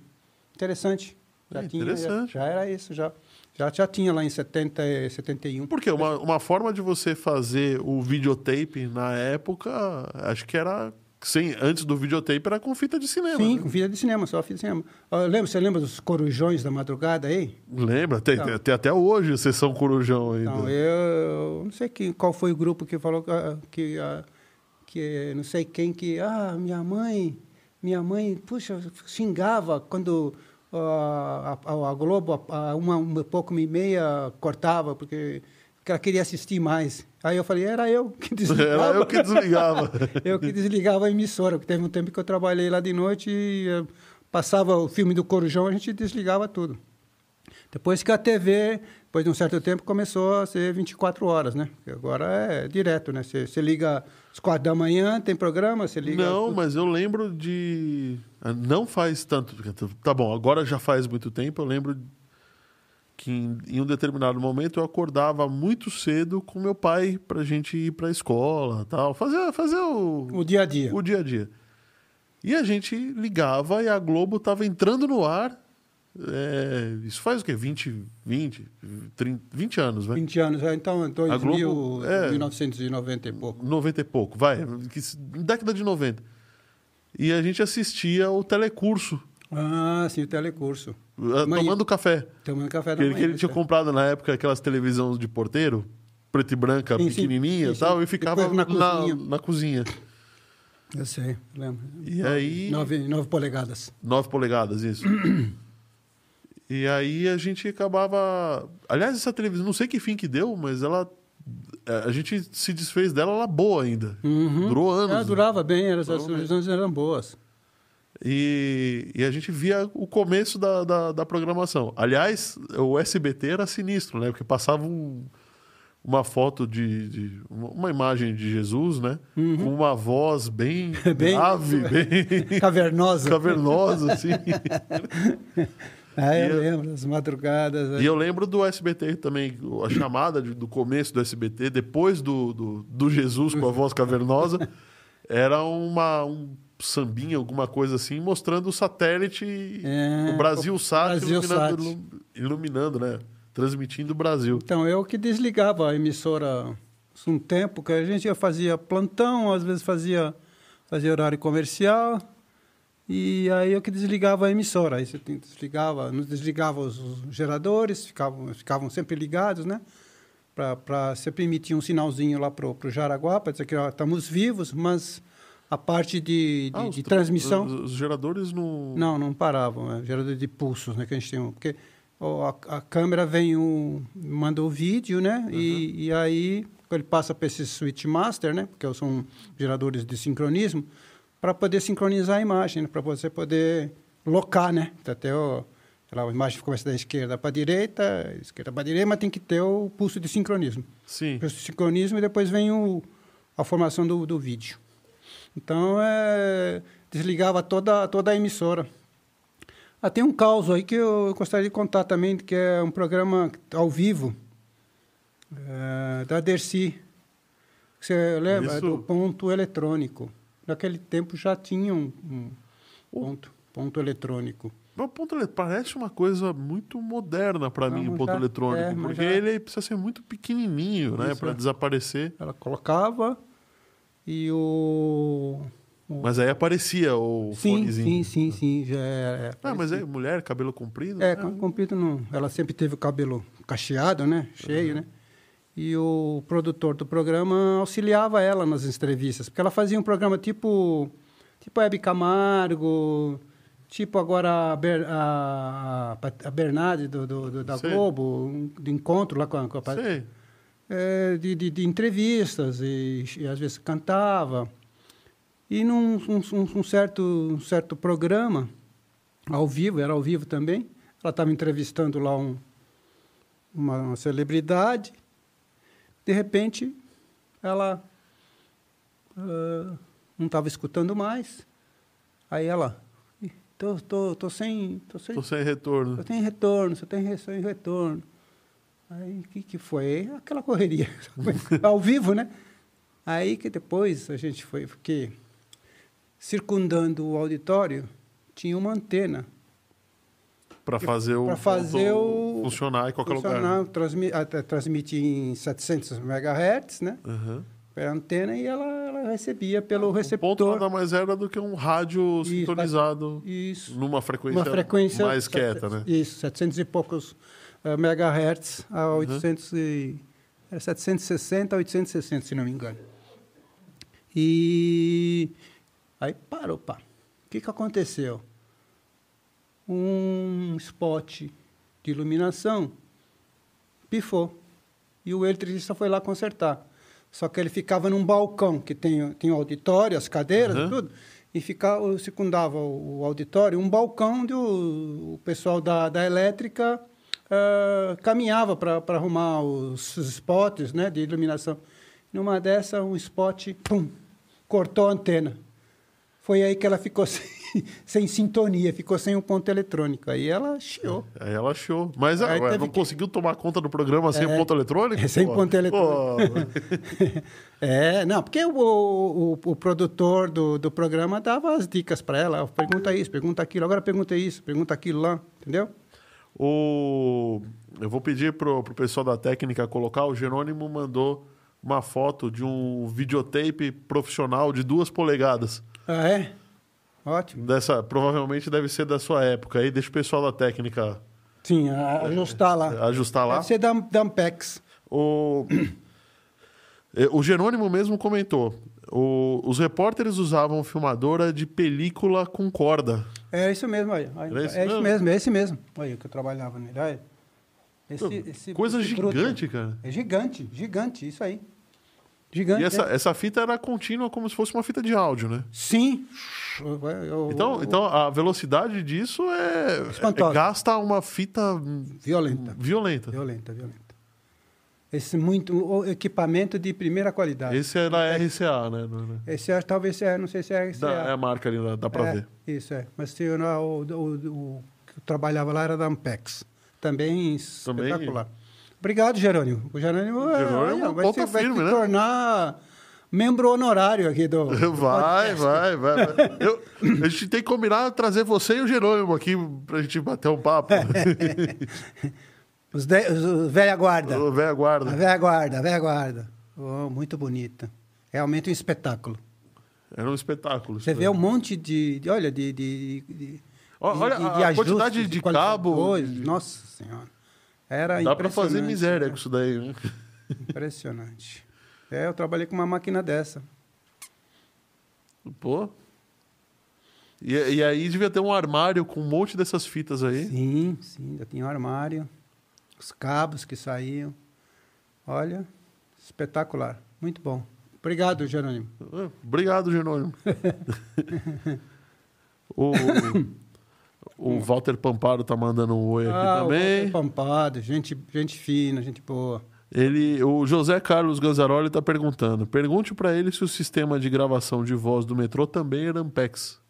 [SPEAKER 2] Interessante. Já,
[SPEAKER 1] É,
[SPEAKER 2] tinha,
[SPEAKER 1] interessante.
[SPEAKER 2] Já, já era isso, já. Já, já tinha lá em 70, e 71.
[SPEAKER 1] Porque uma, uma forma de você fazer o videotape na época, acho que era. Sem, antes do videotape era com fita de cinema.
[SPEAKER 2] Sim,
[SPEAKER 1] né?
[SPEAKER 2] com fita de cinema, só fita de cinema. Ah, lembra, você lembra dos corujões da madrugada aí?
[SPEAKER 1] Lembra? Tem,
[SPEAKER 2] Não.
[SPEAKER 1] tem- tem até hoje a sessão Corujão ainda.
[SPEAKER 2] Não, é eu não sei que, qual foi o grupo que falou que, ah, que, ah, que não sei quem que ah minha mãe minha mãe puxa xingava quando ah, a, a- a Globo a, a uma, uma pouco e meia cortava porque porque ela queria assistir mais aí eu falei era eu que desligava
[SPEAKER 1] Era eu que desligava.
[SPEAKER 2] eu que desligava a emissora, porque teve um tempo que eu ah, trabalhei lá de noite e eh, passava o filme do Corujão, a gente desligava tudo. Depois que a TV, depois de um certo tempo, começou a ser 24 horas, né? Porque agora é direto, né? Você você liga às quatro da manhã, tem programa, você liga...
[SPEAKER 1] Não,
[SPEAKER 2] às-
[SPEAKER 1] mas eu lembro de. ah, Não faz tanto. Tá bom, agora já faz muito tempo. Eu lembro que em, em um determinado momento eu acordava muito cedo com meu pai pra gente ir pra escola tal. Fazer, fazer o,
[SPEAKER 2] O dia a dia.
[SPEAKER 1] o dia a dia. E a gente ligava e a Globo tava entrando no ar. É, isso faz o quê? 20, 20, 30, 20 anos, né?
[SPEAKER 2] 20 anos, é, então, em
[SPEAKER 1] A
[SPEAKER 2] 2000,
[SPEAKER 1] Globo, é.
[SPEAKER 2] 1990 e pouco.
[SPEAKER 1] 90 e pouco, vai. que se- Década de 90. E a gente assistia o telecurso,
[SPEAKER 2] Ah, sim, o telecurso.
[SPEAKER 1] eh,
[SPEAKER 2] Mas-
[SPEAKER 1] tomando café.
[SPEAKER 2] Tomando café
[SPEAKER 1] Que
[SPEAKER 2] da
[SPEAKER 1] ele,
[SPEAKER 2] manhã.
[SPEAKER 1] que ele tinha
[SPEAKER 2] né?
[SPEAKER 1] comprado na época aquelas televisões de porteiro, preto e branca,
[SPEAKER 2] Sim, sim.
[SPEAKER 1] pequenininha
[SPEAKER 2] Sim,
[SPEAKER 1] e
[SPEAKER 2] sim.
[SPEAKER 1] tal, e ficava
[SPEAKER 2] Depois
[SPEAKER 1] na,
[SPEAKER 2] na
[SPEAKER 1] na,
[SPEAKER 2] cozinha.
[SPEAKER 1] cozinha.
[SPEAKER 2] Eu sei, lembro.
[SPEAKER 1] E aí. 9
[SPEAKER 2] Nove, nove polegadas.
[SPEAKER 1] polegadas, isso. e aí a gente acabava. Aliás, essa televisão, não sei que fim que deu, mas ela. eh, A gente se desfez dela, ela boa ainda. Durou anos.
[SPEAKER 2] Uhum. Ela
[SPEAKER 1] né?
[SPEAKER 2] Ah, durava bem, era, as
[SPEAKER 1] Durou mesmo.
[SPEAKER 2] televisões eram boas.
[SPEAKER 1] E, e a gente via o começo da, da, da programação. Aliás, o SBT era sinistro, né? Porque passava um- uma foto de, de- uma- uma imagem de Jesus, né? Com uma voz bem,
[SPEAKER 2] Uhum. Bem-
[SPEAKER 1] grave, bem
[SPEAKER 2] Cavernosa.
[SPEAKER 1] cavernosa, assim.
[SPEAKER 2] Ah, eu
[SPEAKER 1] E
[SPEAKER 2] lembro, as madrugadas.
[SPEAKER 1] e eu lembro do SBT também, a chamada de- do começo do SBT, depois do, do, do Jesus com a voz cavernosa, era uma, um sambinha, alguma coisa assim, mostrando o satélite,
[SPEAKER 2] É,
[SPEAKER 1] o Brasil Sat,
[SPEAKER 2] Brasil
[SPEAKER 1] iluminando,
[SPEAKER 2] Sat.
[SPEAKER 1] ilu- iluminando, né? Transmitindo o Brasil.
[SPEAKER 2] Então, eu que desligava a emissora um tempo, que a gente ia fazia plantão, às vezes fazia, fazia horário comercial, e aí eu que desligava a emissora. Aí você tem- desligava, não desligava os, os geradores, ficavam, ficavam sempre ligados, né? Para sempre emitir um sinalzinho lá para o Jaraguá, para dizer que ó, estamos vivos, mas a parte de, de-
[SPEAKER 1] Ah, os
[SPEAKER 2] de
[SPEAKER 1] tra-
[SPEAKER 2] transmissão...
[SPEAKER 1] Os, os geradores não...
[SPEAKER 2] Não, não paravam. É gerador de pulsos, né? Que a gente tem. um- Porque ó, a, a câmera vem um, manda o vídeo, né? E, e aí ele passa para esse switch master, né? Porque são geradores de sincronismo para poder sincronizar a imagem, né? para você poder locar, né? Então, Até o sei lá, a imagem começa da esquerda para a direita, esquerda para a direita, mas tem que ter o pulso de sincronismo.
[SPEAKER 1] Sim.
[SPEAKER 2] O sincronismo e depois vem o, a formação do, do vídeo. Então, é, desligava toda, toda a emissora. Ah, tem um caos aí que eu gostaria de contar também, que é um programa ao vivo é, da Dercy. Você lembra?
[SPEAKER 1] Isso.
[SPEAKER 2] Do ponto eletrônico. Naquele tempo já tinha um, um ponto, ponto eletrônico.
[SPEAKER 1] Mas o ponto ele- parece uma coisa muito moderna para
[SPEAKER 2] Não,
[SPEAKER 1] mim, o
[SPEAKER 2] mas
[SPEAKER 1] ponto
[SPEAKER 2] já-
[SPEAKER 1] eletrônico.
[SPEAKER 2] é, mas
[SPEAKER 1] porque
[SPEAKER 2] já-
[SPEAKER 1] ele precisa ser muito pequenininho, né?
[SPEAKER 2] Isso,
[SPEAKER 1] Para
[SPEAKER 2] é.
[SPEAKER 1] desaparecer.
[SPEAKER 2] Ela colocava e o... o-
[SPEAKER 1] Mas aí aparecia o
[SPEAKER 2] sim,
[SPEAKER 1] fonezinho.
[SPEAKER 2] sim, sim, sim, já era.
[SPEAKER 1] Ah, mas é mulher, cabelo comprido?
[SPEAKER 2] É,
[SPEAKER 1] né?
[SPEAKER 2] com comprido não. Ela sempre teve o cabelo cacheado, né? Cheio, né? E o produtor do programa auxiliava ela nas entrevistas, porque ela fazia um programa tipo tipo a Hebe Camargo, tipo agora a, Ber, a, a- a Bernardi do, do- do- da
[SPEAKER 1] Sei.
[SPEAKER 2] Globo, um- de encontro lá com a, com a
[SPEAKER 1] Sei.
[SPEAKER 2] é, de, de, de entrevistas e, e às vezes cantava. E num um- um- um certo, um certo programa, ao vivo, era ao vivo também, ela estava entrevistando lá um, uma, uma celebridade, de repente ela ah, não estava escutando mais, aí ela, "Ih, tô, tô, tô sem... Tô sem
[SPEAKER 1] Tô sem retorno.
[SPEAKER 2] só tem retorno, só tem re- só tem retorno. Aí o que, que foi? Aquela correria, ao vivo, né? Aí que depois a gente foi, porque circundando o auditório tinha uma antena
[SPEAKER 1] Pra fazer o.
[SPEAKER 2] para fazer
[SPEAKER 1] ponto
[SPEAKER 2] o.
[SPEAKER 1] Funcionar em qualquer
[SPEAKER 2] funcionar,
[SPEAKER 1] lugar. né?
[SPEAKER 2] transmi- até transmitir em 700 MHz, né?
[SPEAKER 1] Aham. Um
[SPEAKER 2] Pela antena e ela, ela recebia pelo
[SPEAKER 1] O Ah, um ponto
[SPEAKER 2] receptor.
[SPEAKER 1] nada mais era do que um rádio
[SPEAKER 2] Isso,
[SPEAKER 1] sintonizado
[SPEAKER 2] Isso.
[SPEAKER 1] numa frequência,
[SPEAKER 2] uma frequência
[SPEAKER 1] mais quieta, né?
[SPEAKER 2] Isso, 700 e poucos eh, megahertz
[SPEAKER 1] Uhum.
[SPEAKER 2] a 800 e era 760 a 860, se não me engano. E aí parou, pá. O que que aconteceu? Um spot de iluminação pifou. E o eletricista foi lá consertar. Só que ele ficava num balcão, que tem, tem o auditório, as cadeiras
[SPEAKER 1] Aham.
[SPEAKER 2] e tudo. E ficava, secundava o o auditório, um balcão onde o, o pessoal da, da elétrica ah, caminhava para arrumar os spots né, de iluminação. Numa dessa, um spot, pum, cortou a antena. Foi aí que ela ficou sem, sem sintonia, ficou sem o ponto eletrônico. Aí ela chiou.
[SPEAKER 1] Aí ela achou. Mas
[SPEAKER 2] Aí
[SPEAKER 1] ah, ué,
[SPEAKER 2] teve
[SPEAKER 1] não
[SPEAKER 2] que-
[SPEAKER 1] conseguiu tomar conta do programa sem
[SPEAKER 2] É.
[SPEAKER 1] ponto eletrônico?
[SPEAKER 2] É, sem
[SPEAKER 1] Pô.
[SPEAKER 2] ponto eletrônico.
[SPEAKER 1] Pô,
[SPEAKER 2] É, não, porque o, o, o- o produtor do, do programa dava as dicas para ela. ó, Pergunta isso, pergunta aquilo, agora pergunta isso, pergunta aquilo lá, entendeu?
[SPEAKER 1] O... Eu vou pedir pro, pro pessoal da técnica colocar. O Jerônimo mandou uma foto de um videotape profissional de duas polegadas.
[SPEAKER 2] Ah, é? Ótimo.
[SPEAKER 1] Dessa, provavelmente deve ser da sua época. Aí deixa o pessoal da técnica
[SPEAKER 2] Sim, a- ajustar Tá lá.
[SPEAKER 1] ajustar É. tá lá.
[SPEAKER 2] Deve ser da, da Ampex.
[SPEAKER 1] O, É, o Jerônimo mesmo comentou. O- Os repórteres usavam filmadora de película com corda.
[SPEAKER 2] É isso mesmo aí. aí,
[SPEAKER 1] Era isso
[SPEAKER 2] é
[SPEAKER 1] mesmo?
[SPEAKER 2] isso mesmo, é esse mesmo. Olha, que eu trabalhava nele. Olha. Esse, esse-
[SPEAKER 1] Coisa
[SPEAKER 2] esse bruto.
[SPEAKER 1] gigante, cara.
[SPEAKER 2] É gigante, gigante, isso aí. Gigante.
[SPEAKER 1] E essa, é-
[SPEAKER 2] né?
[SPEAKER 1] essa fita era contínua, como se fosse uma fita de áudio, né?
[SPEAKER 2] Sim. Eu- eu-
[SPEAKER 1] Então,
[SPEAKER 2] eu-
[SPEAKER 1] então a velocidade disso é,
[SPEAKER 2] Espantosa.
[SPEAKER 1] é- gasta uma fita hum,
[SPEAKER 2] Violenta.
[SPEAKER 1] violenta.
[SPEAKER 2] Violenta, violenta. Esse muito o equipamento de primeira qualidade. Esse,
[SPEAKER 1] Esse é da RCA, né? Não, né?
[SPEAKER 2] é, talvez seja, não sei se é esse
[SPEAKER 1] Da-
[SPEAKER 2] é-
[SPEAKER 1] é a marca ali, dá, dá pra
[SPEAKER 2] é,
[SPEAKER 1] ver.
[SPEAKER 2] Isso é, mas se eu não- o, o- o que eu trabalhava lá era da Ampex. Também espetacular. Obrigado, Jerônimo. O Jerônimo, é,
[SPEAKER 1] Jerônimo
[SPEAKER 2] olha, vai,
[SPEAKER 1] ponta
[SPEAKER 2] se, vai
[SPEAKER 1] firme,
[SPEAKER 2] se
[SPEAKER 1] né?
[SPEAKER 2] tornar membro honorário aqui do.
[SPEAKER 1] Vai, vai, vai. vai. Eu- a gente tem que combinar trazer você e o Jerônimo aqui pra gente bater um papo.
[SPEAKER 2] É, Os, de, os, os velha guarda.
[SPEAKER 1] O velho
[SPEAKER 2] A
[SPEAKER 1] guarda.
[SPEAKER 2] velha guarda, a velha guarda. Oh, muito bonita. Realmente um espetáculo.
[SPEAKER 1] Era um espetáculo. isso
[SPEAKER 2] Você
[SPEAKER 1] daí.
[SPEAKER 2] vê um monte de, de- olha, de, de, de-
[SPEAKER 1] Ó,
[SPEAKER 2] de-
[SPEAKER 1] olha
[SPEAKER 2] de-
[SPEAKER 1] a-
[SPEAKER 2] de
[SPEAKER 1] a quantidade
[SPEAKER 2] ajustes,
[SPEAKER 1] de
[SPEAKER 2] qualificadores.
[SPEAKER 1] cabo.
[SPEAKER 2] Nossa senhora, era
[SPEAKER 1] Dá pra fazer
[SPEAKER 2] impressionante,
[SPEAKER 1] miséria
[SPEAKER 2] né?
[SPEAKER 1] com isso daí. né?
[SPEAKER 2] Impressionante. É, eu trabalhei com uma máquina dessa.
[SPEAKER 1] Pô. E, e aí devia ter um armário com um monte dessas fitas aí.
[SPEAKER 2] Sim, sim, já tinha o armário, os cabos que saíam. Olha, espetacular, muito bom. Obrigado, Jerônimo.
[SPEAKER 1] Obrigado, Jerônimo. o, o Walter Pamparo tá mandando um oi aqui
[SPEAKER 2] Ah, o
[SPEAKER 1] também.
[SPEAKER 2] Walter Pampado, gente, gente fina, gente boa.
[SPEAKER 1] Ele, o José Carlos Ganzaroli tá perguntando. Pergunte para ele se o sistema de gravação de voz do metrô também é era Ampex.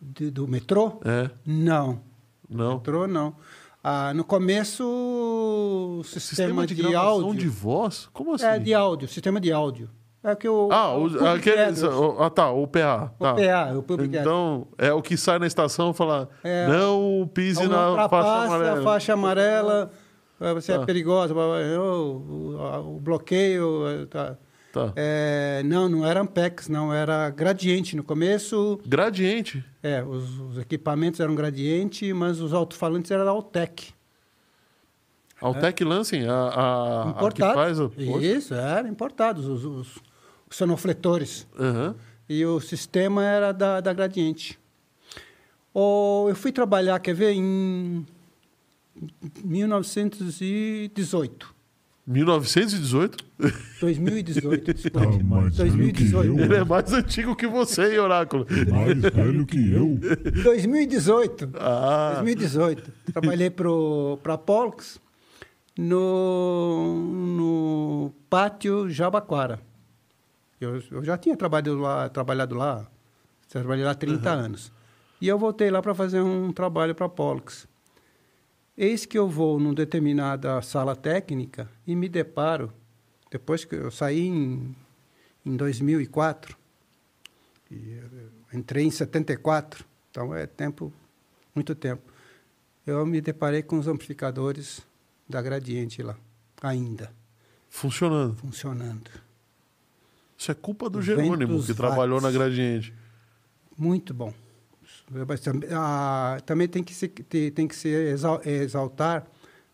[SPEAKER 2] De- do metrô?
[SPEAKER 1] É,
[SPEAKER 2] Não.
[SPEAKER 1] não.
[SPEAKER 2] Entrou, não. Ah, no começo, o sistema, de,
[SPEAKER 1] gravação
[SPEAKER 2] áudio.
[SPEAKER 1] de voz? Como assim?
[SPEAKER 2] É, de áudio, sistema de áudio. É que o.
[SPEAKER 1] Ah,
[SPEAKER 2] o
[SPEAKER 1] o,
[SPEAKER 2] Public
[SPEAKER 1] aqueles,
[SPEAKER 2] Address,
[SPEAKER 1] o- ah, tá, o PA.
[SPEAKER 2] o
[SPEAKER 1] tá.
[SPEAKER 2] PA, o Public Address.
[SPEAKER 1] Então, é o que sai na estação e fala:
[SPEAKER 2] É.
[SPEAKER 1] não pise na faixa amarela.
[SPEAKER 2] a faixa amarela, eh, você
[SPEAKER 1] Tá.
[SPEAKER 2] é perigosa, blá, blá, blá, o, o- a- o bloqueio. eh, Tá.
[SPEAKER 1] Tá.
[SPEAKER 2] É, não, não era Ampex, não, era gradiente. No começo,
[SPEAKER 1] Gradiente.
[SPEAKER 2] é, os, os equipamentos eram gradiente, mas os alto-falantes eram Altec. É.
[SPEAKER 1] Altec Lansing, a, a, a que
[SPEAKER 2] Importados.
[SPEAKER 1] faz o.
[SPEAKER 2] Isso, eram importados, os, os, os sonofletores.
[SPEAKER 1] Aham.
[SPEAKER 2] E o sistema era da, da Gradiente. Ou eu fui trabalhar, quer ver, em 1918.
[SPEAKER 1] 1918?
[SPEAKER 2] 2018, desculpa.
[SPEAKER 3] Ah, mas olha o que
[SPEAKER 2] 2018.
[SPEAKER 3] eu-
[SPEAKER 1] Ele é mais antigo que você, hein, Oráculo.
[SPEAKER 3] Mais velho que eu.
[SPEAKER 2] 2018.
[SPEAKER 1] Ah,
[SPEAKER 2] 2018. Trabalhei para a Polks no, no pátio Jabaquara. Eu, eu já tinha trabalhado lá, trabalhado lá, trabalhei lá há 30 anos. E eu voltei lá para fazer um trabalho para a Polks. Eis que eu vou numa determinada sala técnica e me deparo, depois que eu saí em, em 2004, e eh, entrei em 74, então é tempo, muito tempo. Eu me deparei com os amplificadores da Gradiente lá, ainda,
[SPEAKER 1] funcionando.
[SPEAKER 2] funcionando.
[SPEAKER 1] Isso é culpa do
[SPEAKER 2] Ventos
[SPEAKER 1] Jerônimo, que
[SPEAKER 2] Vates.
[SPEAKER 1] trabalhou na Gradiente.
[SPEAKER 2] Muito bom. Mas também, ah, também tem que se, te- tem que se exal- exaltar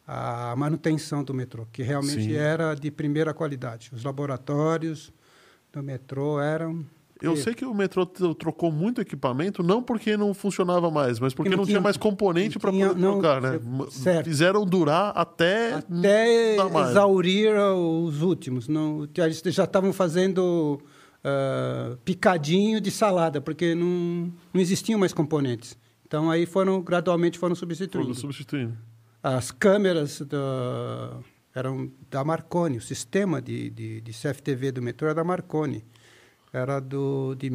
[SPEAKER 2] a manutenção do metrô, que realmente
[SPEAKER 1] Sim.
[SPEAKER 2] era de primeira qualidade. Os laboratórios do metrô eram.
[SPEAKER 1] Eu sei que o metrô t- trocou muito equipamento, não porque não funcionava mais, mas porque
[SPEAKER 2] Porque
[SPEAKER 1] não,
[SPEAKER 2] não
[SPEAKER 1] tinha,
[SPEAKER 2] tinha-
[SPEAKER 1] mais componente
[SPEAKER 2] não
[SPEAKER 1] para
[SPEAKER 2] tinha-
[SPEAKER 1] poder
[SPEAKER 2] não,
[SPEAKER 1] trocar, né?
[SPEAKER 2] cê-
[SPEAKER 1] M-
[SPEAKER 2] certo.
[SPEAKER 1] Fizeram durar até,
[SPEAKER 2] até
[SPEAKER 1] não dar mais.
[SPEAKER 2] exaurir os últimos. Não, eles já estavam fazendo ah, picadinho de salada, porque não, não existiam mais componentes. Então aí foram gradualmente foram
[SPEAKER 1] Foram
[SPEAKER 2] substituindo.
[SPEAKER 1] substituindo.
[SPEAKER 2] as câmeras da, eram da Marconi, o sistema de, de, de CFTV do metrô era da Marconi. Era do, de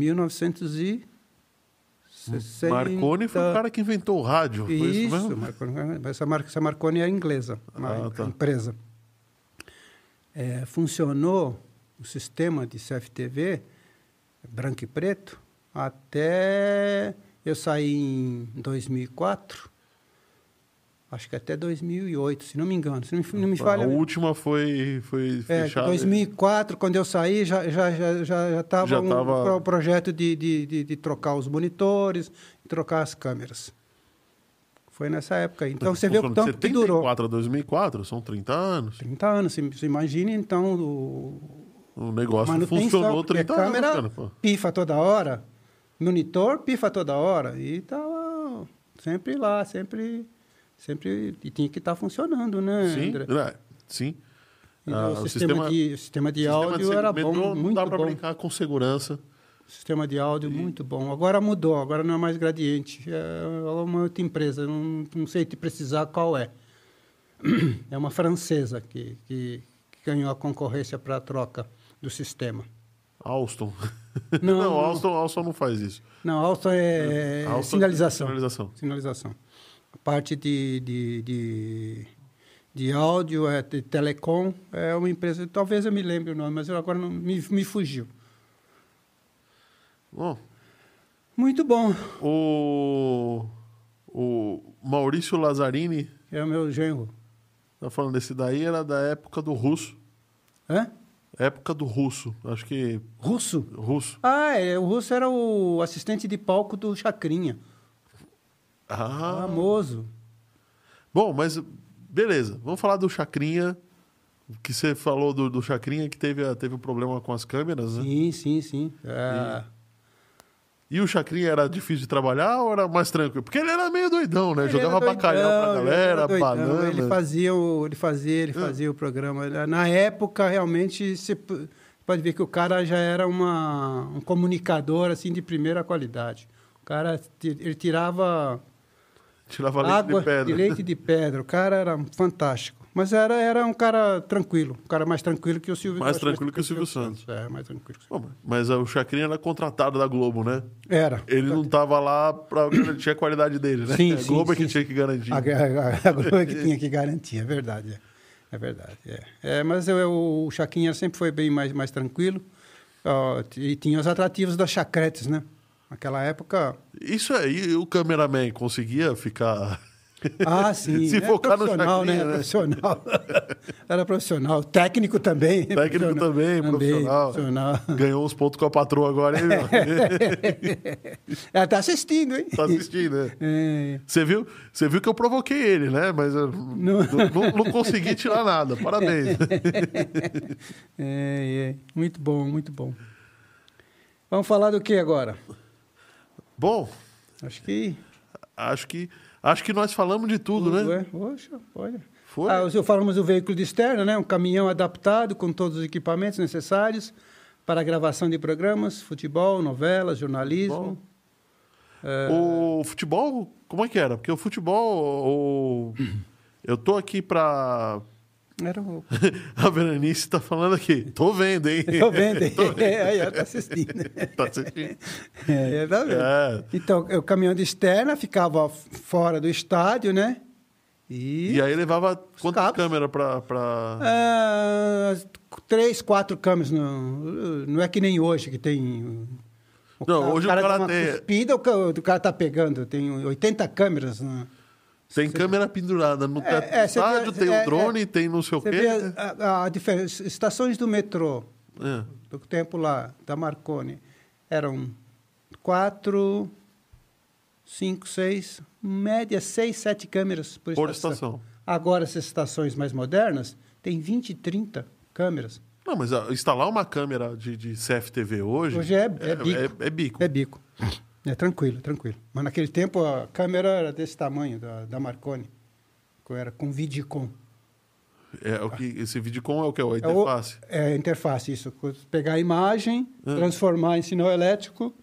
[SPEAKER 2] 1960.
[SPEAKER 1] Marconi foi o cara que inventou o rádio. foi isso
[SPEAKER 2] Isso,
[SPEAKER 1] mesmo?
[SPEAKER 2] Marconi, essa, Mar- essa Marconi era inglesa, uma
[SPEAKER 1] Ah, tá.
[SPEAKER 2] empresa. É, funcionou o sistema de CFTV, branco e preto, até eu saí em 2004, acho que até 2008, se não me engano, se não me, não me falha.
[SPEAKER 1] a última foi, foi
[SPEAKER 2] É,
[SPEAKER 1] fechada.
[SPEAKER 2] 2004, quando eu saí, já já já já já estava
[SPEAKER 1] Já
[SPEAKER 2] um
[SPEAKER 1] tava-
[SPEAKER 2] pro- projeto de, de, de, de trocar os monitores, trocar as câmeras. Foi nessa época. aí. Então você vê o
[SPEAKER 1] Funciona de
[SPEAKER 2] tanto que durou.
[SPEAKER 1] 74 a 2004, são 30 anos.
[SPEAKER 2] 30 anos, você- você imagina então o
[SPEAKER 1] O negócio
[SPEAKER 2] manutenção,
[SPEAKER 1] funcionou
[SPEAKER 2] porque
[SPEAKER 1] 30
[SPEAKER 2] a
[SPEAKER 1] anos,
[SPEAKER 2] é câmera
[SPEAKER 1] cara, pô.
[SPEAKER 2] pifa toda hora, monitor pifa toda hora e tava sempre lá, sempre sempre e tinha que estar funcionando, né,
[SPEAKER 1] Sim,
[SPEAKER 2] André?
[SPEAKER 1] é, sim.
[SPEAKER 2] E
[SPEAKER 1] Ah,
[SPEAKER 2] o, sistema de o sistema de
[SPEAKER 1] sistema
[SPEAKER 2] áudio
[SPEAKER 1] segmento
[SPEAKER 2] era bom,
[SPEAKER 1] não
[SPEAKER 2] muito
[SPEAKER 1] dá pra
[SPEAKER 2] bom.
[SPEAKER 1] brincar com segurança.
[SPEAKER 2] Sistema de áudio muito bom. Agora mudou, agora não é mais Gradiente. É uma outra empresa, não, não sei te precisar qual é. É uma francesa que, que, que ganhou a concorrência para a troca do sistema.
[SPEAKER 1] Alstom.
[SPEAKER 2] Não,
[SPEAKER 1] Não,
[SPEAKER 2] não.
[SPEAKER 1] Alstom, Alstom não faz isso.
[SPEAKER 2] Não, Alstom é, é
[SPEAKER 1] Alstom é
[SPEAKER 2] sinalização.
[SPEAKER 1] sinalização.
[SPEAKER 2] Sinalização. A parte de, de, de, de áudio, é, de telecom, é uma empresa, talvez eu me lembre o nome, mas eu agora não, me, me fugiu.
[SPEAKER 1] Bom,
[SPEAKER 2] Muito bom.
[SPEAKER 1] o, o Maurício Lazzarini,
[SPEAKER 2] É o meu genro.
[SPEAKER 1] tá falando desse daí, era da época do russo.
[SPEAKER 2] Hã?
[SPEAKER 1] Época do russo. Acho que
[SPEAKER 2] Russo?
[SPEAKER 1] russo.
[SPEAKER 2] Ah, é, o Russo era o assistente de palco do Chacrinha.
[SPEAKER 1] Ah,
[SPEAKER 2] Famoso.
[SPEAKER 1] Bom, mas beleza. Vamos falar do Chacrinha. Que você falou do, do Chacrinha que teve, a- teve um problema com as câmeras, né?
[SPEAKER 2] Sim, sim, sim. É,
[SPEAKER 1] E o Chacrinha era difícil de trabalhar ou era mais tranquilo? Porque ele era meio doidão, né?
[SPEAKER 2] ele
[SPEAKER 1] Jogava
[SPEAKER 2] era doidão,
[SPEAKER 1] bacalhau pra
[SPEAKER 2] ele
[SPEAKER 1] galera, Ah.
[SPEAKER 2] era doidão,
[SPEAKER 1] banana.
[SPEAKER 2] Ele fazia, o, ele fazia, ele
[SPEAKER 1] Hã?
[SPEAKER 2] fazia o programa. Na época, realmente, você p- pode ver que o cara já era uma, um comunicador assim de primeira qualidade. O cara, ti- ele tirava
[SPEAKER 1] Tirava leite
[SPEAKER 2] água
[SPEAKER 1] de pedra.
[SPEAKER 2] leite de pedra. O cara era um fantástico. Mas era, era um cara tranquilo. Um cara mais tranquilo que o Silvio
[SPEAKER 1] Mais
[SPEAKER 2] acho
[SPEAKER 1] tranquilo que o Silvio Santos.
[SPEAKER 2] É, mais tranquilo. que o Silvio
[SPEAKER 1] Bom, mas- mas ah, o Chacrinha era contratado da Globo, né?
[SPEAKER 2] Era.
[SPEAKER 1] Ele não tava lá pra garantir a qualidade dele, né?
[SPEAKER 2] Então- Sim,
[SPEAKER 1] a
[SPEAKER 2] sim,
[SPEAKER 1] Globo é que
[SPEAKER 2] sim.
[SPEAKER 1] tinha que garantir.
[SPEAKER 2] A, a, a Globo é que tinha que garantir, é verdade. É, É verdade. É. É, mas eu, eu- o Chaquinha sempre foi bem mais, mais tranquilo. Ó, t- e tinha os atrativos das chacretes, né? Naquela época.
[SPEAKER 1] Isso aí, o cameraman conseguia ficar...
[SPEAKER 2] Ah, sim.
[SPEAKER 1] Se
[SPEAKER 2] era
[SPEAKER 1] focar no
[SPEAKER 2] profissional,
[SPEAKER 1] Chacrinha,
[SPEAKER 2] né? Era
[SPEAKER 1] né?
[SPEAKER 2] profissional. Era profissional. Técnico também.
[SPEAKER 1] Técnico também, profissional.
[SPEAKER 2] profissional.
[SPEAKER 1] Ganhou uns pontos com a patroa agora, hein? meu?
[SPEAKER 2] Ela tá assistindo, hein?
[SPEAKER 1] tá assistindo, né?
[SPEAKER 2] É.
[SPEAKER 1] Você viu, você viu que eu provoquei ele, né? Mas eu não, não- não consegui tirar nada. Parabéns.
[SPEAKER 2] É, é. Muito bom, muito bom. Vamos falar do que agora?
[SPEAKER 1] Bom,
[SPEAKER 2] Acho que
[SPEAKER 1] acho que, acho que nós falamos de tudo, né?
[SPEAKER 2] é. Poxa, olha.
[SPEAKER 1] Foi.
[SPEAKER 2] Ah, se falamos do veículo de externo, né? Um caminhão adaptado com todos os equipamentos necessários para a gravação de programas, futebol, novelas, jornalismo. É,
[SPEAKER 1] O futebol, como é que era? Porque o futebol, o- eu tô aqui pra...
[SPEAKER 2] É, Era um- o...
[SPEAKER 1] A Veranice tá falando aqui. Tô vendo, hein?
[SPEAKER 2] Tô vendo, hein? É, aí ela tá assistindo.
[SPEAKER 1] Tá assistindo?
[SPEAKER 2] É, tá vendo.
[SPEAKER 1] É.
[SPEAKER 2] Então, o caminhão de externa ficava f- fora do estádio, né?
[SPEAKER 1] E aí levava quantas
[SPEAKER 2] cabos.
[SPEAKER 1] câmeras pra... pra...
[SPEAKER 2] Ah, as três, quatro câmeras. Não, não é que nem hoje, que tem. um-
[SPEAKER 1] Não, hoje o cara
[SPEAKER 2] dá uma
[SPEAKER 1] tem-
[SPEAKER 2] Cuspida, o ca- o cara tá pegando. Tem 80 câmeras. Né?
[SPEAKER 1] Tem câmera pendurada no teto do
[SPEAKER 2] é, você vê-
[SPEAKER 1] estádio, tem
[SPEAKER 2] é,
[SPEAKER 1] o drone, tem não sei o
[SPEAKER 2] Você
[SPEAKER 1] quê.
[SPEAKER 2] vê a, a- a diferença. Estações do metrô,
[SPEAKER 1] É.
[SPEAKER 2] do tempo lá, da Marconi, eram quatro, cinco, seis, média seis, sete câmeras por,
[SPEAKER 1] Por estação.
[SPEAKER 2] Agora, essas estações mais modernas, tem 20, 30 câmeras.
[SPEAKER 1] Não, mas ah, instalar uma câmera de, de CFTV hoje.
[SPEAKER 2] Hoje é- é bico.
[SPEAKER 1] É, é bico.
[SPEAKER 2] É bico. É tranquilo, tranquilo. Mas naquele tempo a câmera era desse tamanho, da, da Marconi. que Era com Vidicom.
[SPEAKER 1] É o que, esse Vidicom é o que? A
[SPEAKER 2] É o-
[SPEAKER 1] interface.
[SPEAKER 2] É a interface, isso. Pegar a imagem,
[SPEAKER 1] Ah.
[SPEAKER 2] transformar em sinal elétrico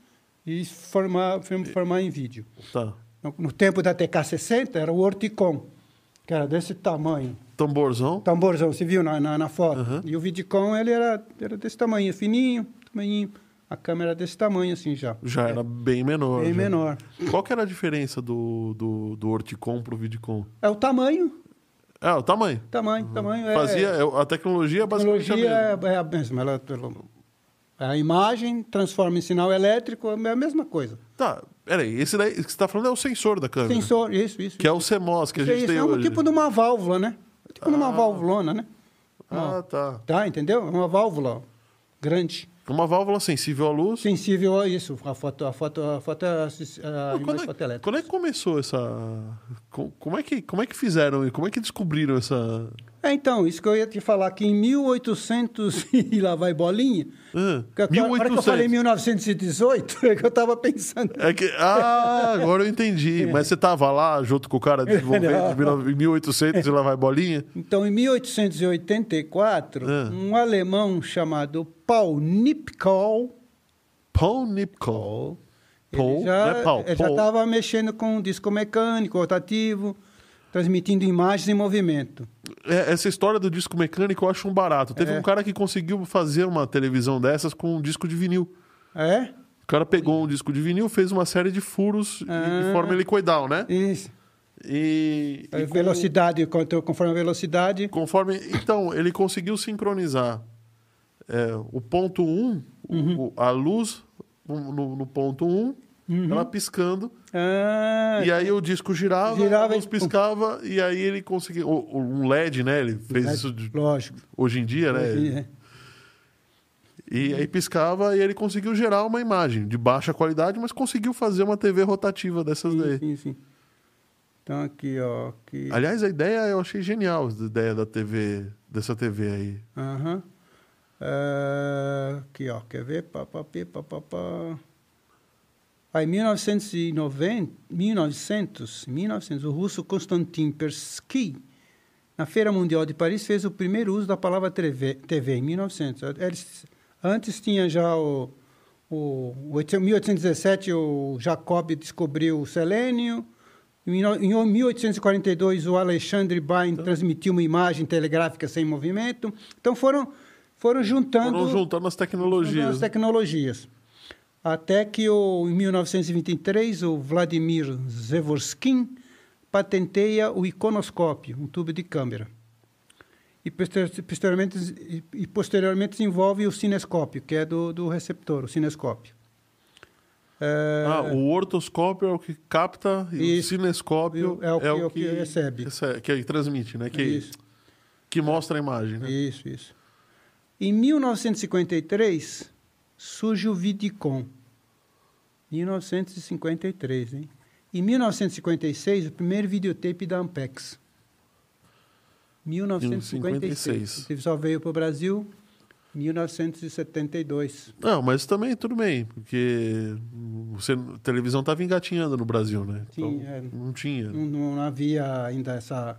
[SPEAKER 2] e formar, transformar em vídeo.
[SPEAKER 1] Tá.
[SPEAKER 2] No, no tempo da TK60 era o Orticom. que era desse tamanho. Tá.
[SPEAKER 1] Tamborzão.
[SPEAKER 2] Tamborzão, você viu na, na, na foto?
[SPEAKER 1] Aham.
[SPEAKER 2] E o Vidicom, ele era, era desse tamanho, fininho, tamanhinho. A câmera desse tamanho, assim, já.
[SPEAKER 1] Já era bem menor. né?
[SPEAKER 2] Bem
[SPEAKER 1] já.
[SPEAKER 2] menor.
[SPEAKER 1] Qual que era a diferença do, do, do Orticon pro Vidicon?
[SPEAKER 2] É o tamanho,
[SPEAKER 1] É, o tamanho.
[SPEAKER 2] tamanho, tamanho. é-
[SPEAKER 1] Fazia, é, a tecnologia é basicamente
[SPEAKER 2] tecnologia
[SPEAKER 1] a mesma.
[SPEAKER 2] é, é a mesma. Ela, pelo- é a imagem transforma em sinal elétrico, é a mesma coisa.
[SPEAKER 1] Tá, peraí. Esse daí que você tá falando é o sensor da câmera.
[SPEAKER 2] Sensor, isso, isso.
[SPEAKER 1] Que é o CMOS que a
[SPEAKER 2] isso,
[SPEAKER 1] gente
[SPEAKER 2] isso
[SPEAKER 1] tem
[SPEAKER 2] é um
[SPEAKER 1] hoje.
[SPEAKER 2] tipo de uma válvula, né? É tipo de uma
[SPEAKER 1] Ah.
[SPEAKER 2] válvulona, né?
[SPEAKER 1] Ah, tá.
[SPEAKER 2] Tá, entendeu? É uma válvula grande,
[SPEAKER 1] Uma válvula sensível à luz.
[SPEAKER 2] sensível a isso. A foto, a foto, a foto, a, a
[SPEAKER 1] Pô,
[SPEAKER 2] imagem
[SPEAKER 1] quando, é,
[SPEAKER 2] fotoelétrica.
[SPEAKER 1] quando é que começou essa. co- Como é que, como é que fizeram e como é que descobriram essa.
[SPEAKER 2] É, então, isso que eu ia te falar, que em 1800 e lá vai bolinha,
[SPEAKER 1] Ah,
[SPEAKER 2] que a- a hora que eu
[SPEAKER 1] 1800.
[SPEAKER 2] falei 1918, é que eu estava pensando.
[SPEAKER 1] É que, ah, agora eu entendi. Mas você tava lá junto com o cara desenvolvendo
[SPEAKER 2] Não.
[SPEAKER 1] em 19- 1800 e lá vai bolinha?
[SPEAKER 2] Então, em 1884,
[SPEAKER 1] Ah.
[SPEAKER 2] um alemão chamado Paul Nipkow,
[SPEAKER 1] Paul Nipkow. Paul,
[SPEAKER 2] ele já
[SPEAKER 1] né, Paul? Paul.
[SPEAKER 2] estava mexendo com um disco mecânico, rotativo, transmitindo imagens em movimento.
[SPEAKER 1] É, essa história do disco mecânico eu acho um barato. Teve
[SPEAKER 2] É.
[SPEAKER 1] um cara que conseguiu fazer uma televisão dessas com um disco de vinil.
[SPEAKER 2] É?
[SPEAKER 1] O cara pegou um disco de vinil, fez uma série de furos de- de
[SPEAKER 2] Ah.
[SPEAKER 1] forma helicoidal, né?
[SPEAKER 2] Isso. É
[SPEAKER 1] E, e com-
[SPEAKER 2] velocidade, quanto- conforme a velocidade.
[SPEAKER 1] conforme. Então, ele conseguiu sincronizar é, o ponto 1, um, o- a luz no, no- no ponto 1, um, ela piscando.
[SPEAKER 2] Ah,
[SPEAKER 1] E aí o disco girava,
[SPEAKER 2] Girava
[SPEAKER 1] a luz
[SPEAKER 2] e-
[SPEAKER 1] piscava, e aí ele conseguiu. o- o- Um LED, né? Ele fez
[SPEAKER 2] né?
[SPEAKER 1] isso de-
[SPEAKER 2] Lógico.
[SPEAKER 1] hoje em dia, né?
[SPEAKER 2] É.
[SPEAKER 1] E aí piscava e ele conseguiu gerar uma imagem de baixa qualidade, mas conseguiu fazer uma TV rotativa dessas daí.
[SPEAKER 2] Sim, sim. Então, aqui, ó. Aqui.
[SPEAKER 1] Aliás, a ideia eu achei genial, a ideia da TV, dessa TV aí.
[SPEAKER 2] Aham. Ah, aqui, ó, quer ver? Pá, pá, pê, pá, pá, pá. Aí, 1990, 1900, 1900, o russo Konstantin Persky, na Feira Mundial de Paris, fez o primeiro uso da palavra TV, TV em 1900. Eles- antes tinha já o, o, o 800 1817, o Jacob descobriu o selênio. Em 19- Em 1842, o Alexandre Bain transmitiu uma imagem telegráfica sem movimento. Então, foram, foram juntando
[SPEAKER 1] Foram juntando as
[SPEAKER 2] as
[SPEAKER 1] tecnologias. né?
[SPEAKER 2] tecnologias. Até que, o, em 1923, o Vladimir Zevorskin patenteia o iconoscópio, um tubo de câmera. E poster- posteriormente, e- e posteriormente desenvolve o cinescópio, que é do, do receptor, o cinescópio. É,
[SPEAKER 1] Ah, o ortoscópio é o que capta e
[SPEAKER 2] Isso.
[SPEAKER 1] o cinescópio
[SPEAKER 2] É o que- é o que recebe.
[SPEAKER 1] Que aí transmite, né? Que,
[SPEAKER 2] é isso,
[SPEAKER 1] que mostra a imagem, né?
[SPEAKER 2] isso, isso. Em 1953, surge o Vidicom. 1953, hein? Em 1956, o primeiro videotape da Ampex. 1956.
[SPEAKER 1] 1956.
[SPEAKER 2] Ele só veio para o Brasil em 1972.
[SPEAKER 1] Não, mas também tudo bem, porque hum, você, a televisão estava engatinhando no Brasil, né?
[SPEAKER 2] Sim,
[SPEAKER 1] Então,
[SPEAKER 2] é.
[SPEAKER 1] Não tinha.
[SPEAKER 2] Não, não havia ainda essa.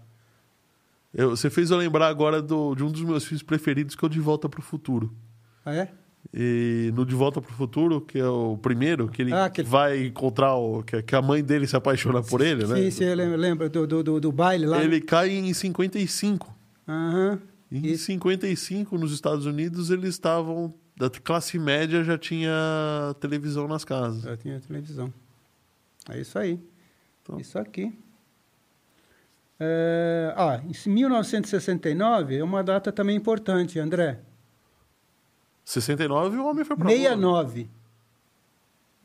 [SPEAKER 1] Eu- você fez eu lembrar agora do- de um dos meus filmes preferidos, que é o De Volta para o Futuro.
[SPEAKER 2] Ah, é?
[SPEAKER 1] E no De Volta para o Futuro, que é o primeiro, que ele
[SPEAKER 2] Ah, aquele-
[SPEAKER 1] vai encontrar o. Que, que a mãe dele se apaixona por ele, né?
[SPEAKER 2] Sim, sim, eu lembro, lembro do, do, do, do baile lá.
[SPEAKER 1] Ele cai em 55.
[SPEAKER 2] Aham.
[SPEAKER 1] Em
[SPEAKER 2] Isso.
[SPEAKER 1] 55, nos Estados Unidos, eles estavam. Da classe média já tinha televisão nas casas.
[SPEAKER 2] Já tinha televisão. É isso aí.
[SPEAKER 1] Então.
[SPEAKER 2] Isso aqui. É, ah, em 1969 é uma data também importante, André.
[SPEAKER 1] 69 o homem foi pra lua.
[SPEAKER 2] 69.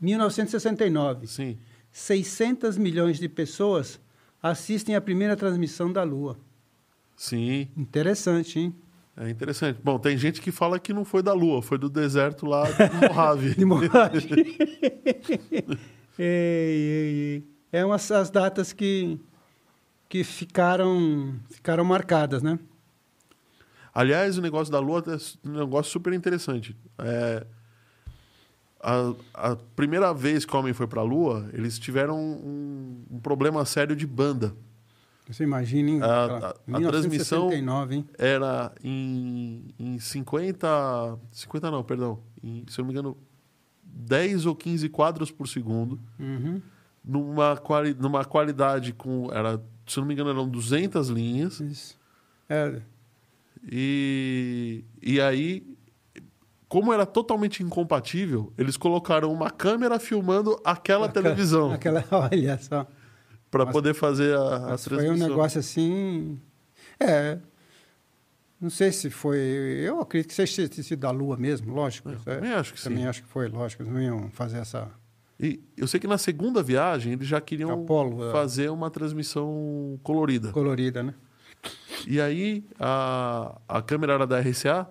[SPEAKER 2] 1969.
[SPEAKER 1] Sim.
[SPEAKER 2] 600 milhões de pessoas assistem à primeira transmissão da Lua.
[SPEAKER 1] Sim,
[SPEAKER 2] Interessante, hein?
[SPEAKER 1] é interessante. Bom, tem gente que fala que não foi da Lua, foi do deserto lá de Mojave.
[SPEAKER 2] De Mojave. ei, ei, ei. É umas as datas que, que ficaram, ficaram marcadas, né?
[SPEAKER 1] Aliás, o negócio da Lua é um negócio super interessante. É, a, a primeira vez que o homem foi para a Lua, eles tiveram um, um problema sério de banda.
[SPEAKER 2] Você imagina, hein?
[SPEAKER 1] A-
[SPEAKER 2] Aquela-
[SPEAKER 1] a- a
[SPEAKER 2] 1969, hein?
[SPEAKER 1] Era em, em 50. 50 não, perdão. Em, se eu não me engano, 10 ou 15 quadros por segundo.
[SPEAKER 2] Uhum.
[SPEAKER 1] numa, quali numa qualidade com. Era se eu não me engano, eram 200 linhas.
[SPEAKER 2] Isso. É,
[SPEAKER 1] E, e aí, como era totalmente incompatível, eles colocaram uma câmera filmando aquela televisão
[SPEAKER 2] Aquela, olha só.
[SPEAKER 1] para
[SPEAKER 2] Mas-
[SPEAKER 1] poder fazer a, a
[SPEAKER 2] Mas foi
[SPEAKER 1] transmissão.
[SPEAKER 2] um negócio assim. É. Não sei se foi. Eu acredito que seja ter sido da Lua mesmo, lógico.
[SPEAKER 1] Eu
[SPEAKER 2] isso é.
[SPEAKER 1] também acho que
[SPEAKER 2] Também
[SPEAKER 1] sim.
[SPEAKER 2] acho que foi, lógico. Eles não iam fazer essa.
[SPEAKER 1] E eu sei que na segunda viagem eles já queriam
[SPEAKER 2] Apolo, é.
[SPEAKER 1] fazer uma transmissão colorida.
[SPEAKER 2] colorida, né?
[SPEAKER 1] E aí a, a câmera era da RCA.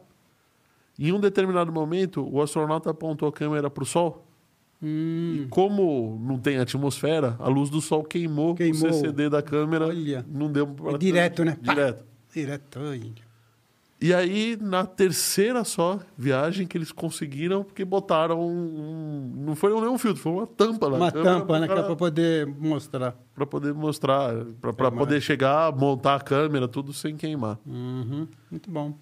[SPEAKER 1] Em um determinado momento, o astronauta apontou a câmera para o Sol.
[SPEAKER 2] Hum,
[SPEAKER 1] Como não tem atmosfera, a luz do Sol queimou,
[SPEAKER 2] Queimou.
[SPEAKER 1] o CCD da câmera.
[SPEAKER 2] Olha.
[SPEAKER 1] Não deu pra
[SPEAKER 2] É direto, né? Pá!
[SPEAKER 1] Direto.
[SPEAKER 2] direto aí.
[SPEAKER 1] E aí, na terceira só viagem que eles conseguiram, porque botaram um. um- não foi nenhum filtro, foi uma tampa na
[SPEAKER 2] Uma
[SPEAKER 1] câmera.
[SPEAKER 2] tampa,
[SPEAKER 1] pro
[SPEAKER 2] né? Que é
[SPEAKER 1] cara-
[SPEAKER 2] para poder mostrar.
[SPEAKER 1] Pra poder mostrar, pra, pra
[SPEAKER 2] É, mas-
[SPEAKER 1] poder chegar, montar a câmera, tudo sem queimar.
[SPEAKER 2] Uhum, muito bom.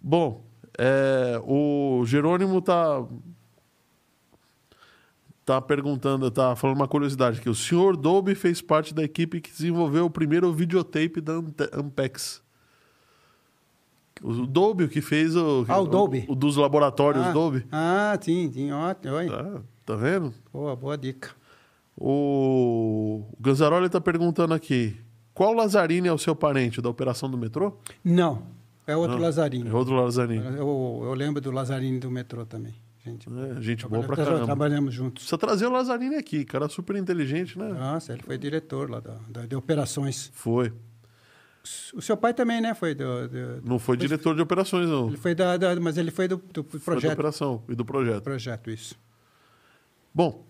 [SPEAKER 1] Bom, é, o Jerônimo tá. Tá perguntando, tá falando uma curiosidade que o senhor Dolby fez parte da equipe que desenvolveu o primeiro videotape da Ante- Ampex. O Dolby, o que fez o.
[SPEAKER 2] Ah, o Dolby.
[SPEAKER 1] O, dos laboratórios
[SPEAKER 2] ah,
[SPEAKER 1] Dolby.
[SPEAKER 2] Ah, sim, sim. Ótimo. Oi.
[SPEAKER 1] Tá, tá vendo?
[SPEAKER 2] Boa, boa dica.
[SPEAKER 1] O, o Ganzaroli tá perguntando aqui: qual Lazzarini é o seu parente da operação do metrô?
[SPEAKER 2] Não, é outro
[SPEAKER 1] Não,
[SPEAKER 2] Lazarinho.
[SPEAKER 1] É outro Lazzarini.
[SPEAKER 2] Eu, eu lembro do Lazarinho do metrô também. Gente,
[SPEAKER 1] É, gente boa pra
[SPEAKER 2] Trabalha- tra-
[SPEAKER 1] caramba.
[SPEAKER 2] Trabalhamos juntos.
[SPEAKER 1] Precisa trazer o Lazzarini aqui, cara super inteligente, né?
[SPEAKER 2] Nossa, ele foi diretor lá da, da- de operações.
[SPEAKER 1] Foi.
[SPEAKER 2] O seu pai também, né? Foi do, do-
[SPEAKER 1] Não foi
[SPEAKER 2] Mas-
[SPEAKER 1] diretor de operações, não.
[SPEAKER 2] ele foi da, da- mas ele foi do, do
[SPEAKER 1] Foi da
[SPEAKER 2] projeto.
[SPEAKER 1] operação e do projeto.
[SPEAKER 2] projeto isso.
[SPEAKER 1] Bom,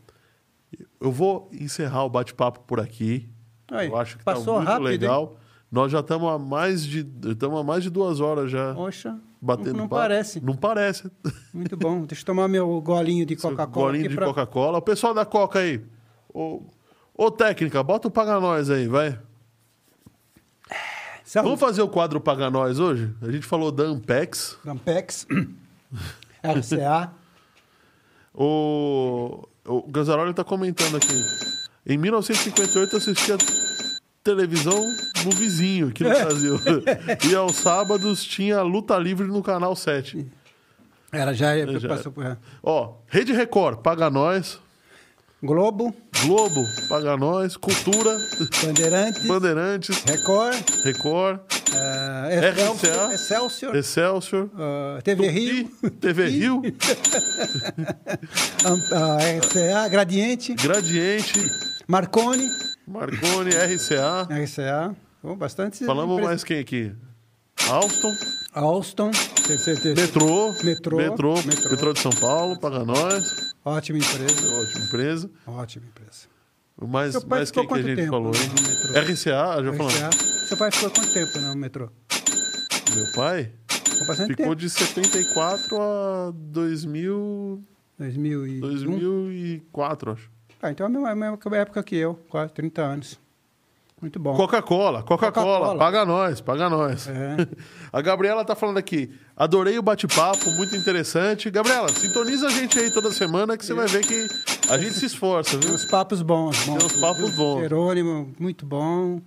[SPEAKER 1] eu vou encerrar o bate-papo por aqui.
[SPEAKER 2] Aí,
[SPEAKER 1] eu acho que
[SPEAKER 2] passou
[SPEAKER 1] tá muito
[SPEAKER 2] rápido, hein?
[SPEAKER 1] legal. Nós já estamos a mais de. Estamos a mais de duas horas já
[SPEAKER 2] Oxa,
[SPEAKER 1] né? batendo
[SPEAKER 2] não, não
[SPEAKER 1] papo.
[SPEAKER 2] parece.
[SPEAKER 1] Não parece.
[SPEAKER 2] Muito bom. Deixa eu tomar meu golinho de Coca-Cola.
[SPEAKER 1] Golinho
[SPEAKER 2] aqui
[SPEAKER 1] de
[SPEAKER 2] pra-
[SPEAKER 1] Coca-Cola. O pessoal da Coca aí. Ô, ô técnica, bota o Paga Nós aí, vai.
[SPEAKER 2] Tá
[SPEAKER 1] Vamos
[SPEAKER 2] Saúde.
[SPEAKER 1] fazer o quadro Paga Nós hoje? A gente falou da Ampex.
[SPEAKER 2] Gampex, RCA.
[SPEAKER 1] O, o Ganzaroli tá comentando aqui. Em 1958 eu assistia televisão no vizinho aqui no Brasil. e aos sábados tinha luta livre no canal 7.
[SPEAKER 2] Era já,
[SPEAKER 1] já
[SPEAKER 2] passou por. é.
[SPEAKER 1] Ó, Rede Record, paga nós.
[SPEAKER 2] Globo,
[SPEAKER 1] Globo, paga nós. Cultura,
[SPEAKER 2] Bandeirantes,
[SPEAKER 1] Bandeirantes,
[SPEAKER 2] Record,
[SPEAKER 1] Record,
[SPEAKER 2] uh,
[SPEAKER 1] RCA,
[SPEAKER 2] Excelsior, Excelsior
[SPEAKER 1] Excelsior,
[SPEAKER 2] ah, TV Rio,
[SPEAKER 1] É Tupi, TV Rio,
[SPEAKER 2] ah, RCA, Gradiente,
[SPEAKER 1] Gradiente,
[SPEAKER 2] Marconi,
[SPEAKER 1] Marconi, RCA.
[SPEAKER 2] RCA. Oh, bastante.
[SPEAKER 1] Falamos
[SPEAKER 2] empresa.
[SPEAKER 1] mais quem aqui? Alston.
[SPEAKER 2] Alston, CCT,
[SPEAKER 1] Metrô.
[SPEAKER 2] Metrô.
[SPEAKER 1] Metrô.
[SPEAKER 2] Metrô.
[SPEAKER 1] Metrô de São Paulo, paga nós. É
[SPEAKER 2] ótima empresa.
[SPEAKER 1] Ótima empresa.
[SPEAKER 2] Ótima empresa.
[SPEAKER 1] Mas,
[SPEAKER 2] Seu pai
[SPEAKER 1] mas
[SPEAKER 2] ficou
[SPEAKER 1] quem que a
[SPEAKER 2] quanto
[SPEAKER 1] gente
[SPEAKER 2] tempo
[SPEAKER 1] falou, hein?
[SPEAKER 2] no metrô?
[SPEAKER 1] RCA, já
[SPEAKER 2] RCA.
[SPEAKER 1] falando.
[SPEAKER 2] Seu pai ficou quanto tempo no metrô?
[SPEAKER 1] Meu pai
[SPEAKER 2] Ficou bastante
[SPEAKER 1] ficou
[SPEAKER 2] tempo.
[SPEAKER 1] de 74 a 2000,
[SPEAKER 2] 2001.
[SPEAKER 1] 2004, acho.
[SPEAKER 2] Ah, então é a mesma, a mesma época que eu, quase 30 anos. Muito bom.
[SPEAKER 1] Coca-Cola, Coca-Cola,
[SPEAKER 2] Coca-Cola.
[SPEAKER 1] paga nós, paga nós.
[SPEAKER 2] É.
[SPEAKER 1] A Gabriela tá falando aqui, adorei o bate-papo, muito interessante. Gabriela, sintoniza a gente aí toda semana que você vai ver que a gente se esforça,
[SPEAKER 2] Tem
[SPEAKER 1] viu?
[SPEAKER 2] uns papos bons. bons
[SPEAKER 1] Tem uns papos
[SPEAKER 2] viu?
[SPEAKER 1] bons.
[SPEAKER 2] Jerônimo, muito bom.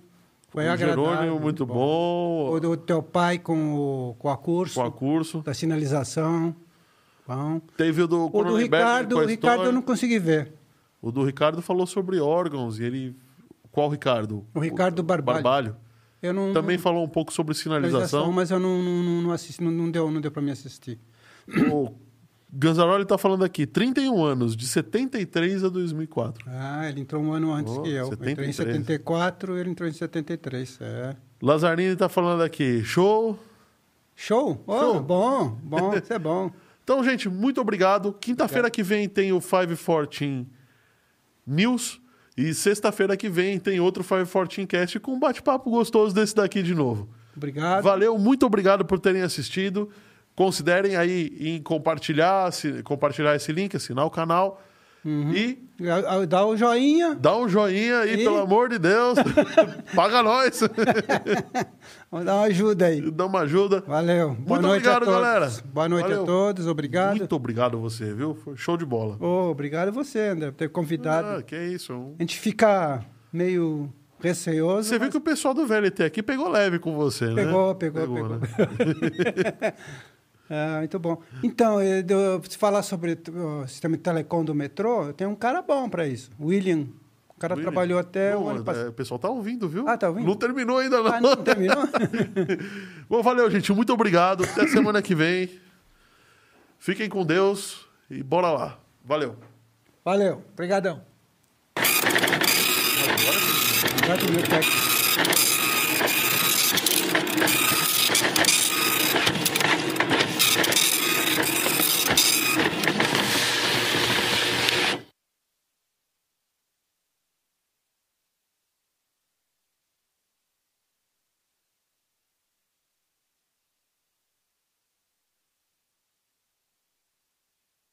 [SPEAKER 2] Foi
[SPEAKER 1] o
[SPEAKER 2] é agradável.
[SPEAKER 1] Jerônimo, muito bom.
[SPEAKER 2] O do teu pai com o, com a curso,
[SPEAKER 1] Com a curso.
[SPEAKER 2] da sinalização. Bom.
[SPEAKER 1] Teve o do
[SPEAKER 2] O do
[SPEAKER 1] Cronenberg
[SPEAKER 2] Ricardo,
[SPEAKER 1] com a
[SPEAKER 2] o Ricardo
[SPEAKER 1] história.
[SPEAKER 2] eu não consegui ver.
[SPEAKER 1] O do Ricardo falou sobre órgãos e ele. Qual Ricardo?
[SPEAKER 2] O Ricardo Barbalho. Uhum. Eu não,
[SPEAKER 1] Também falou um pouco sobre sinalização.
[SPEAKER 2] Mas eu não, não, não- não assisti, não, não deu, não deu para me assistir.
[SPEAKER 1] O Ganzaroli tá falando aqui, 31 anos, de 73 a 2004.
[SPEAKER 2] Ah, ele entrou um ano antes
[SPEAKER 1] Oh,
[SPEAKER 2] que eu. Eu entrei em
[SPEAKER 1] 73.
[SPEAKER 2] 74, ele entrou em 73. É.
[SPEAKER 1] Lazarine tá falando aqui, show.
[SPEAKER 2] Show? Oh,
[SPEAKER 1] Show.
[SPEAKER 2] Bom, bom, isso é bom.
[SPEAKER 1] Então, gente, muito obrigado. Quinta-feira que vem tem o 514 News. E sexta-feira que vem tem outro 514 Cast com um bate-papo gostoso desse daqui de novo.
[SPEAKER 2] Obrigado.
[SPEAKER 1] Valeu, muito obrigado por terem assistido. Considerem aí em compartilhar, se- compartilhar esse link, assinar o canal. E
[SPEAKER 2] Ah, ah, Dá o joinha.
[SPEAKER 1] dá um joinha aí,
[SPEAKER 2] E?
[SPEAKER 1] pelo amor de Deus. Paga nós.
[SPEAKER 2] Vamos dar uma ajuda aí.
[SPEAKER 1] dá uma ajuda.
[SPEAKER 2] Valeu. Boa
[SPEAKER 1] Muito
[SPEAKER 2] noite
[SPEAKER 1] obrigado,
[SPEAKER 2] a todos.
[SPEAKER 1] galera.
[SPEAKER 2] Boa noite
[SPEAKER 1] Valeu.
[SPEAKER 2] a todos. Obrigado.
[SPEAKER 1] Muito obrigado a você, viu? Foi show de bola.
[SPEAKER 2] Ô, obrigado a você, André, por ter convidado.
[SPEAKER 1] Ah, que isso. um-
[SPEAKER 2] A gente fica meio receoso.
[SPEAKER 1] Você viu
[SPEAKER 2] mas
[SPEAKER 1] que o pessoal do VLT aqui pegou leve com você, né?
[SPEAKER 2] Pegou, pegou, pegou.
[SPEAKER 1] né?
[SPEAKER 2] Ah, muito bom. Então, eh, do- se falar sobre t- o sistema de telecom do metrô, tem um cara bom para isso, William. O cara
[SPEAKER 1] William.
[SPEAKER 2] trabalhou até
[SPEAKER 1] Bom,
[SPEAKER 2] o ano
[SPEAKER 1] é,
[SPEAKER 2] passado.
[SPEAKER 1] O pessoal tá ouvindo, viu?
[SPEAKER 2] Ah, tá ouvindo?
[SPEAKER 1] Não terminou ainda, não.
[SPEAKER 2] Ah, não terminou?
[SPEAKER 1] Bom, valeu, gente. Muito obrigado. Até semana que vem. Fiquem com Deus e bora lá. Valeu.
[SPEAKER 2] Valeu, obrigadão. Vai pro meu técnico.